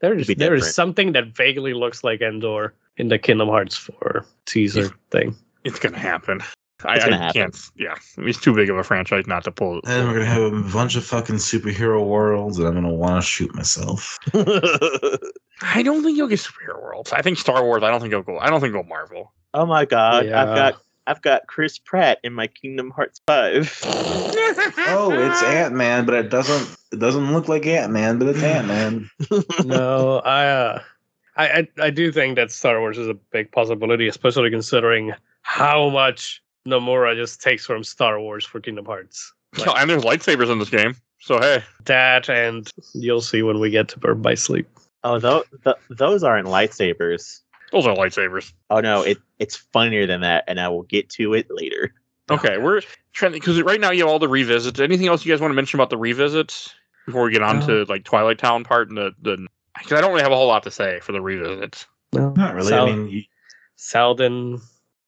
there's
be
there is
different.
something that vaguely looks like Endor in the Kingdom Hearts 4 teaser
[laughs]
thing.
It's gonna happen. I,
It's gonna
I
happen.
can't. Yeah, it's too big of a franchise not to pull.
And we're gonna have a bunch of fucking superhero worlds, and I'm gonna want to shoot myself.
oh
I don't think you'll get superhero worlds. I think Star Wars. I don't think you'll go. I don't think you'll go Marvel.
Oh my god,
Yeah.
I've got I've got Chris Pratt in my Kingdom Hearts five.
[laughs]
[laughs]
Oh,
[laughs]
it's Ant Man, but it doesn't it doesn't look like Ant Man, [sighs] but it's Ant Man.
no, I, uh, I I I do think that Star Wars is a big possibility, especially considering how much Nomura just takes from Star Wars for Kingdom Hearts.
So- and there's lightsabers in this game. So hey,
That and you'll see when we get to Birth by Sleep.
Oh, tho- th- those aren't lightsabers.
those are lightsabers.
Oh no, it it's funnier than that, and I will get to it later.
Okay, we're trying because right now you have all the revisits. Anything else you guys want to mention about the revisits before we get on
No.
Uh.
to like Twilight Town part and the the? Because I don't really have a whole lot to say for the revisits.
No,
Not really. I mean, you-
Salden,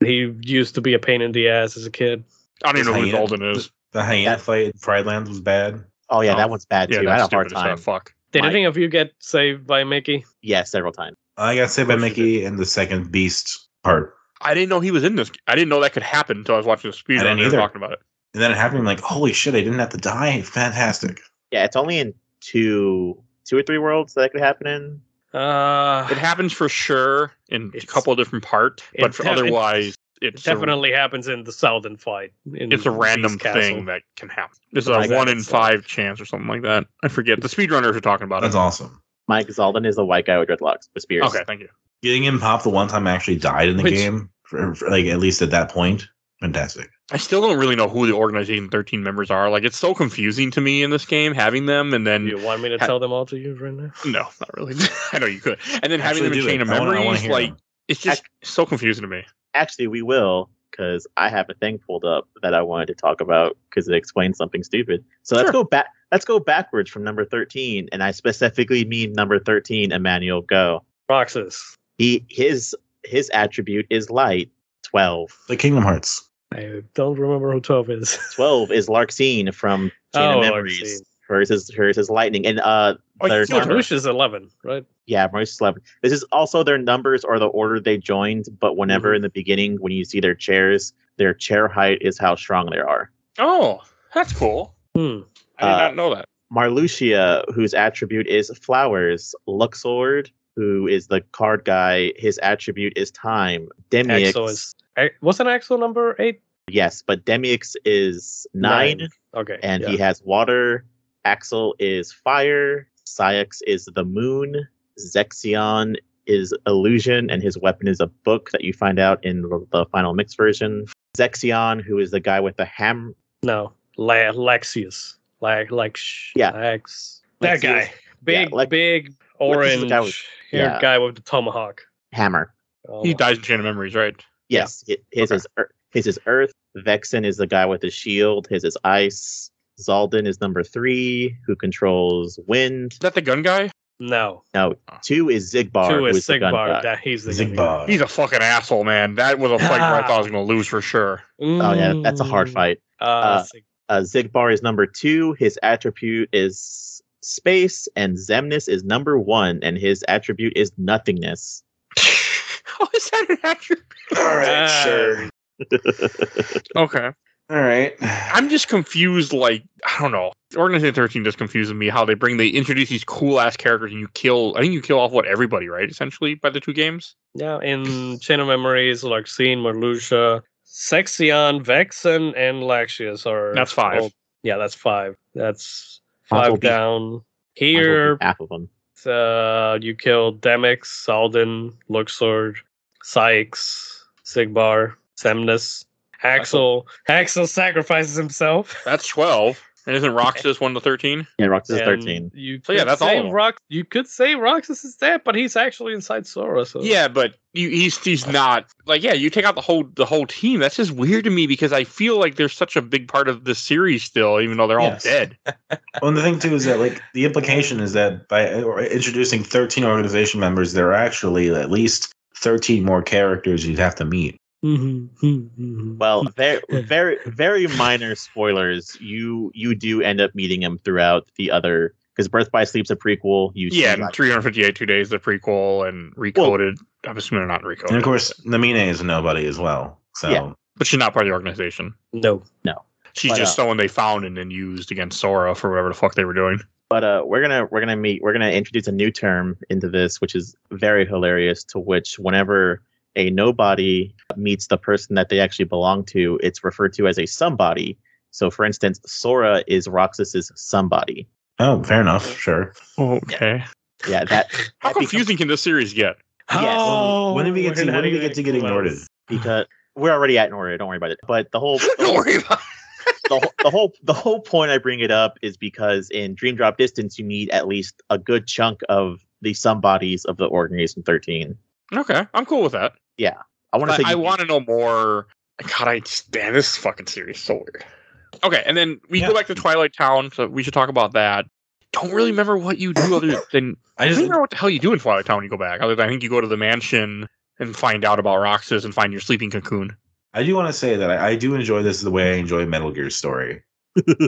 he used to be a pain in the ass as a kid.
I don't even know who
Just hyena-
Golden is.
the hyena
That-
fight in Pridelands was bad.
Oh yeah,
Oh,
that one's bad
Yeah,
too. I
that's
had a
stupid
hard
as hell.
time.
Fuck.
Did
My-
any of you get saved by Mickey?
Yeah, several times.
I got saved by
Of course you
Mickey in the second Beast part,
I didn't know he was in this. I didn't know that could happen until I was watching the speed
I didn't
and they were
either.
talking about it.
and then it happened. I'm like, holy shit! I didn't have to die. [laughs] Fantastic.
Yeah, it's only in two two or three worlds that, could happen in.
Uh,
It happens for sure in
It's-
a couple of different parts, but
it
for
def-
otherwise,
It
it's a,
definitely happens in the Southern fight. in
it's a
Beast
random
Castle.
thing that can happen. It's
Oh
a
my God,
one in
it's, uh,
five chance or something like that. I forget. The speedrunners are talking about
That's
it.
awesome.
Mike Zaldan is the white guy with dreadlocks with spears.
Okay, thank you.
Getting him popped the one time I actually died in the
Which-
game, for, for, like at least at that point. Fantastic.
I still don't really know who the organization 13 members are. Like, it's so confusing to me in this game having them and then.
You want me to
Ha-
tell them all to you right now?
No, not really. [laughs] I know you could. And then having
Actually
them in
do
chain
it.
of
I wanna- I
memories,
wanna hear
like,
them.
it's just so confusing to me.
Actually, we will because I have a thing pulled up that I wanted to talk about because it explains something stupid. So let's
Sure.
go back. Let's go backwards from number thirteen, and I specifically mean number thirteen, Emmanuel Go.
Roxas.
He his his attribute is light. Twelve.
Like Kingdom Hearts.
I don't remember who
[laughs]
12 is.
12 is Larxene from Chain
Oh,
of Memories.
Larxene.
Hers is hers is lightning. And uh
Oh,
their
no,
number-
Tanush is 11, right?
yeah, Maurice is eleven. This is also their numbers or the order they joined, but
Mm-hmm.
whenever in the beginning when you see their chairs, their chair height is how strong they are.
Oh, that's cool.
Hmm.
I did
Uh,
not know that.
Marluxia, whose attribute is flowers, Luxord, who is the card guy, his attribute is time. Demix,
Axel is. A- wasn't Axel number 8?
yes, but Demix is nine,
Okay.
and
yeah.
he has water. Axel is fire. Syax is the moon. Zexion is illusion, and his weapon is a book that you find out in the the final mix version. Zexion, who is the guy with the ham,
No, La- Lexius. Like, like, sh-
Yeah.
Lex. That
Lexius.
guy. Big,
Lex-
big
Lex is
orange
the guy with-
haired
yeah.
guy with the tomahawk.
hammer.
Oh,
He dies in Chain of Memories, right?
Yes, hi- his
Okay.
is ear- his is Earth. Vexen is the guy with the shield. His is Ice. Zaldin is number three, who controls wind.
Is that the gun guy?
No.
No, two is Zigbar.
Ah. Two
who
is
the gun guy.
Sigbar. That he's the gun guy.
Zigbar.
He's a fucking asshole, man. That was a fight where I thought I was going to lose for sure.
Oh yeah, that's a hard
Mm.
fight.
Uh,
Uh,
Sig-
Uh, Zigbar is number two. His attribute is space, and Zemnis is number one, and his attribute is nothingness.
[laughs] oh, is that an actor?
[laughs] All
[laughs]
right,
Ah.
sure.
Okay.
All right.
I'm just confused. Like I don't know. Organization 13 just confuses me how they bring they introduce these cool ass characters and you kill. I think you kill off what everybody, right? Essentially by the two games.
Yeah, in Chain of Memories, Larxene, Merlucia, Sexion, Vexen, and Laxius are.
That's five.
all- yeah, that's five. That's
Might as well
five
be-
down.
might as well be
Here,
half of them.
uh, you kill Demix, Salden, Luxord, Sykes, Sigbar, Semnus, Axel. Axel sacrifices himself.
That's 12. And isn't Roxas one to 13?
Yeah, Roxas is
and
thirteen.
You
So yeah,
could
that's all
say
of 'em.
Rox- you could say Roxas is dead, but he's actually inside Sora. So
Yeah, but you, he's he's not like yeah. You take out the whole the whole team. That's just weird to me because I feel like they're such a big part of the series still, even though they're all
Yes.
dead.
Well, and the thing too is that like the implication is that by or introducing 13 organization members, there are actually at least 13 more characters you'd have to meet.
Mm-hmm.
Well, very, very, very minor spoilers. You you do end up meeting him throughout the other because Birth by Sleep's a prequel. You see,
Yeah, and
like-
358 two days the prequel and recoded. I'm assuming they're not recoded,
And of course, Namine is a nobody as well. So
Yeah.
but she's not part of the organization.
no.
She's
Why
just
uh,
someone they found and then used against Sora for whatever the fuck they were doing.
but uh, we're gonna we're gonna meet we're gonna introduce a new term into this, which is very hilarious. To which, whenever a nobody meets the person that they actually belong to, it's referred to as a somebody. So, for instance, Sora is Roxas's somebody.
Oh, fair enough. Sure.
Okay.
Yeah, that
[laughs] How
That becomes-
confusing can this series get?
Yes.
Oh,
when did we get
we're
to
not
when did we
even
get to getting
close.
ordered?
because we're already at Nora. Don't worry about it. But the whole
[laughs] Don't worry about
the, whole- the whole the whole point I bring it up is because in Dream Drop Distance you need at least a good chunk of the somebodies of the organization thirteen.
it. Okay. I'm cool with that.
I want to say
I, I
you-
want to know more. God, I just- damn this fucking series is so weird. Okay, and then we
Yeah.
go back to Twilight Town, so we should talk about that. Don't really remember what you do
[laughs]
other than
I
I don't
just
remember what the hell you do in Twilight Town when you go back. Other than I think you go to the mansion and find out about Roxas and find your sleeping cocoon.
I do want to say that I, I do enjoy this the way I enjoy Metal Gear's story. and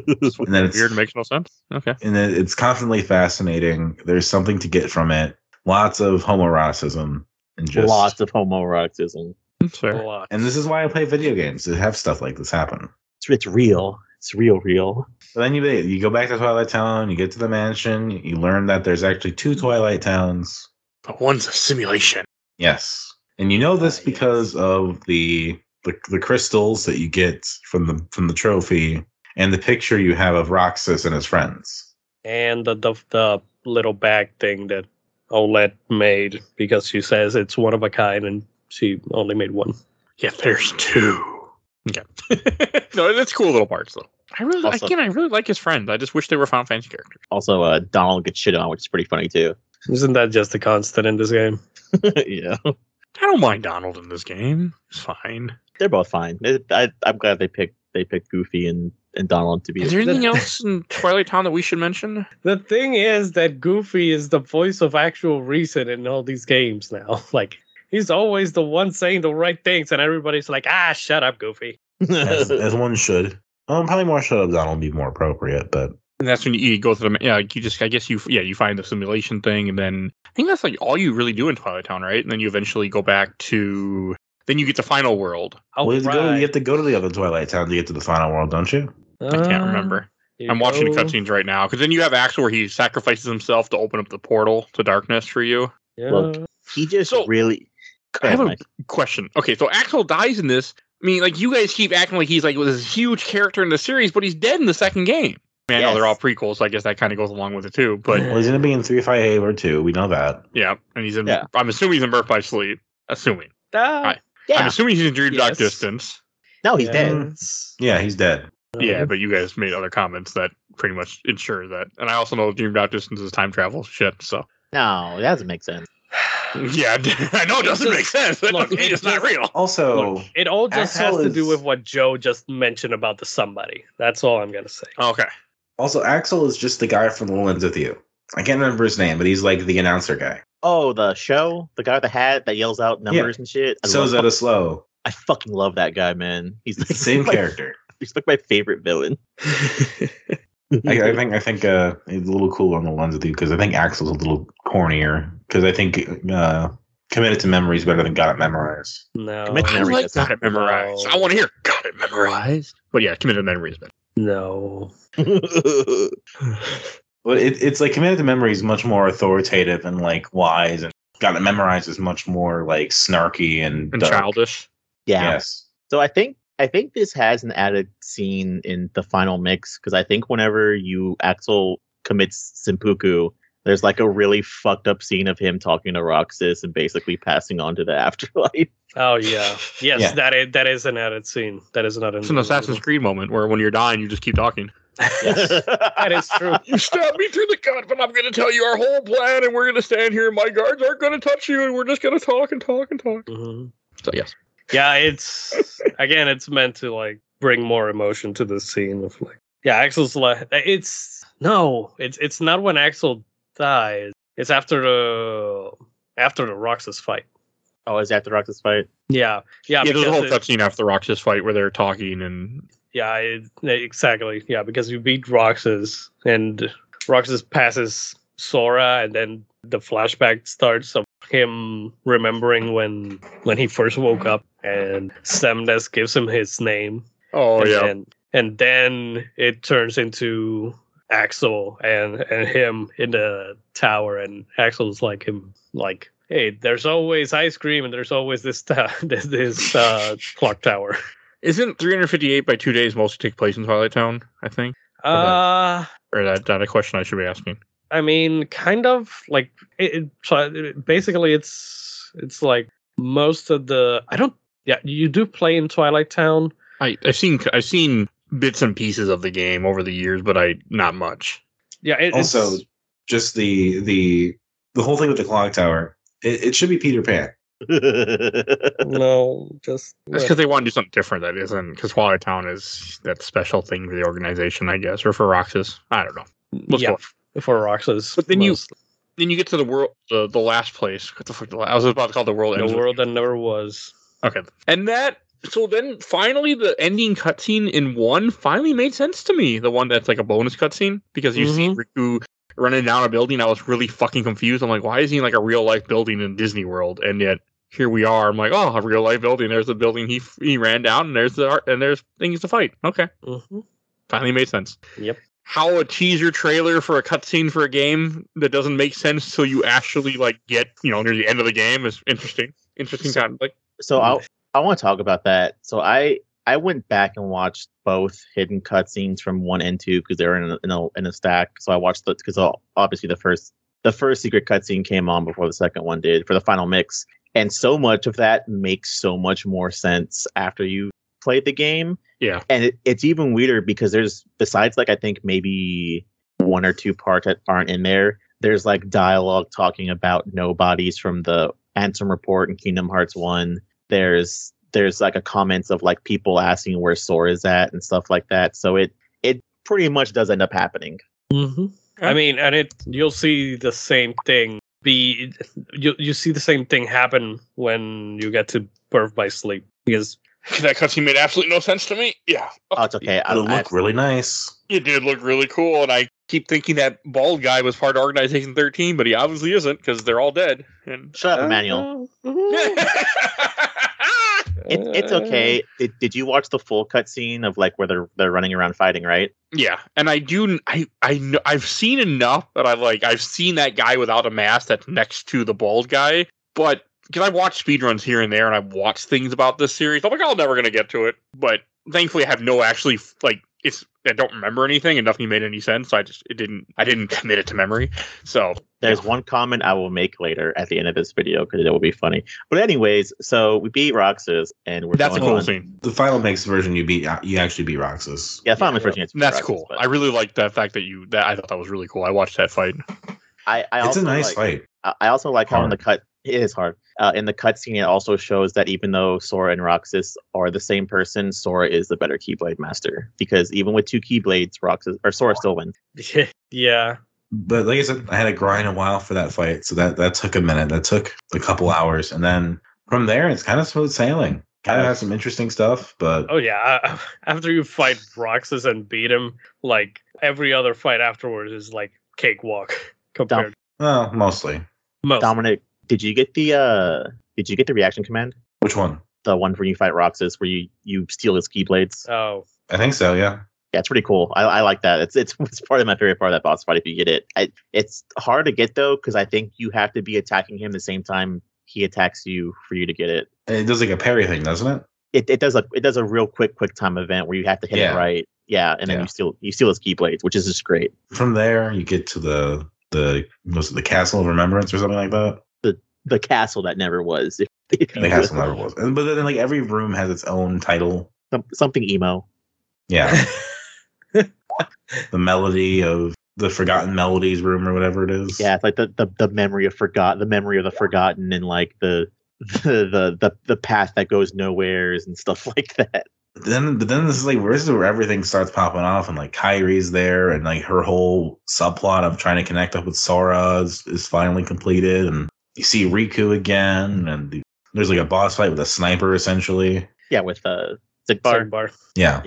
then it's
Weird, makes no sense. Okay,
and then it's constantly fascinating. There's something to get from it. Lots of homoeroticism and just
lots of homoeroticism.
that's fair.
Lots.
and this is why I play video games to have stuff like this happen.
It's, it's real. It's real, real.
But then you you go back to Twilight Town, you get to the mansion, you learn that there's actually two Twilight Towns.
But one's a simulation.
Yes, and you know this
Ah, yes.
because of the, the the crystals that you get from the from the trophy and the picture you have of Roxas and his
[laughs]
friends.
and the, the the little bag thing that Olette made because she says it's one of a kind and she only made one.
Yeah, there's two. Okay, [laughs] no, that's cool little parts though. I really
Also-
again, I really like his friends. I just wish they were Final Fantasy characters.
Also, uh, Donald gets shit on, which is pretty funny too. [laughs]
Isn't that just a constant in this game?
yeah,
I don't mind Donald in this game. It's fine.
they're both fine. They- I, I'm glad they picked they picked Goofy and, and Donald to be.
Is there anything
[laughs]
that-
else in Twilight Town that we should mention?
The thing is that Goofy is the voice of actual reason in all these [laughs] games now. Like he's always the one saying the right things and everybody's like, "Ah, shut up, Goofy."
as, as one should. Um, probably more shut up, Donald would be more appropriate, but
And that's when you, you go through the yeah. You just I guess you yeah you find the simulation thing, and then I think that's like all you really do in Twilight Town, right? And then you eventually go back to then you get the final world.
Oh,
well, you, have to go, you have to go to the other Twilight Town to get to the final world, don't you?
I
Uh,
can't remember.
Uh,
I'm watching the cutscenes right now because then you have Axel where he sacrifices himself to open up the portal to darkness for you.
Look, he just
So-
really. Go
I
ahead,
have a
Mike.
question. Okay, so Axel dies in this. I mean, like you guys keep acting like he's like was this huge character in the series, but he's dead in the second game. I, mean, I know they're all
Yes.
prequels, so I guess that kind of goes along with it too. But
[laughs]
Well, he's gonna be in three five eight or two. We know that.
yeah, and he's in.
Yeah.
I'm assuming he's in Birth by Sleep. Assuming.
Ah,
I'm
Yeah.
assuming he's in Dream Dark
Yes.
Distance.
No, he's dead.
yes.
Yeah, he's dead.
Yeah, but you guys made other comments that pretty much ensure that. And I also know Dream Dark Distance is time travel shit. So [laughs]
No, that doesn't make sense.
yeah, [laughs] I know it doesn't make sense. [laughs] That
Look,
doesn't mean
it
it's not
just-
real.
Also,
Look, it all just
Axel
has to do
is-
with what Joe just mentioned about the somebody. That's all I'm gonna say.
Okay.
also Axel is just the guy from the lens with you. I can't remember his name, but he's like the announcer guy.
Oh, the show, the guy with the hat that yells out numbers and shit. I,
So
love,
is that a
[laughs]
slow?
I fucking love that guy, man. He's
[laughs]
like
Same
my-
character.
He's like my favorite villain.
[laughs] I, I think I think uh, he's a little cooler on the lens with you because I think Axel's a little cornier because I think uh, committed to memory is better than got it
[sighs]
memorized.
No,
Committed
I
Memory
like
doesn't-
got it memorized.
No.
I want to hear got it memorized. But yeah, committed memory is better.
no.
But it, it's like committed to memory is much more authoritative and like wise, and got it memorized is much more like snarky and,
And
dark.
childish.
[laughs] yeah.
Yes.
So I think I think this has an added scene in the final mix because I think whenever you Axel commits seppuku, there's like a really fucked up scene of him talking to Roxas and basically passing on to the afterlife.
Oh yeah, yes,
Yeah.
that is that is an added scene. That is not an.
It's an Assassin's Creed moment where when you're dying, you just keep talking.
[laughs]
[laughs]
That is true.
You stabbed me through the gut, but I'm going to tell you our whole plan, and we're going to stand here, and my guards aren't going to touch you, and we're just going to talk and talk and talk.
Mhm.
So yes.
yeah it's again it's meant to like bring more emotion to the scene of like yeah axel's like it's no it's it's not when axel dies it's after the after the roxas fight
oh, is after Roxas
[laughs]
fight?
yeah yeah
yeah, there's a
because
whole
it-
cutscene after the Roxas fight where they're talking and
yeah it, exactly yeah because you beat roxas and roxas passes sora and then the flashback starts of him remembering when when he first woke up and Semdes gives him his name
oh
and then, and then it turns into Axel and and him in the tower, and Axel's like him, like, hey, there's always ice cream, and there's always this [laughs] ta- this, this uh, clock tower.
isn't 358 by two days mostly take place in Twilight Town? I think,
Uh
or that that a question I should be asking.
I mean, kind of like it, it, so it- basically it's it's like most of the I don't yeah you do play in Twilight Town.
I I've seen I've seen bits and pieces of the game over the years, but I not much.
Yeah, it, it's-
also just the the the whole thing with the clock tower it, it should be peter pan
[laughs] no, just
That's because they want to do something different. That isn't because Twilight Town is that special thing for the organization, I guess, or for Roxas. I don't know. What's
yeah
going-
for Roxas.
But then you-
mostly.
Then you get to the world, the, the last place. What the fuck? The, la- I was about to call it the world.
the
Ends With-
world that never was.
Okay. And that so then finally the ending cutscene in one finally made sense to me. The one that's like a bonus cutscene because you see
Mhm.
Riku running down a building. I was really fucking confused. I'm like, why is he in like a real life building in Disney World? And yet here we are. I'm like, oh, a real life building. There's the building he he ran down, and there's the art, and there's things to fight. Okay,
Mm-hmm.
finally made sense.
Yep.
How a teaser trailer for a cutscene for a game that doesn't make sense till you actually like get you know near the end of the game is interesting. Interesting kind of like
so I I want to talk about that. So I I went back and watched both hidden cutscenes from one and two because they were in a, in a in a stack. So I watched the because obviously the first the first secret cutscene came on before the second one did for the final mix, and so much of that makes so much more sense after you played the game.
Yeah.
and it, it's even weirder because there's besides like I think maybe one or two parts that aren't in there. There's like dialogue talking about nobodies from the Ansem Report and Kingdom Hearts One there's there's like a comments of like people asking where Sora is at and stuff like that. So it it pretty much does end up happening.
hmm I
Okay.
mean, and it you'll see the same thing be you you see the same thing happen when you get to birth by sleep because
[laughs] That cutscene made absolutely no sense to me. Yeah.
Oh, it's okay. I,
It'll
I,
look really nice.
It did look really cool, and I keep thinking that bald guy was part of Organization 13, but he obviously isn't because they're all dead.
[laughs]
And [laughs]
shut up, Emmanuel.
[laughs]
It's it's okay. Did, did you watch the full cutscene of like where they're they're running around fighting? Right?
yeah, and I do. I I know I've seen enough that I like. I've seen that guy without a mask that's next to the bald guy, but because I watch speedruns here and there, and I've watched things about this series. I'm like, I'm never gonna get to it, but thankfully, I have no actually like. It's I don't remember anything, and nothing made any sense. So I just it didn't. I didn't [laughs] commit it to memory. So
There's one comment I will make later at the end of this video because it will be funny. But anyways, so we beat Roxas and we're
that's a
going
cool
on-
scene.
The final mix version, you beat you actually beat Roxas.
Yeah, finally first
And That's cool. I really like that fact that you that I thought that was really cool. I watched that fight.
I, I
it's
also
a nice
like,
fight.
I I also like how in
Hard.
the cut it is hard. Uh, in the cutscene, it also shows that even though Sora and Roxas are the same person, Sora is the better Keyblade master because even with two Keyblades, Roxas or Sora still wins.
[laughs] yeah.
But like I said, I had to grind a while for that fight, so that that took a minute. That took a couple hours, and then from there, it's kind of smooth sailing. Kind of has some interesting stuff, but
Oh yeah. I- After you fight Roxas and beat him, like every other fight afterwards is like cakewalk [laughs] compared.
well, mostly.
Most.
Dominic, did you get the uh did you get the reaction command?
Which one?
The one where you fight Roxas, where you you steal his Keyblades.
Oh,
I think so. Yeah.
Yeah, it's pretty cool. I, I like that. It's, it's [laughs] it's probably my favorite part of that boss fight. If you get it, I, it's hard to get though because I think you have to be attacking him the same time he attacks you for you to get it.
And it does like a parry thing, doesn't it?
it, it does a it does a real quick quick time event where you have to hit
Yeah.
it right. Yeah, and then
Yeah.
you steal you steal his keyblades, which is just great.
From there, you get to the the was it the Castle of Remembrance or something like that?
The castle that never was. [laughs] If, if you
The
will.
Castle never was. And- But then like every room has its own title.
Some, something emo.
Yeah. the melody of the Forgotten Melodies room or whatever it is.
Yeah, it's like the, the, the memory of forgot the memory of the forgotten and like the [laughs] the the the, the path that goes nowheres and stuff [laughs] like that.
then but then this is like where this is where everything starts popping off and like Kyrie's there and like her whole subplot of trying to connect up with Sora is, is finally completed and you see Riku again and the, there's like a boss fight with a sniper essentially.
Yeah, with uh Zigbar.
Sigbar.
Yeah.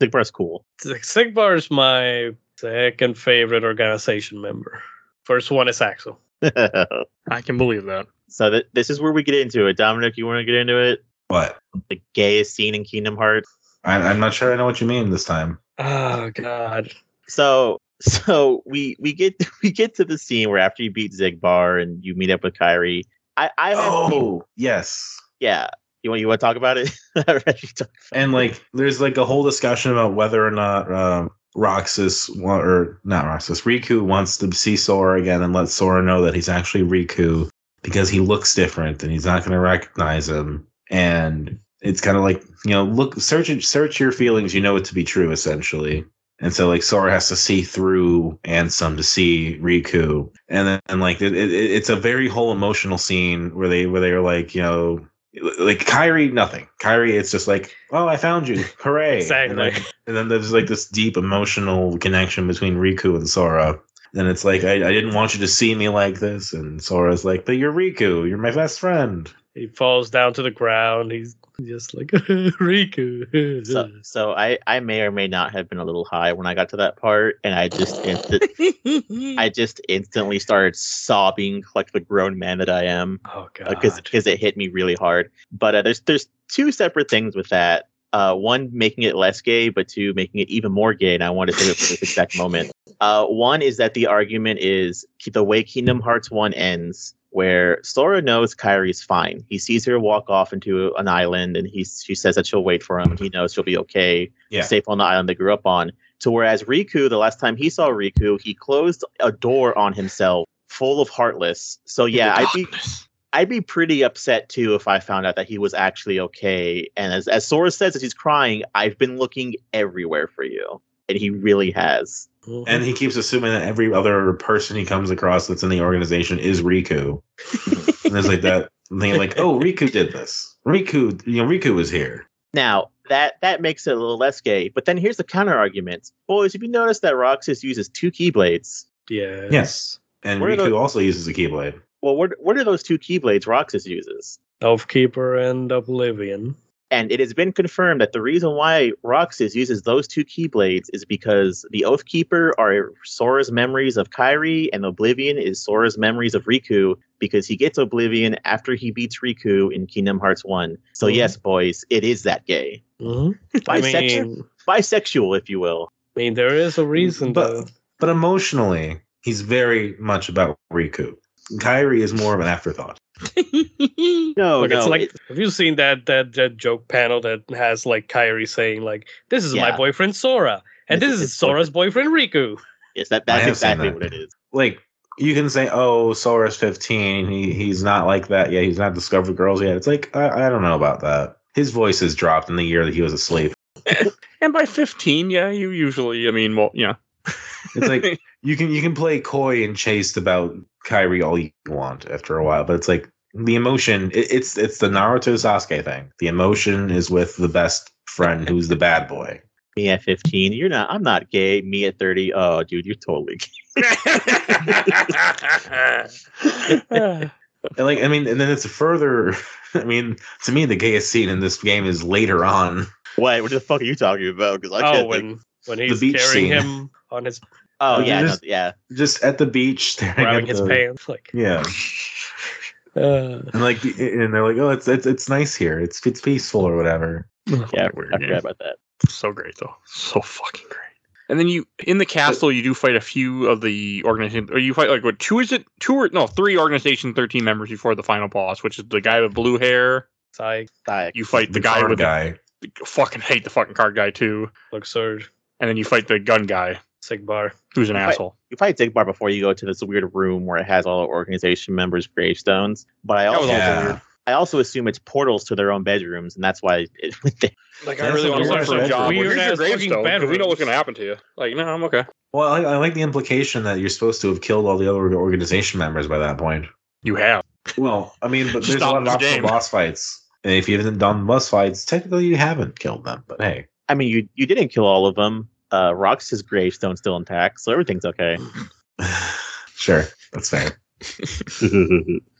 Zigbar's cool. [laughs]
Sigbar is my second favorite organization member. First one is Axel.
so
I can believe that.
that this is where we get into it. Dominic, you want to get into it?
But
The gayest scene in Kingdom Hearts.
I, I'm not sure I know what you mean this time.
Oh God.
so [laughs] so we we get [laughs] we get to the scene where after you beat Zigbar and you meet up with Kyrie. I I have
Oh yes.
yeah. You want you want to talk about it? [laughs] I read you talk about
And like there's like a whole discussion about whether or not um Roxas wa- or not Roxas, Riku wants to see Sora again and let Sora know that he's actually Riku because he looks different and he's not going to recognize him. And it's kind of like you know, look, search search your feelings. You know it to be true, essentially. And so like Sora has to see through Ansem to see Riku, and then and like it, it, it's a very whole emotional scene where they where they are like you know. Like Kyrie, nothing. Kyrie, it's just like, oh, I found you, hooray!
Exactly.
And, like, and then there's like this deep emotional connection between Riku and Sora. And it's like, I, I didn't want you to see me like this. And Sora's like, but you're Riku. You're my best friend.
[laughs] He falls down to the ground. He's just like [laughs] Riku.
it. So, so I I may or may not have been a little high when I got to that part, and I just insta- I just instantly started sobbing like the grown man that I am.
oh God.
because because uh, it hit me really hard. But uh, there's there's two separate things with that. Uh, one making it less gay, but two making it even more gay. And I want to save it for this exact moment. Uh, one is that the argument is ki- the way Kingdom Hearts one ends, where Sora knows Kyrie's fine. He sees her walk off into an island, and he she says that she'll wait for him, and he knows she'll be okay,
Yeah.
safe on the island they grew up on. So whereas Riku, the last time he saw Riku, he closed a door on himself full of heartless. So yeah,
Oh,
I'd be I'd be pretty upset too if I found out that he was actually okay. And as, as Sora says that he's crying, I've been looking everywhere for you. And he really has.
Uh-huh.
And he keeps assuming that every other person he comes across that's in the organization is Riku. and there's like that thing like, oh, Riku did this. Riku, you know, Riku was here.
Now that that makes it a little less gay. But then here's the counter argument, boys. If you notice that Roxas uses two Keyblades,
yes.
Yes. And
Where are
Riku
the-
also uses a Keyblade.
well, what what are those two Keyblades Roxas uses?
Elfkeeper and Oblivion.
And it has been confirmed that the reason why Roxas uses those two Keyblades is because the Oathkeeper are Sora's memories of Kairi, and Oblivion is Sora's memories of Riku, because he gets Oblivion after he beats Riku in Kingdom Hearts 1. So,
Mm-hmm.
Mhm.
yes, boys, it is that gay. Bisexual,
Mm-hmm. I mean,
bisexual if you will.
I mean, there is a reason,
But- [laughs]
though.
But emotionally, he's very much about Riku. Kairi is more of an afterthought.
No,
Look, it's
Oh, no,
like
it-
have you seen that, that that joke panel that has like Kyrie saying like this is
Yeah.
my boyfriend Sora and
It's-
this is
it's
Sora's boyfriend Riku.
yes, that,
I
that's
have seen
exactly
that.
what it is.
Like you can say, "Oh, Sora's 15. He he's not like that yet. He's not discovered girls yet." It's like I, I don't know about that. His voice has dropped in the year that he was asleep.
And by 15, yeah, you usually, I mean, well, yeah.
It's like you can you can play coy and chaste about Kairi all you want after a while, but it's like the emotion. It, it's it's the Naruto Sasuke thing. The emotion is with the best friend who's the bad boy.
Me at 15, you're not, I'm not gay. Me at 30, oh, dude, you're totally gay.
[laughs] Oh,
And like I mean, and then it's further. [laughs] I mean, to me, the gayest scene in this game is later on.
Wait, what the fuck are you talking about? Because I can't
oh,
think-
when when he's
beach
carrying
scene.
him on his
Oh
Did you
yeah, no,
just-
yeah.
Just at the beach, staring
grabbing
at
his
the-
pants like
Yeah,
uh,
and like, and they're like, "Oh, it's it's it's nice here. It's it's peaceful or whatever."
Yeah,
Weird,
I
yeah.
forgot about that.
so great though so fucking great and then you in the castle you do fight a few of the organizations or you fight like what two is it two or no three organization 13 members before the final boss which is the guy with blue hair
Psych,
Like,
you fight the, guy
card
with the
guy.
fucking hate the fucking card guy too
Luxord,
and then you fight the gun guy
sick bar.
who's an
You fight-
asshole
you probably dig bar before you go to this weird room where it has all the organization members' gravestones. But I
That was
also
Yeah.
I also assume it's portals to their own bedrooms, and that's why. It, [laughs]
Like
I That's really a wanna
want
weird
to
start for a bedroom. job.
Weird
Here's your
ass
gravestone,
fucking
'cause we know what's
bedrooms.
gonna happen to you like no i'm okay
Well, I, I like the implication that you're supposed to have killed all the other organization members by that point.
you have
Well, I mean,
[laughs]
but there's a
Stop
lot of
the
optional
game.
boss fights, and if you haven't done boss fights, technically you haven't killed them. But [sighs] hey,
I mean, you you didn't kill all of them. Uh, Rox's gravestone's still intact, so everything's okay.
sure, that's fair.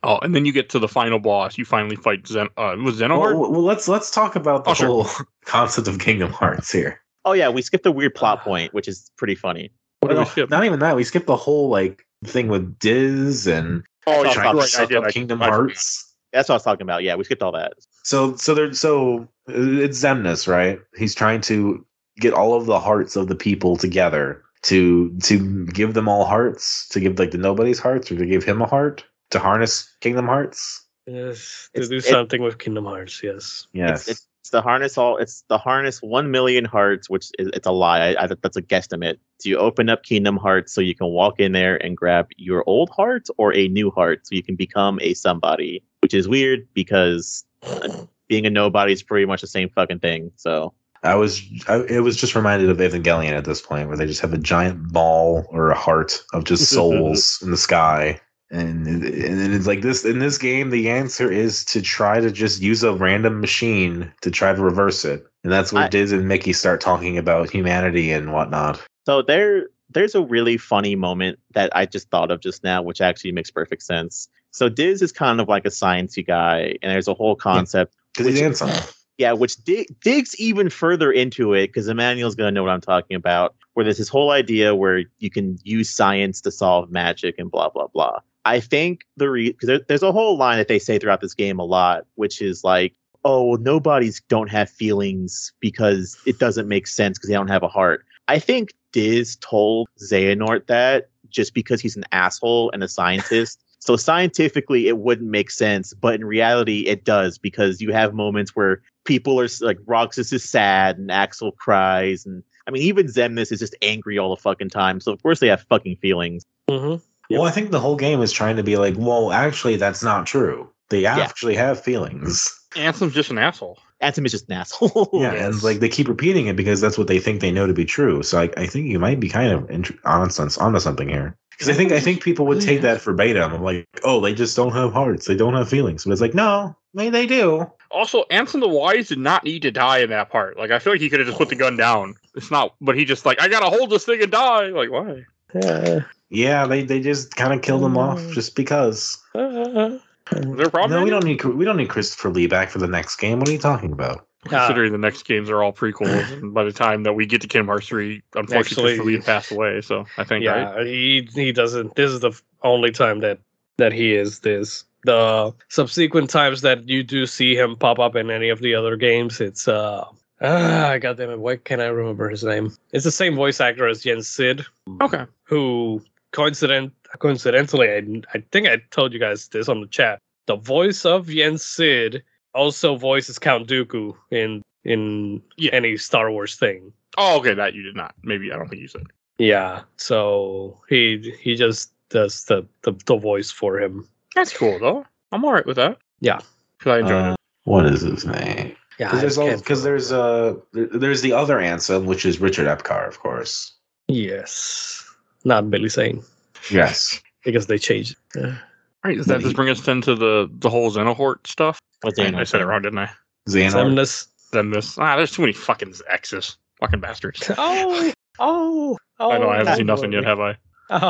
oh and then you get to the final boss you finally fight Zen- uh was
Well,
Xenohard?
well, let's let's talk about the
Oh, sure.
whole [laughs] concept of Kingdom Hearts here.
oh yeah, we skipped a weird plot point, which is pretty funny.
What did we
Well,
skip?
Not even that. We skipped the whole like thing with Diz and
oh
I
yeah
thought about
right,
the
I did. I-
Kingdom
I-
Hearts.
That's what I was talking about. Yeah, we skipped all that.
So so there so uh, it's Zemnis, right? He's trying to get all of the hearts of the people together to to give them all hearts, to give like the nobody's hearts, or to give him a heart, to harness Kingdom Hearts.
Yes, to
It's-
do
it-
something with Kingdom Hearts. Yes,
Yes.
It's, it's the harness all. It's the harness one million hearts, which is it's a lie. I, I, that's a guesstimate. So you open up Kingdom Hearts so you can walk in there and grab your old heart or a new heart, so you can become a somebody. Which is weird because uh, being a nobody is pretty much the same fucking thing. So
I was I, it was just reminded of Evangelion at this point, where they just have a giant ball or a heart of just souls in the sky. And, and it's like this in this game, the answer is to try to just use a random machine to try to reverse it. And that's where
I-
Diz and Mickey start talking about humanity and whatnot.
so there there's a really funny moment that I just thought of just now, which actually makes perfect sense. So Diz is kind of like a sciencey guy, and there's a whole concept
Because
Which-
he's handsome.
Yeah, which dig- digs even further into it because Emmanuel's going to know what I'm talking about. Where there's this whole idea where you can use science to solve magic and blah blah blah. I think the re because there, there's a whole line that they say throughout this game a lot, which is like, "Oh, well, nobodies don't have feelings because it doesn't make sense because they don't have a heart." I think Diz told Xehanort that just because he's an asshole and a scientist. so scientifically, it wouldn't make sense, but in reality, it does because you have moments where people are like Roxas is sad and Axel cries and I mean even Zemnis is just angry all the fucking time. So of course they have fucking feelings.
hmm
Well, I think the whole game is trying to be like, well, actually, that's not true. They actually have feelings.
anthem's just an asshole
Ansem is just an asshole. [laughs]
yeah, and like they keep repeating it because that's what they think they know to be true. So I, I think you might be kind of int- honest on onto something here. Because I think I think people would take that verbatim. I'm like, oh, they just don't have hearts. They don't have feelings. But it's like, no, they they do.
Also, Anson the Wise did not need to die in that part. Like, I feel like he could have just put the gun down. It's not, but he just like, I gotta hold this thing and die. Like, why?
Mm-hmm.
Yeah, they, they just kind of kill them off
Mm.
just because.
Is there a problem?
No,
Andy?
we don't need we don't need Christopher Lee back for the next game. What are you talking about?
Ah.
Considering the next games are all prequels,
[laughs]
and by the time that we get to Kingdom Hearts three, unfortunately,
Actually-
Crystal Lee had passed away. So I think right?
yeah, he he doesn't. This is the f- only time that that he is this. The subsequent times that you do see him pop up in any of the other games, it's uh, ah, goddamn it, why can't I remember his name? It's the same voice actor as Jen Sid,
Okay.
who coincident coincidentally, I, I think I told you guys this on the chat. The voice of Yen Sid also voices Count Dooku in in
Yeah.
any Star Wars thing.
Oh, okay. That you did not. Maybe I don't think you said.
Yeah, so he he just does the the, the voice for him.
That's cool though. I'm all right with that.
Yeah.
because I enjoyed
Uh, what is his name?
Yeah,
Because
I
there's
can't-
because there's uh there- there's the other Ansem, which is Richard Epcar, of course.
yes, not Billy Zane
Yes.
because they changed. It. Yeah.
it. All right, does that just bring us into the the whole Xenohort stuff?
What's
I, I said it wrong, didn't I?
Xehanort.
Xemnas.
Then this. Ah, there's too many fucking X's. Fucking bastards.
[laughs] Oh, oh, oh!
I know. I haven't seen nothing yet, have I?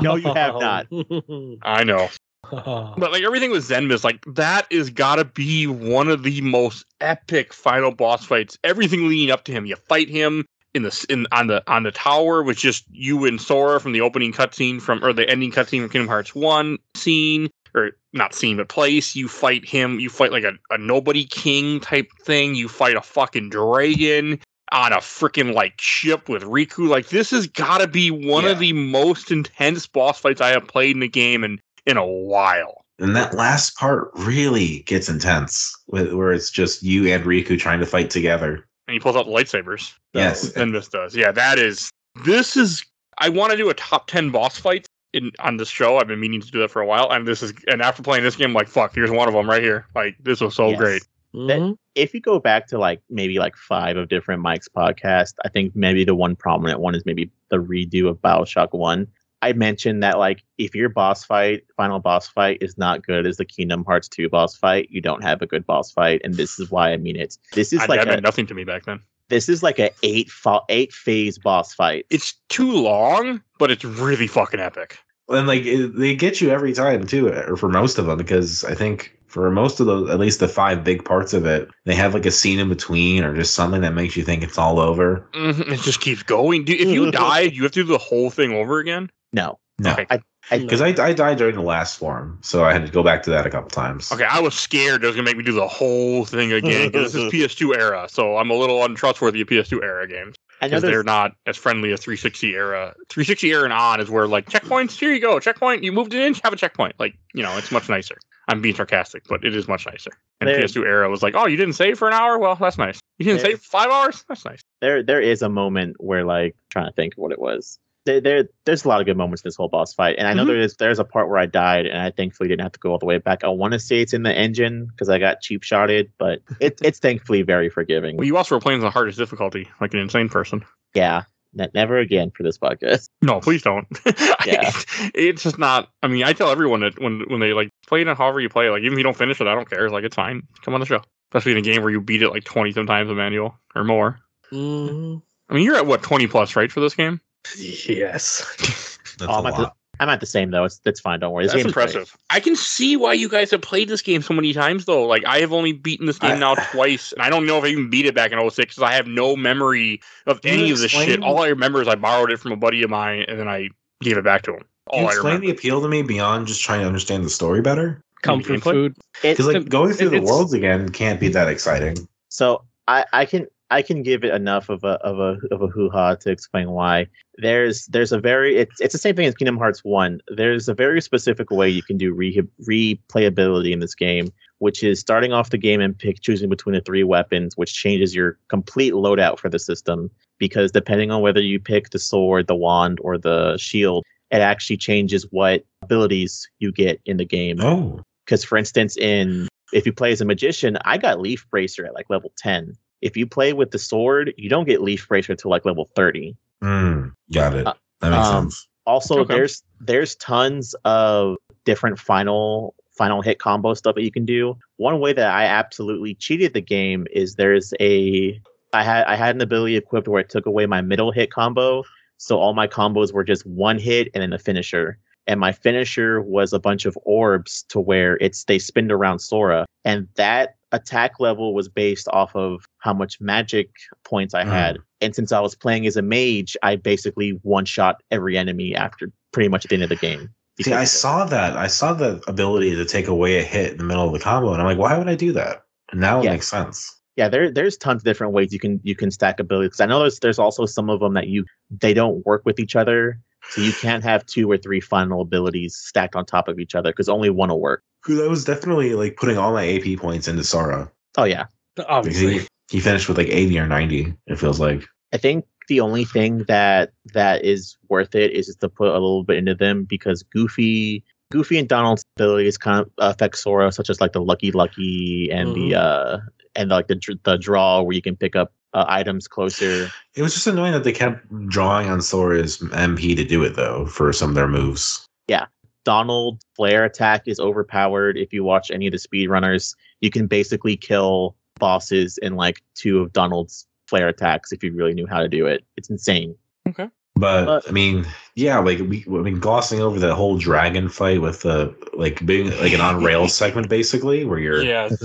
No, you have
[laughs]
I know.
not.
But like everything with Zenmas, like that is gotta be one of the most epic final boss fights. Everything leading up to him, you fight him in the s- in on the on the tower, which just you and Sora from the opening cutscene from or the ending cutscene from Kingdom Hearts One scene or not scene but place. You fight him. You fight like a, a nobody king type thing. You fight a fucking dragon on a freaking like ship with Riku. Like this has gotta be one of
Yeah.
the most intense boss fights I have played in the game and in a while.
And that last part really gets intense, wh- where it's just you and Riku trying to fight together.
and he pulls out the lightsabers.
Yes.
Then this does. Yeah, that is. This is. I want to do a top ten boss fights in on this show. I've been meaning to do that for a while, and this is. And after playing this game, I'm like, fuck, here's one of them right here. Like this was so
Yes.
great.
Mhm.
If you go back to like maybe like five of different Mike's podcasts, I think maybe the one prominent one is maybe the redo of Bioshock One. I mentioned that like if your boss fight, final boss fight, is not good as the Kingdom Hearts Two boss fight, you don't have a good boss fight, and this is why I mean it. This is
I,
like
that
a,
meant nothing to me back then.
this is like a eight fa- eight phase boss fight.
It's too long, but it's really fucking epic.
and like it, they get you every time too eh, or for most of them because i think for most of those at least the five big parts of it they have like a scene in between or just something that makes you think it's all over
Mhm, It just keeps going. Dude, if you
[laughs]
die, do you have to do the whole thing over again.
no,
no
Okay.
because I, I died during the last form so i had to go back to that a couple times
Okay, I was scared it was gonna make me do the whole thing again 'cause
[laughs]
this is PS2 era, so I'm a little untrustworthy of PS2 era games. because
another
they're not as friendly as 360 era. 360 era and on is where like checkpoints. Here you go, checkpoint. You moved an inch, have a checkpoint. Like you know, it's much nicer. I'm being sarcastic, but it is much nicer. And
There-
PS2 era was like, oh, you didn't save for an hour. Well, that's nice. You didn't
There-
save five hours. That's nice.
there there is a moment where like trying to think of what it was. There, there there's a lot of good moments in this whole boss fight, and I know
Mhm.
there is there's a part where I died, and I thankfully didn't have to go all the way back. I want to say it's in the engine because I got cheap shotted, but it, it's thankfully very
[laughs]
forgiving.
Well, you also were playing on the hardest difficulty, like an insane person.
yeah, ne- never again for this podcast. [laughs]
No, please don't. [laughs]
Yeah.
it's just not. I mean, I tell everyone that when when they like play it on however you play, like even if you don't finish it, I don't care. Like it's fine. Come on the show, especially in a game where you beat it like 20 sometimes a manual or more.
Mhm.
I mean, you're at what 20 plus, right, for this game?
[laughs] Yes.
that's
Oh,
a
I'm at the-
lot.
I'm at the same though. It's that's fine. Don't worry. This
That's
game's great.
impressive. I can see why you guys have played this game so many times, though. Like, I have only beaten this game
I- [sighs]
now twice, and I don't know if I even beat it back in 06 because I have no memory of
Can you
any of this shit.
explain-
All I remember is I borrowed it from a buddy of mine, and then I gave it back to him.
Can
All
Oh,
you
I
explain
remember.
the appeal to me beyond just trying to understand the story better
Comfort
gameplay?
food.
It-
because like going through the
it's-
worlds again can't be that exciting
So I, I can I can give it enough of a of a of a hoo ha to explain why. There's there's a very it's it's the same thing as Kingdom Hearts one. There's a very specific way you can do re- replayability in this game, which is starting off the game and pick choosing between the three weapons, which changes your complete loadout for the system. Because depending on whether you pick the sword, the wand, or the shield, it actually changes what abilities you get in the game
oh
because for instance in if you play as a magician i got leaf bracer at like level 10 if you play with the sword you don't get leaf bracer till like level 30
Mm, got it
Uh,
that makes
um,
sense
also
Okay.
there's there's tons of different final final hit combo stuff that you can do one way that i absolutely cheated the game is there's a i had i had an ability equipped where it took away my middle hit combo so all my combos were just one hit and then a finisher and my finisher was a bunch of orbs to where it's they spinned around sora and that attack level was based off of how much magic points I
Mm.
had. And since I was playing as a mage, I basically one shot every enemy after pretty much the end of the game.
See, I
Because-
saw that. I saw the ability to take away a hit in the middle of the combo, and I'm like, why would I do that? And now it
Yeah.
makes sense.
yeah there there's tons of different ways you can you can stack abilities 'Cause i know there's there's also some of them that you they don't work with each other so you can't have two or three final abilities stacked on top of each other because only one will work
Because I was definitely like putting all my AP points into Sora.
oh yeah
Obviously.
He, he finished with like 80 or 90, it feels like.
i think the only thing that that is worth it is just to put a little bit into them because goofy goofy and donald's abilities kind of affect sora such as like the lucky lucky and the uh and like the, dr- the draw where you can pick up uh, items closer
It was just annoying that they kept drawing on Sora's MP to do it, though, for some of their moves.
Donald flare attack is overpowered. If you watch any of the speedrunners, you can basically kill bosses in like two of Donald's flare attacks if you really knew how to do it. It's insane. [laughs]
But
But-
I mean, yeah, like we, I mean, glossing over the whole dragon fight with the like being like an on
[laughs]
rails segment, basically, where you're [laughs]
Yes.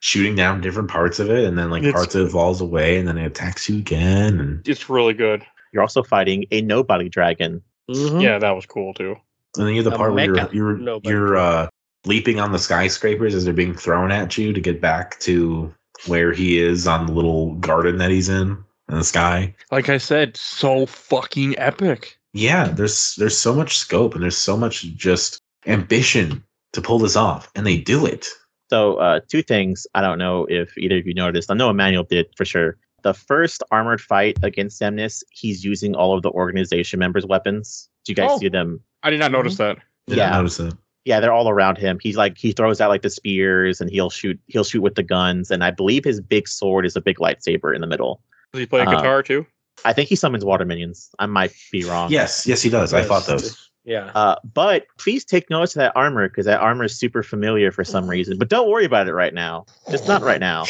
shooting down different parts of it, and then like
It's-
parts of it falls away, and then it attacks you again. And,
It's really good.
You're also fighting a nobody dragon.
Mhm.
Yeah, that was cool too.
and then you have the
A
part where
mecha.
you're you're,
No, but-
you're uh, leaping on the skyscrapers as they're being thrown at you to get back to where he is on the little garden that he's in in the sky.
Like I said, so fucking epic.
yeah there's there's so much scope and there's so much just ambition to pull this off and they do it
So, uh, two things. I don't know if either of you noticed. I know Emmanuel did for sure. The first armored fight against Semnis, he's using all of the organization members' weapons. Do you guys
Oh.
see
I
them?
Mm-hmm.
did not notice that.
Didn't
Yeah.
notice that
yeah, they're all around him. He's like he throws out like the spears and he'll shoot he'll shoot with the guns and I believe his big sword is a big lightsaber in the middle.
Does he play a
Uh-huh.
guitar too?
I think he summons water minions. I might be wrong.
yes yes he does i thought
Yes.
those
Yeah.
Uh, but please take notice of that armor because that armor is super familiar for some reason. But don't worry about it right now. Just not right now.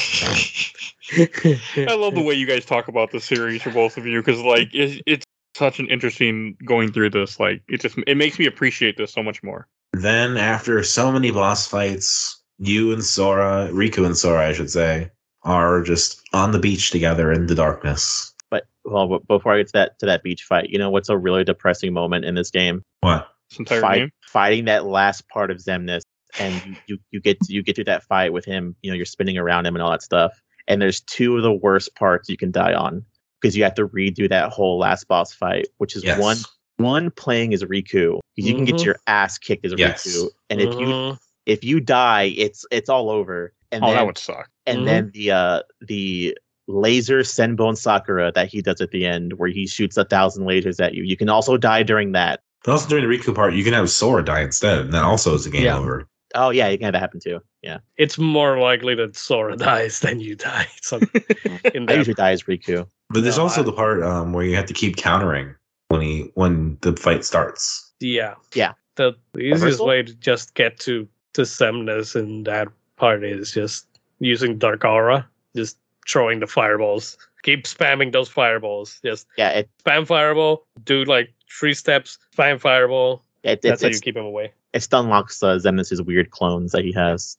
I love the way you guys talk about the series for both of you because like it's, it's such an interesting going through this. Like it just it makes me appreciate this so much more.
then after so many boss fights you and sora riku and sora i should say are just on the beach together in the darkness
But well, but before I get to that to that beach fight, you know what's a really depressing moment in this game?
what
This entire
Fight-
game.
fighting that last part of Zemnis, and you- you you get you get through that fight with him. You know, you're spinning around him and all that stuff. And there's two of the worst parts you can die on because you have to redo that whole last boss fight, which is
Yes.
one one playing as Riku. 'cause You can get
Mm-hmm.
Mhm.
your ass kicked as
Yes.
Riku, and if you
Mhm.
if you die, it's it's all over. And
Oh,
then,
that would suck.
and
Mhm.
then the uh the laser senbon sakura that he does at the end where he shoots a thousand lasers at you you can also die during that
but also during the riku part you can have sora die instead and that also is a game
Yeah.
over
oh yeah you can have that happen too yeah
it's more likely that Sora [laughs] dies than you die. So [laughs] in
i
that
usually die as riku
but there's
No,
also
I-
the part um, where you have to keep countering when he when the fight starts
Yeah.
Yeah.
The, the easiest
Reversal?
way to just get to to Semnus in that part is just using Dark Aura, just throwing the fireballs. Keep spamming those fireballs. Just
Yeah, it,
spam fireball, do like three steps, spam fireball.
it,
That's
it,
how you
it's,
keep him away.
it's unlocks uh, Zemnis' weird clones that he has.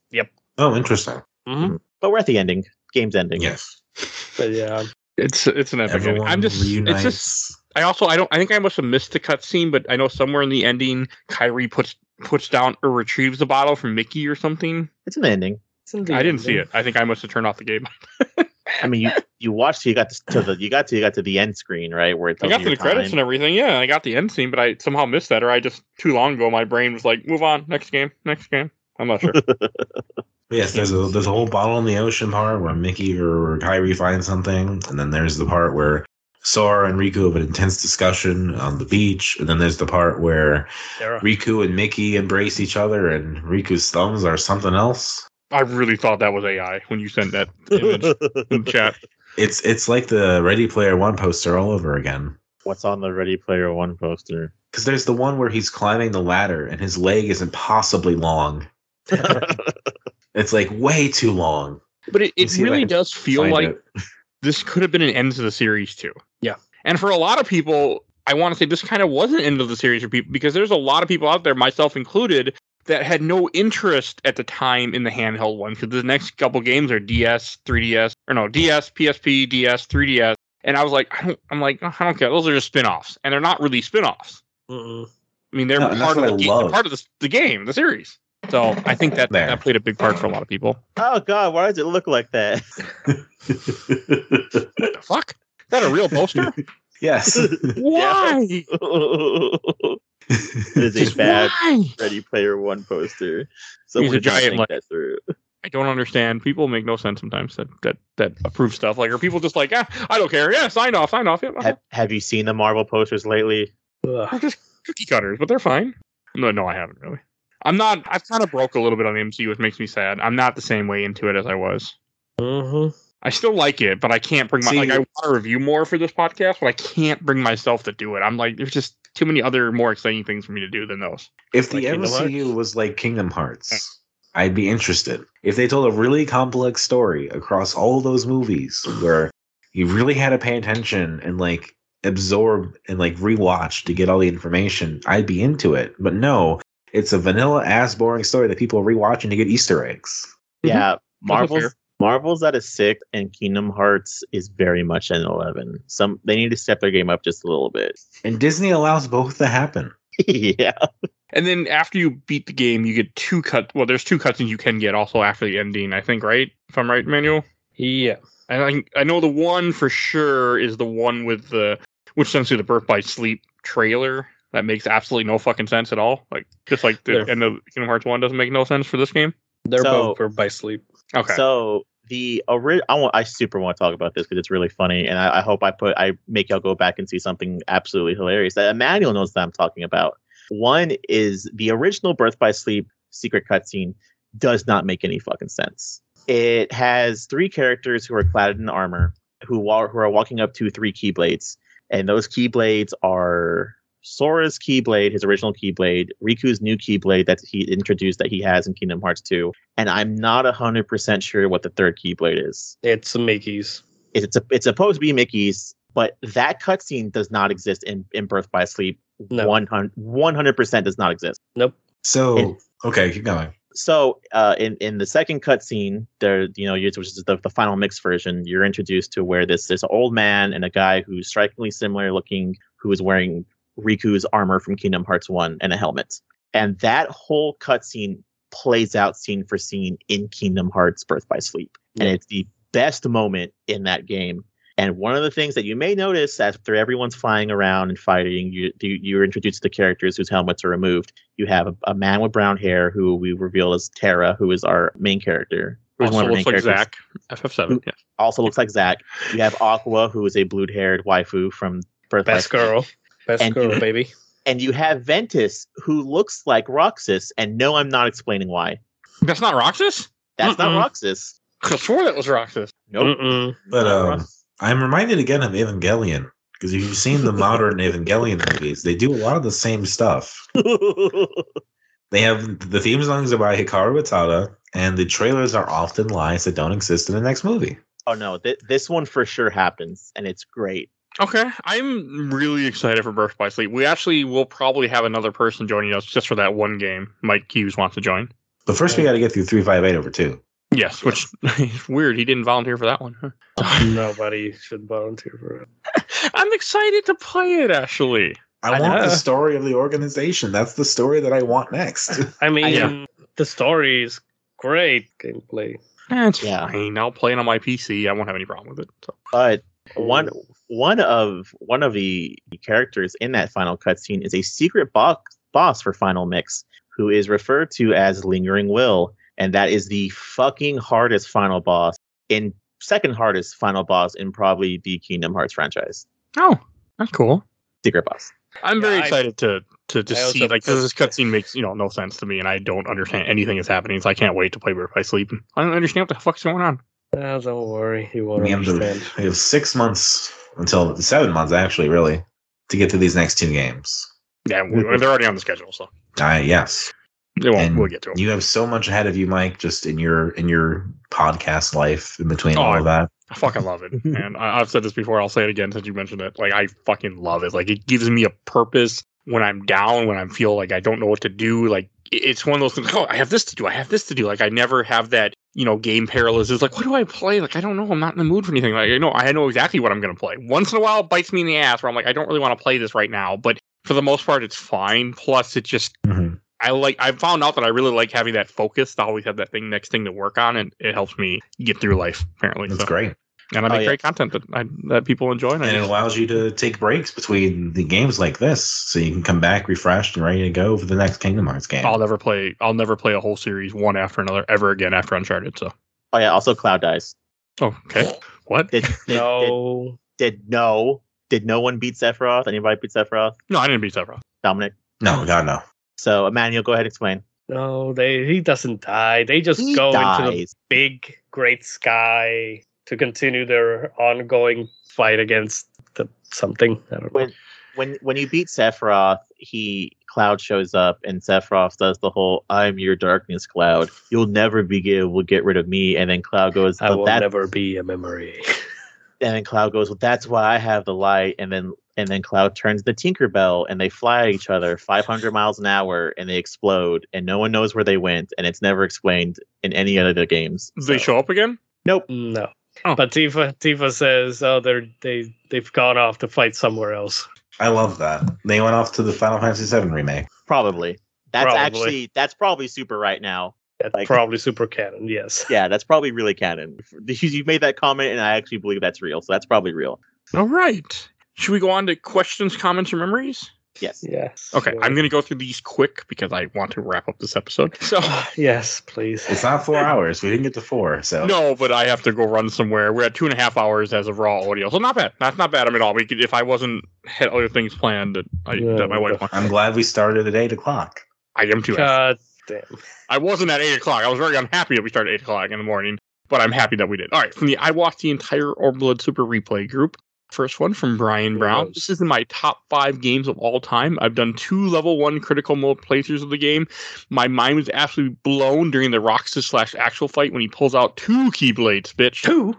oh interesting
But we're at the ending. Game's ending.
yes
But yeah.
It's it's an epic game. I'm just it's just I also I don't I think I must have missed the cutscene, but I know somewhere in the ending Kyrie puts puts down or retrieves the bottle from Mickey or something.
It's an ending.
I didn't see it. I think I must have turned off the game.
I mean, you
[laughs]
you watched till you got to, to the you got to you got to the end screen, right? Where it
I
tells
got to
you
the
your
credits
time.
and everything. Yeah, I got the end scene, but I somehow missed that, or I just too long ago my brain was like, move on, next game, next game. I'm not sure.
Yes, there's a there's a whole bottle in the ocean part where Mickey or Kyrie find something, and then there's the part where Sora and Riku have an intense discussion on the beach, and then there's the part where
Sarah.
Riku and Mickey embrace each other, and Riku's thumbs are something else.
I really thought that was AI when you sent that image [laughs] in chat.
It's it's like the Ready Player One poster all over again.
[laughs] What's on the Ready Player One poster?
Because there's the one where he's climbing the ladder, and his leg is impossibly
[laughs]
long. It's like way too long.
But it,
me
it
see if I
really
can
does feel
Find
like
it.
this could have been an end to the series too.
Yeah.
And for a lot of people, I want to say this kind of was an end of the series for people because there's a lot of people out there, myself included, that had no interest at the time in the handheld one because the next couple games are DS, 3DS, or no, DS, PSP, DS, 3DS. And I was like, I don't, I'm like, "Oh, I don't care. Those are just spin offs. And they're not really spin offs.
Mm-mm.
I mean, they're
No, and that's
part, of
what
the game,
I love.
part of the, the game, the series. So I think that
There.
that played a big part for a lot of people.
Oh God, why does it look like that? [laughs]
The fuck? Is that a real
[laughs]
poster?
[laughs] yes.
Why?
it is a
Just
bad
why?
Ready Player One poster. So
He's a
we just
giant,
think
like-
that through.
I don't understand. People make no sense sometimes that that that approve stuff. Like, are people just like, ah, I don't care. Yeah, sign off, sign off. Yeah, uh-huh."
[laughs] Have, have you seen the Marvel posters lately?
Ugh.
They're just cookie cutters, but they're fine. No, no, I haven't really. I'm not. I've kind of broke a little bit on the MCU, which makes me sad. I'm not the same way into it as I was.
Mhm.
I still like it, but I can't bring my
See-
like. I want to review more for this podcast, but I can't bring myself to do it. I'm like, there's just too many other more exciting things for me to do than those.
If the
Like Kingdom
MCU
Hearts?
was like Kingdom Hearts, I'd be interested. If they told a really complex story across all those movies where you really had to pay attention and like absorb and like rewatch to get all the information, I'd be into it. But no, it's a vanilla ass boring story that people are rewatching to get Easter eggs.
Mm-hmm.
Yeah,
fair.
Marvel's Marvel's at a six, and Kingdom Hearts is very much an eleven. Some they need to step their game up just a little bit. [laughs]
And Disney allows both to happen.
yeah,
And then after you beat the game, you get two cut. Well, there's two cutscenes you can get also after the ending. I think, right? If I'm right, Manuel.
Yeah.
And I I know the one for sure is the one with the which essentially the birth by sleep trailer that makes absolutely no fucking sense at all. Like just like the
There.
end of Kingdom Hearts one doesn't make no sense for this game.
They're
So-
both for by sleep.
Okay.
So the original, I want, I super want to talk about this because it's really funny, and I, I hope I put, I make y'all go back and see something absolutely hilarious that Emmanuel knows that I'm talking about. One is the original Birth by Sleep secret cutscene does not make any fucking sense. It has three characters who are clad in armor who wa- who are walking up to three keyblades, and those keyblades are Sora's keyblade, his original keyblade, Riku's new keyblade that he introduced that he has in Kingdom Hearts 2, and I'm not 100% sure what the third keyblade is.
It's Mickey's.
It's a, it's supposed to be Mickey's, but that cutscene does not exist in, in Birth by Sleep.
No.
100, 100% does not exist.
So,
And-
okay, keep going.
So uh, in in the second cutscene, there you know, which is the, the final mix version, you're introduced to where this this old man and a guy who's strikingly similar looking, who is wearing Riku's armor from Kingdom Hearts One and a helmet, and that whole cutscene plays out scene for scene in Kingdom Hearts Birth by Sleep, and it's the best moment in that game. And one of the things that you may notice after everyone's flying around and fighting, you you- you're introduced to characters whose helmets are removed you have a, a man with brown hair who we reveal as Tara, who is our main character. who is
also
one of our main
looks like
characters.
Zach FF seven. Yeah.
Also looks like Zach. You have Aqua, who is a blue-haired waifu from Birth by
Best
Sleep.
girl. Best
And-
girl, baby.
And you have Ventus, who looks like Roxas. And no, I'm not explaining why.
That's not Roxas?
That's
Mm-mm.
not Roxas.
I swore that was Roxas.
Nope.
Mm-mm.
But,
not
um,
Roxas. [laughs]
I'm reminded again of Evangelion because if you've seen the
[laughs]
modern Evangelion movies, they do a lot of the same stuff. They have the theme songs are by Hikaru Utada, and the trailers are often lies that don't exist in the next movie.
oh no, th- this one for sure happens, and it's great.
Okay. I'm really excited for Birth by Sleep. We actually will probably have another person joining us just for that one game. Mike Hughes wants to join.
But first, we got to get through three five eight over two.
Yes, which [laughs] is weird. He didn't volunteer for that one. huh?
Nobody should volunteer for it.
I'm excited to play it actually.
I,
I
want
know.
the story of the organization. That's the story that I
[laughs]
want next.
I mean,
Yeah.
the story is great gameplay.
Eh, It's
Yeah.
fine. I'll play it on my PC. I won't have any problem with it. So.
But one one of one of the characters in that final cutscene is a secret box boss for Final Mix, who is referred to as Lingering Will, and that is the fucking hardest final boss in second hardest final boss in probably the Kingdom Hearts franchise.
Oh, that's cool.
Secret boss.
I'm very
Yeah, I-
excited to to
I
just
also-
see like 'cause this cutscene makes you know no sense to me, and I don't understand anything that's happening. So I can't wait to play Birth by Sleep. I don't understand what the fuck's going on.
Ah, don't worry, you won't
we, have the-
understand.
we have six months until seven months actually, really, to get to these next two games.
[laughs] Yeah, we, they're already on the schedule, so
I yes.
they won't.
And
we'll get to it.
You have so much ahead of you, Mike, just in your in your podcast life in between
Oh,
all of that.
I fucking love it, and I, I've said this before. I'll say it again since you mentioned it. Like I fucking love it. Like it gives me a purpose when I'm down, when I am feel like I don't know what to do. Like it's one of those things. Like, oh, I have this to do. I have this to do. Like I never have that, you know, game paralysis. Like, what do I play? Like I don't know. I'm not in the mood for anything. Like I know I know exactly what I'm going to play. Once in a while, it bites me in the ass where I'm like, I don't really want to play this right now. But for the most part, it's fine. Plus, it just
Mhm.
I like I found out that I really like having that focus to always have that thing next thing to work on, and it helps me get through life. Apparently,
That's
So-
great.
and I
Oh,
make
yeah.
great content that I, that people enjoy. And I
And it
just-
allows you to take breaks between the games like this, so you can come back refreshed and ready to go for the next Kingdom Hearts game.
I'll never play. I'll never play a whole series one after another ever again after Uncharted. So,
Oh yeah, also Cloud dies.
oh, okay, what?
[laughs]
Did, did,
No.
did, did no did no one beat Sephiroth? Anybody beat Sephiroth?
No, I didn't beat Sephiroth.
Dominic.
no, God, no.
So Emmanuel, go ahead and explain.
No, they he doesn't die. They just
He
go into the
dies.
big great sky to continue their ongoing fight against the something. I don't know.
When- when when you beat Sephiroth, he Cloud shows up and Sephiroth does the whole "I'm your darkness, Cloud. You'll never be able to get rid of me." And then Cloud goes,
I
"But
will
that-
never be a memory. [laughs]
And then Cloud goes, "Well, that's why I have the light." And then and then Cloud turns the Tinkerbell, and they fly at each other 500 miles an hour, and they explode, and no one knows where they went, and it's never explained in any other of the games.
They
So-
show up again.
No.
Oh.
But Tifa Tifa says, Oh, they're they they've gone off to fight somewhere else.
I love that they went off to the Final Fantasy VII remake.
probably. That's
Probably.
actually that's probably super right now.
That's
Like-
probably super canon, yes.
Yeah, that's probably really canon. [laughs] You you made that comment, and I actually believe that's real. So that's probably real.
All right. Should we go on to questions, comments, or memories?
Yes.
Yes.
Okay,
Sure.
I'm going to go through these quick because I want to wrap up this episode. So,
[sighs] yes, please.
It's not four hours. We didn't get to four, so
[laughs] no, but I have to go run somewhere. We're at two and a half hours as of raw audio, so not bad. That's not bad at all. We could, if I wasn't had other things planned that, I,
Yeah,
that my wife
what the-
wanted,
I'm glad we started at eight o'clock.
I am too.
God damn.
I wasn't at eight o'clock. I was very unhappy that we started at eight o'clock in the morning, but I'm happy that we did. All right, from the I watched the entire Orb Blood Super Replay group. First one from Brian Brown.
Gross.
This is in my top five games of all time. I've done two level one critical mode playthroughs of the game. My mind was absolutely blown during the Roxas slash actual fight when he pulls out two Keyblades, bitch. Two?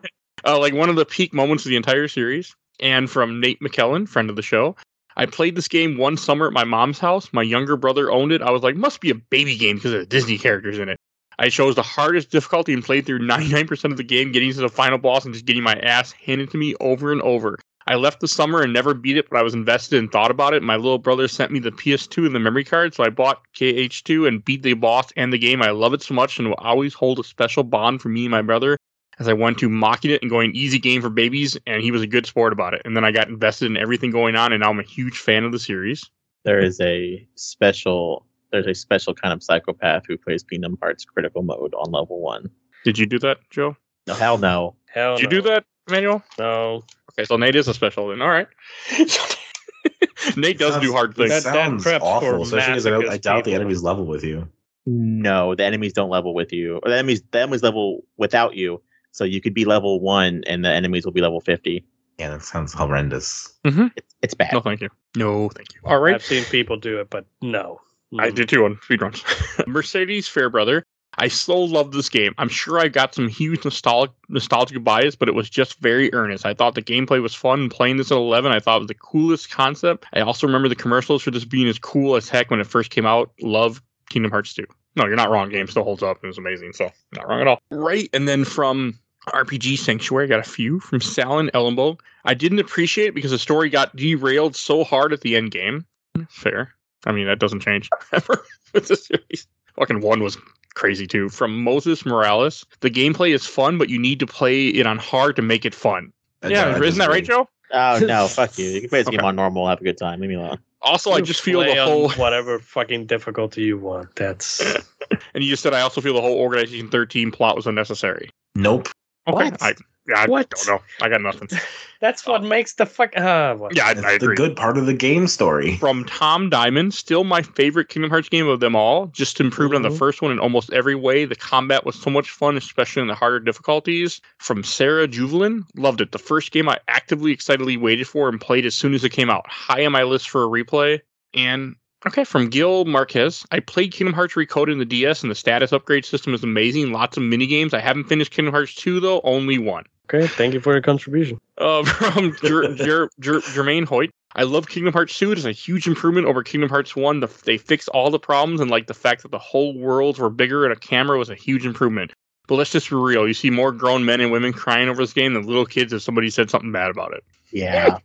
Uh, like one of the peak moments of the entire series. And from Nate McKellen, friend of the show. I played this game one summer at my mom's house. My younger brother owned it. I was like, must be a baby game because of the Disney characters in it. I chose the hardest difficulty and played through [laughs] 99% of the game, getting to the final boss and just getting my ass handed to me over and over. I left the summer and never beat it, but I was invested and thought about it. My little brother sent me the PS2 and the memory card, so I bought KH2 and beat the boss and the game. I love it so much and will always hold a special bond for me and my brother as I went to mocking it and going easy game for babies, and he was a good sport about it. And then I got invested in everything going on, and now I'm a huge fan of the series.
there is a special there's a special kind of psychopath who plays Kingdom Hearts critical mode on level one.
Did you do that, Joe?
No hell no.
Hell
Did you do
no.
that, Manuel?
No.
Uh, Okay, so Nate is a special then. All right. [laughs] Nate does
Sounds-
do hard
It
things.
That- that
sounds
preps for
awful, especially because I, don't- I
masochist
doubt the
people.
enemies level with you.
No, the enemies don't level with you. Or the enemies the enemies level without you. So you could be level one and the enemies will be level fifty.
Yeah, that sounds horrendous.
It's, it's bad.
No, thank you. No, thank you. All right.
I've seen people do it, but no. Mm.
I did too on speedruns. Mm. [laughs] Mercedes Fairbrother. I still love this game. I'm sure I got some huge nostalgic nostalgic bias, but it was just very earnest. I thought the gameplay was fun. Playing this at 11, I thought it was the coolest concept. I also remember the commercials for this being as cool as heck when it first came out. Love Kingdom Hearts 2. No, you're not wrong. Game still holds up and is amazing. So not wrong at all. Right, and then from RPG Sanctuary, got a few from Salin Ellenbow. I didn't appreciate it because the story got derailed so hard at the end game. Fair. I mean, that doesn't change ever [laughs] with the series. Fucking one was crazy too. From Moses Morales, the gameplay is fun, but you need to play it on hard to make it fun.
I
yeah,
don't- I
isn't that right,
disagree.
Joe?
Oh no, fuck you. You can play this game
Okay.
on normal, have a good time. Leave me alone.
Also, I just feel
Play
the
on
whole.
whatever fucking difficulty you want.
[coughs]
That's
And you just said I also feel the whole Organization 13 plot was unnecessary.
Nope.
Okay,
What?
I, I
What?
don't know. I got
[laughs]
nothing.
that's what makes the fuck ah, what-
Yeah, I,
It's
I
the
agree.
good part of the game story.
from Tom Diamond, still my favorite Kingdom Hearts game of them all. Just improved on the
Mhm.
first one in almost every way. The combat was so much fun, especially in the harder difficulties. From Sarah Juvelin, loved it. The first game I actively, excitedly waited for and played as soon as it came out. High on my list for a replay. And okay, from Gil Marquez, I played Kingdom Hearts Recoded in the DS, and the status upgrade system is amazing. Lots of mini games. I haven't finished Kingdom Hearts 2 though, only one. [laughs]
Okay, thank you for your contribution.
Uh, from Jer- Jer- Jer- Jermaine Hoyt. I love Kingdom Hearts 2. It is a huge improvement over Kingdom Hearts 1. The, they fixed all the problems and like the fact that the whole worlds were bigger and a camera was a huge improvement. But let's just be real. You see more grown men and women crying over this game than little kids if somebody said something bad about it.
Yeah.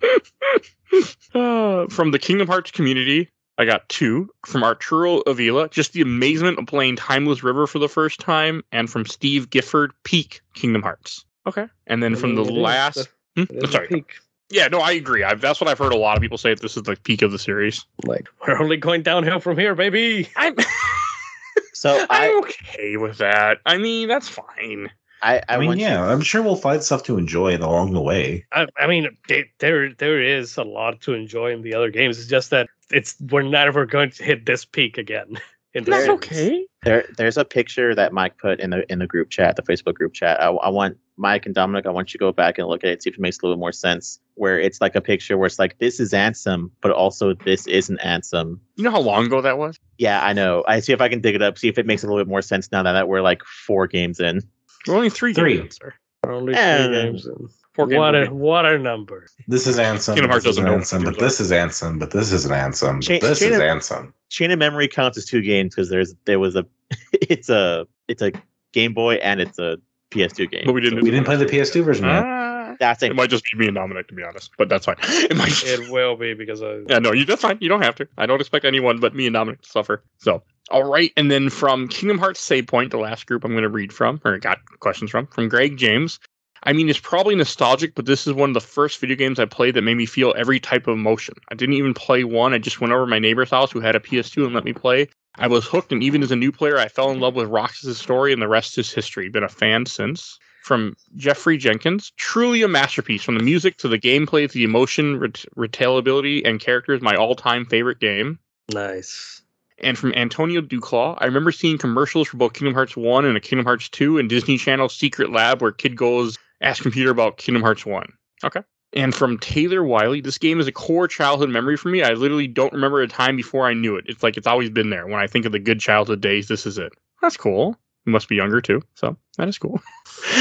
Uh, from the Kingdom Hearts community, I got two. From Arturo Avila, just the amazement of playing Timeless River for the first time, and from Steve Gifford, peak Kingdom Hearts. Okay. And then
I
from
mean,
the
it is
last. Hmm?
It is a
Sorry.
peak.
Yeah, no, I agree. I, that's what I've heard a lot of people say. That this is the peak of the series.
Like we're only going downhill from here, baby.
I'm,
So
[laughs]
I,
I'm okay with that. I mean, that's fine.
I, I,
I, mean,
want
yeah,
you,
I'm sure we'll find stuff to enjoy along the way.
I, I mean, it, there there is a lot to enjoy in the other games. It's just that it's we're never going to hit this peak again. [laughs] in the
That's
There it
series.
okay.
there. There's a picture that Mike put in the in the group chat, the Facebook group chat. I, I want Mike and Dominic. I want you to go back and look at it, see if it makes a little more sense. Where it's like a picture where it's like this is Ansem, but also this isn't Ansem.
You know how long ago that was?
Yeah, I know. I see if I can dig it up, see if it makes a little bit more sense now that we're like four games in.
We're only three.
Three.
games in, sir.
We're only three
Eh.
games in.
Four games
what
in.
a what a number.
This is Ansem.
Kingdom Hearts
this is
doesn't know.
Ansem, but this is Ansem, but this is an Ansem,
Chain-
but this
Chain
is
of-
Ansem.
Chain of Memory counts as two games because there's there was a [laughs] it's a it's a Game Boy and it's a PS2 game.
But we didn't.
We didn't play the PS2 version yet.
Ah.
That's it.
It might just be me and Dominic, to be honest, but that's fine. [laughs] It might.
It will be because I
yeah, no, you that's fine. You don't have to. I don't expect anyone but me and Dominic to suffer. So, all right. And then from Kingdom Hearts Save Point, the last group I'm going to read from, or got questions from, from Greg James. I mean, it's probably nostalgic, but this is one of the first video games I played that made me feel every type of emotion. I didn't even play one. I just went over to my neighbor's house who had a PS2 and let me play. I was hooked, and even as a new player, I fell in love with Roxas' story, and the rest is history. Been a fan since from Jeffrey Jenkins. Truly a masterpiece from the music to the gameplay to the emotion, ret- retailability, and characters. My all time favorite game.
nice.
And from Antonio Duclaw, I remember seeing commercials for both Kingdom Hearts 1 and a Kingdom Hearts 2 and Disney Channel Secret Lab where kid goes ask computer about Kingdom Hearts 1. Okay. And from Taylor Wiley, this game is a core childhood memory for me. I literally don't remember a time before I knew it. It's like it's always been there. When I think of the good childhood days, this is it. That's cool. You must be younger too. So that is cool. [laughs]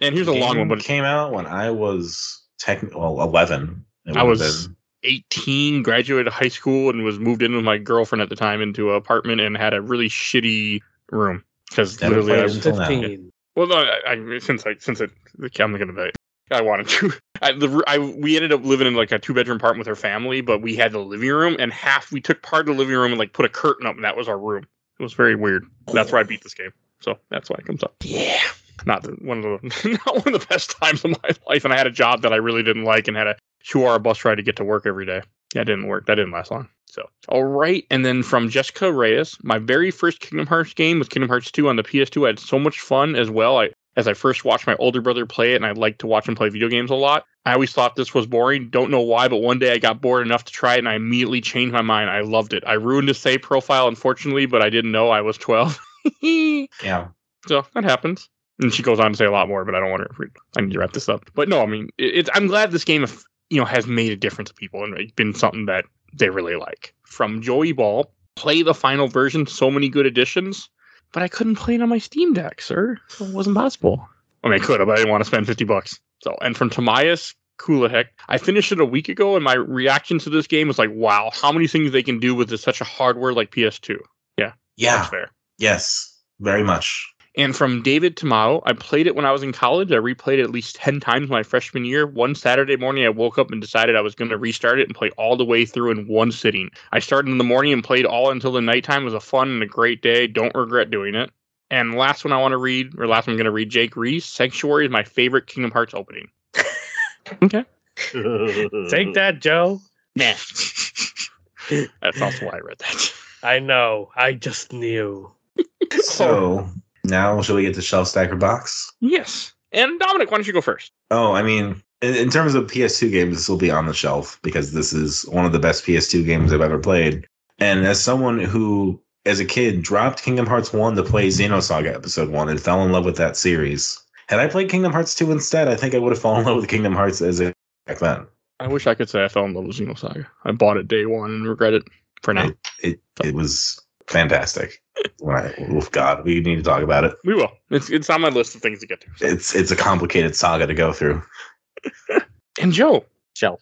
and here's a
The
long one,
[laughs] game
but it's
came out when I was technically well, 11. It would
I
have
was
been-
18, graduated high school, and was moved in with my girlfriend at the time into an apartment and had a really shitty room because
Never
literally, I
played
was,
until now.
Fifteen.
well, no, I, I, since I since it, I'm gonna bet I wanted to. [laughs] I, the, r- I we ended up living in like a two bedroom apartment with her family, but we had the living room and half we took part of the living room and like put a curtain up, and that was our room. It was very weird. That's where I beat this game, so that's why it comes up. Yeah. Not the- one of the [laughs] not one of the best times of my life, and I had a job that I really didn't like, and had a two-hour bus ride to get to work every day. That didn't work. That didn't last long. So, all right. And then from Jessica Reyes, my very first Kingdom Hearts game was Kingdom Hearts 2 on the PS2. I had so much fun as well. I as I first watched my older brother play it, and I liked to watch him play video games a lot. I always thought this was boring. Don't know why, but one day I got bored enough to try it, and I immediately changed my mind. I loved it. I ruined his save profile, unfortunately, but I didn't know I was [laughs] 12.
yeah.
So that happens. And she goes on to say a lot more, but I don't want to. I need to wrap this up. But no, I mean, it, it's. I'm glad this game, you know, has made a difference to people and it's been something that they really like. From Joey Ball, play the final version. So many good additions, but I couldn't play it on my Steam Deck, sir. So it wasn't possible. I mean, I could have, but I didn't want to spend fifty bucks. So, and from Tamias Kulahek, I finished it a week ago, and my reaction to this game was like, "Wow, how many things they can do with this, such a hardware like PS2."
Yeah.
That's fair.
Yes. Very much.
[laughs] And from David Tamao, I played it when I was in college. I replayed it at least 10 times my freshman year. One Saturday morning, I woke up and decided I was going to restart it and play all the way through in one sitting. I started in the morning and played all until the nighttime. It was a fun and a great day. Don't regret doing it. And last one I want to read, or last one I'm going to read, Jake Reese Sanctuary is my favorite Kingdom Hearts opening. Uh,
Take that, Joe.
Nah. That's also why I read that.
I know. I just knew.
So now shall we get to shelf stacker box?
Yes. And Dominic, why don't you go first?
Oh, I mean, in, in terms of PS2 games, this will be on the shelf because this is one of the best PS2 games I've ever played. And as someone who, as a kid, dropped Kingdom Hearts 1 to play Xenosaga Episode 1 and fell in love with that series, had I played Kingdom Hearts 2 instead, I think I would have fallen in love with Kingdom Hearts as a back then.
I wish I could say I fell in love with Xenosaga. I bought it day one and regret it for now.
Right. It it was fantastic. When I, oh God, we need to talk about it.
We will. It's it's on my list of things to get to. so.
It's it's a complicated saga to go through.
And Joe,
Shelf.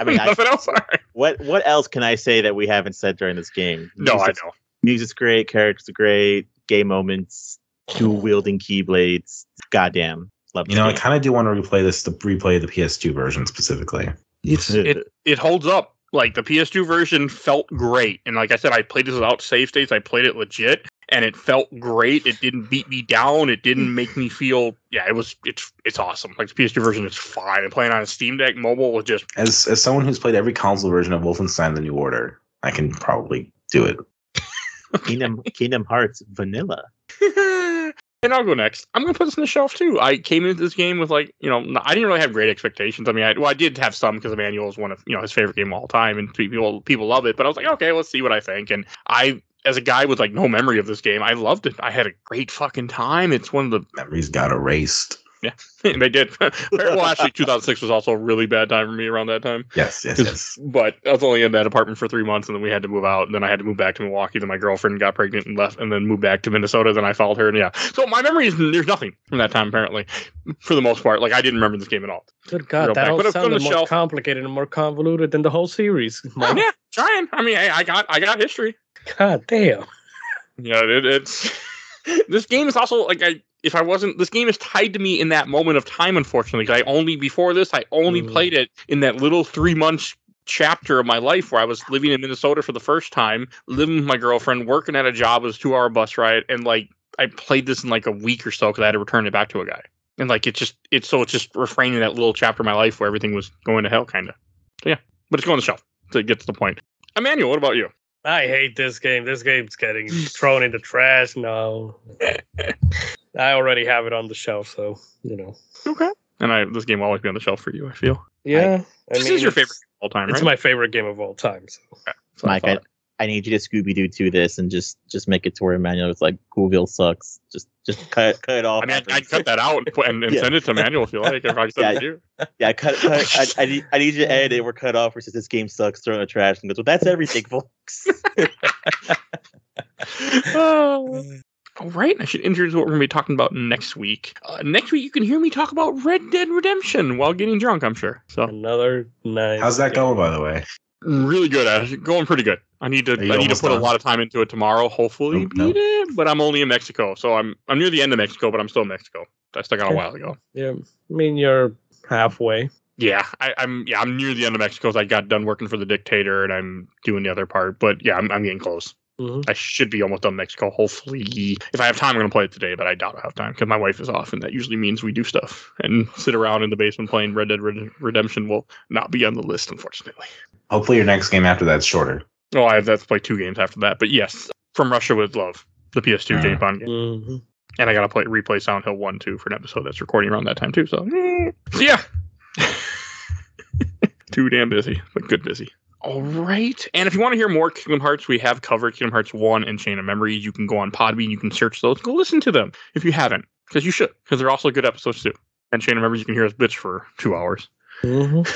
I mean,
[laughs]
I,
nothing
[laughs]
else. All right.
what what else can I say that we haven't said during this game?
No, I
Music's-
know.
Music's great, characters are great, gay moments, dual wielding keyblades. Goddamn, love.
You know, I kind of do want to replay this, the replay the PS2 version specifically.
[laughs]
It's it it holds up. Like the PS2 version felt great, and like I said, I played this without save states. I played it legit, and it felt great. It didn't beat me down. It didn't make me feel yeah. It was it's it's awesome. Like the PS2 version is fine. And playing on a Steam Deck mobile was just
As as someone who's played every console version of Wolfenstein: The New Order, I can probably do it.
Kingdom Kingdom Hearts
[laughs]
Vanilla.
and I'll go next. I'm gonna put this on the shelf too. I came into this game with like, you know, n- I didn't really have great expectations. I mean, I, well, I did have some because Emmanuel is one of you know his favorite game of all time, and people people love it. But I was like, okay, let's see what I think. And I, as a guy with like no memory of this game, I loved it. I had a great fucking time. It's one of the [laughs]
Memories got erased.
they did. [laughs] well, actually, 2006 was also a really bad time for me around that time.
Yes, yes,
'Cause-
yes.
But I was only in that apartment for three months, and then we had to move out. And then I had to move back to Milwaukee. Then my girlfriend got pregnant and left, and then moved back to Minnesota. Then I followed her, and yeah. So my memory is there's nothing from that time apparently, for the most part. Like I didn't remember this game at all.
Good
Real
God,
back.
that all
Put it on the
sounded more
shelf.
complicated and more convoluted than the whole series. Mark.
yeah, trying. I mean, hey, I got I got history.
God damn.
Yeah, it, it's [laughs] this game is also like I if I wasn't this game is tied to me in that moment of time. Unfortunately, 'cause I only before this I only
Mm.
played it in that little three months chapter of my life where I was living in Minnesota for the first time, living with my girlfriend, working at a job, it was a two hour bus ride, and like I played this in like a week or so because I had to return it back to a guy. And like it just it's so it's just refraining that little chapter of my life where everything was going to hell kind of. So yeah, but it's going on the shelf to get to the point. Emmanuel, what about you?
I hate this game. This game's getting thrown in the trash now. I already have it on the shelf, so you know.
Okay. And I this game will always be on the shelf for you, I feel.
Yeah, I
this is your
it's-
favorite game of all time,
It's
right?
my favorite game of all time. So.
That's what I
Mike, I,
thought.
I need you to Scooby Doo to this and just just make it to where Emmanuel was like, Coolville sucks. Just just cut cut it off.
I mean,
after-
I, I'd cut that out and, put- and, and
Yeah.
send it to Manuel if you like. If I could send it to you.
yeah, cut. cut I, I need I need you to edit it. We're cut off. Versus this game sucks. Throw it in the trash and goes. Well, that's everything, folks.
Uh, All right, I should introduce what we're going to be talking about next week. Uh, next week, you can hear me talk about Red Dead Redemption while getting drunk, I'm sure. So,
Another nice.
How's that
game.
going, by the way?
really good. Uh, going pretty good. I need to
Are you
I need to
almost
put a
done?
lot of time into it tomorrow, hopefully.
Nope, nope.
beat it, But I'm only in Mexico, so I'm I'm near the end of Mexico, but I'm still in Mexico. I stuck out a
Okay.
while ago.
Yeah, I mean you're halfway.
Yeah, I, I'm yeah I'm near the end of Mexico. 'cause I got done working for the dictator, and I'm doing the other part. But yeah, I'm, I'm getting close.
Mhm.
I should be almost done Mexico. Hopefully, if I have time, I'm gonna play it today. But I doubt I have time because my wife is off, and that usually means we do stuff and sit around in the basement playing Red Dead Red- Redemption. Will not be on the list, unfortunately.
Hopefully, your next game after that's shorter.
Oh, I have that's play two games after that. But yes, from Russia with Love, the PS2
Mm.
James Bond game.
Mhm.
and I gotta play replay Sound Hill one too for an episode that's recording around that time too. So, eh. So, yeah, [laughs] too damn busy, but good busy. All right, and if you want to hear more Kingdom Hearts, we have covered Kingdom Hearts one and Chain of Memories. You can go on Podbean, you can search those, go listen to them if you haven't, because you should, because they're also good episodes too. And Chain of Memories, you can hear us bitch for two hours.
Mhm.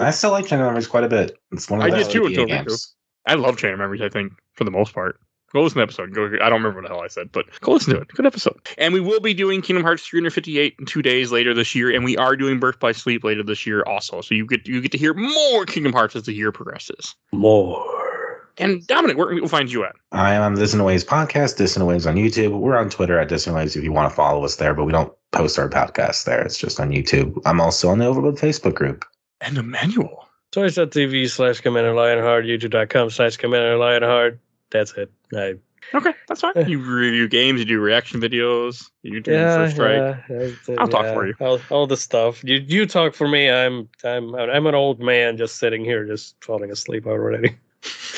I still like Chain of Memories quite a bit. It's one of
I
the
did too
video
until Rico.
games.
I love Chain of Memories, I think, for the most part. Go listen to the episode. Go, I don't remember what the hell I said, but go listen to it. Good episode. And we will be doing Kingdom Hearts 358 in two days later this year, and we are doing Birth by Sleep later this year also. So you get you get to hear more Kingdom Hearts as the year progresses.
More.
And Dominic, where can people find you at?
I am on the Distant Waves podcast, Distant Waves on YouTube. We're on Twitter at Distant Waves if you want to follow us there, but we don't post our podcast there. It's just on YouTube. I'm also on the Overload
[laughs]
Facebook group.
And Emmanuel.
Twitch.tv slash Commander Lionheart, YouTube.com slash Commander Lionheart. That's it. I,
Okay, that's fine. You review games, you do reaction videos, you do
Eh. yeah,
first strike.
yeah, I-
I'll talk for
yeah,
you.
All, all the stuff. You you talk for me. I'm I'm I'm an old man just sitting here, just falling asleep already. [laughs]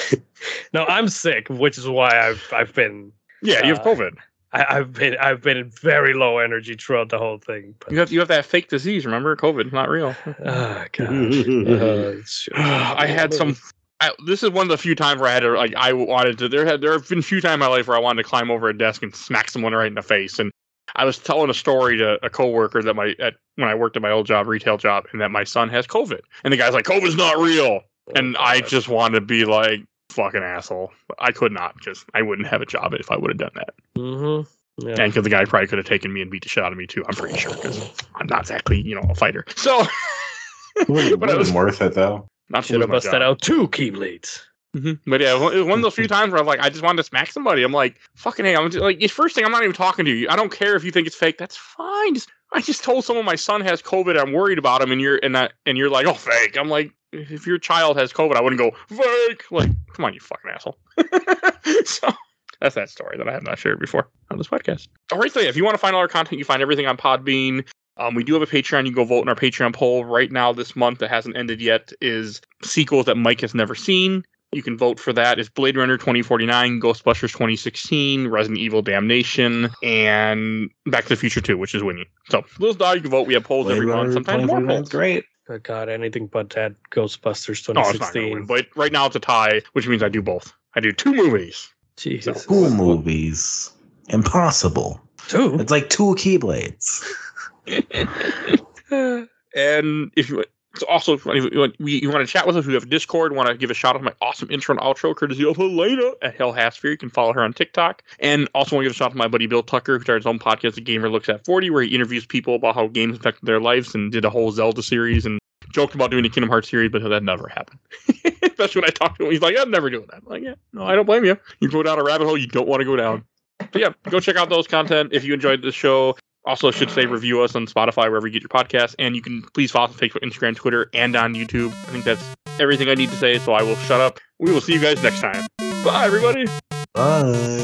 no, I'm sick, which is why I've I've been
Yeah, you have
Uh,
COVID.
I, I've been I've been very low energy throughout the whole thing. But,
You have you have that fake disease, remember? COVID, not real.
Ah,
[laughs]
gosh. Uh, shit.
[sighs] I had some. I, this is one of the few times where I had to like I wanted to. There had there have been a few times in my life where I wanted to climb over a desk and smack someone right in the face. And I was telling a story to a coworker that my at, when I worked at my old job, retail job, and that my son has COVID. And the guy's like, "COVID's not real."
Oh,
And I just wanted to be like, "Fucking asshole!" I could not because I wouldn't have a job if I would have done that.
Mm-hmm. Yeah.
And because the guy probably could have taken me and beat the shit out of me too. I'm pretty sure because I'm not exactly you know a fighter. So [laughs]
Wouldn't
But I was-
wouldn't worth it though.
Not to
Should
lose
have
my
bust that
job.
out two Keyblades.
Mhm. But yeah, it was one of those few times where I'm like, I just wanted to smack somebody. I'm like, fucking hey, I'm just, like, first thing, I'm not even talking to you. I don't care if you think it's fake. That's fine. Just, I just told someone my son has COVID. I'm worried about him, and you're and I, and you're like, oh, fake. I'm like, if your child has COVID, I wouldn't go fake. Like, come on, you fucking asshole. [laughs] so that's that story that I have not shared before on this podcast. All right, so yeah, if you want to find all our content, you find everything on Podbean. Um, we do have a Patreon. You can go vote in our Patreon poll right now. This month that hasn't ended yet is sequels that Mike has never seen. You can vote for that. It's Blade Runner 2049, Ghostbusters 2016, Resident Evil Damnation, and Back to the Future 2, which is winning. So, little dog, you can vote. We have polls
Blade
every month.
Runner
Sometimes more
2049 's
polls.
great.
Good God, anything but that Ghostbusters
No, it's not going
2016.
to win. But right now it's a tie, which means I do both. I do two movies.
Jesus.
Cool movies. Impossible.
Two?
It's like two keyblades.
and if you it's also if you want, you, you want to chat with us, we have Discord. Want to give a shout out to my awesome intro and outro, courtesy of Helena at Hell Hasphere. You can follow her on TikTok, and also want to give a shout out to my buddy Bill Tucker, who started his own podcast, The Gamer Looks at Forty, where he interviews people about how games affected their lives, and did a whole Zelda series, and joked about doing a Kingdom Hearts series, but that never happened. [laughs] Especially when I talked to him, he's like, "I'm never doing that." I'm like, yeah, no, I don't blame you. You go down a rabbit hole you don't want to go down. But yeah, go check out those content if you enjoyed the show. Also, should say review us on Spotify wherever you get your podcast, and you can please follow us on Facebook, Instagram, Twitter, and on YouTube. I think that's everything I need to say, so I will shut up. We will see you guys next time. Bye, everybody.
Bye.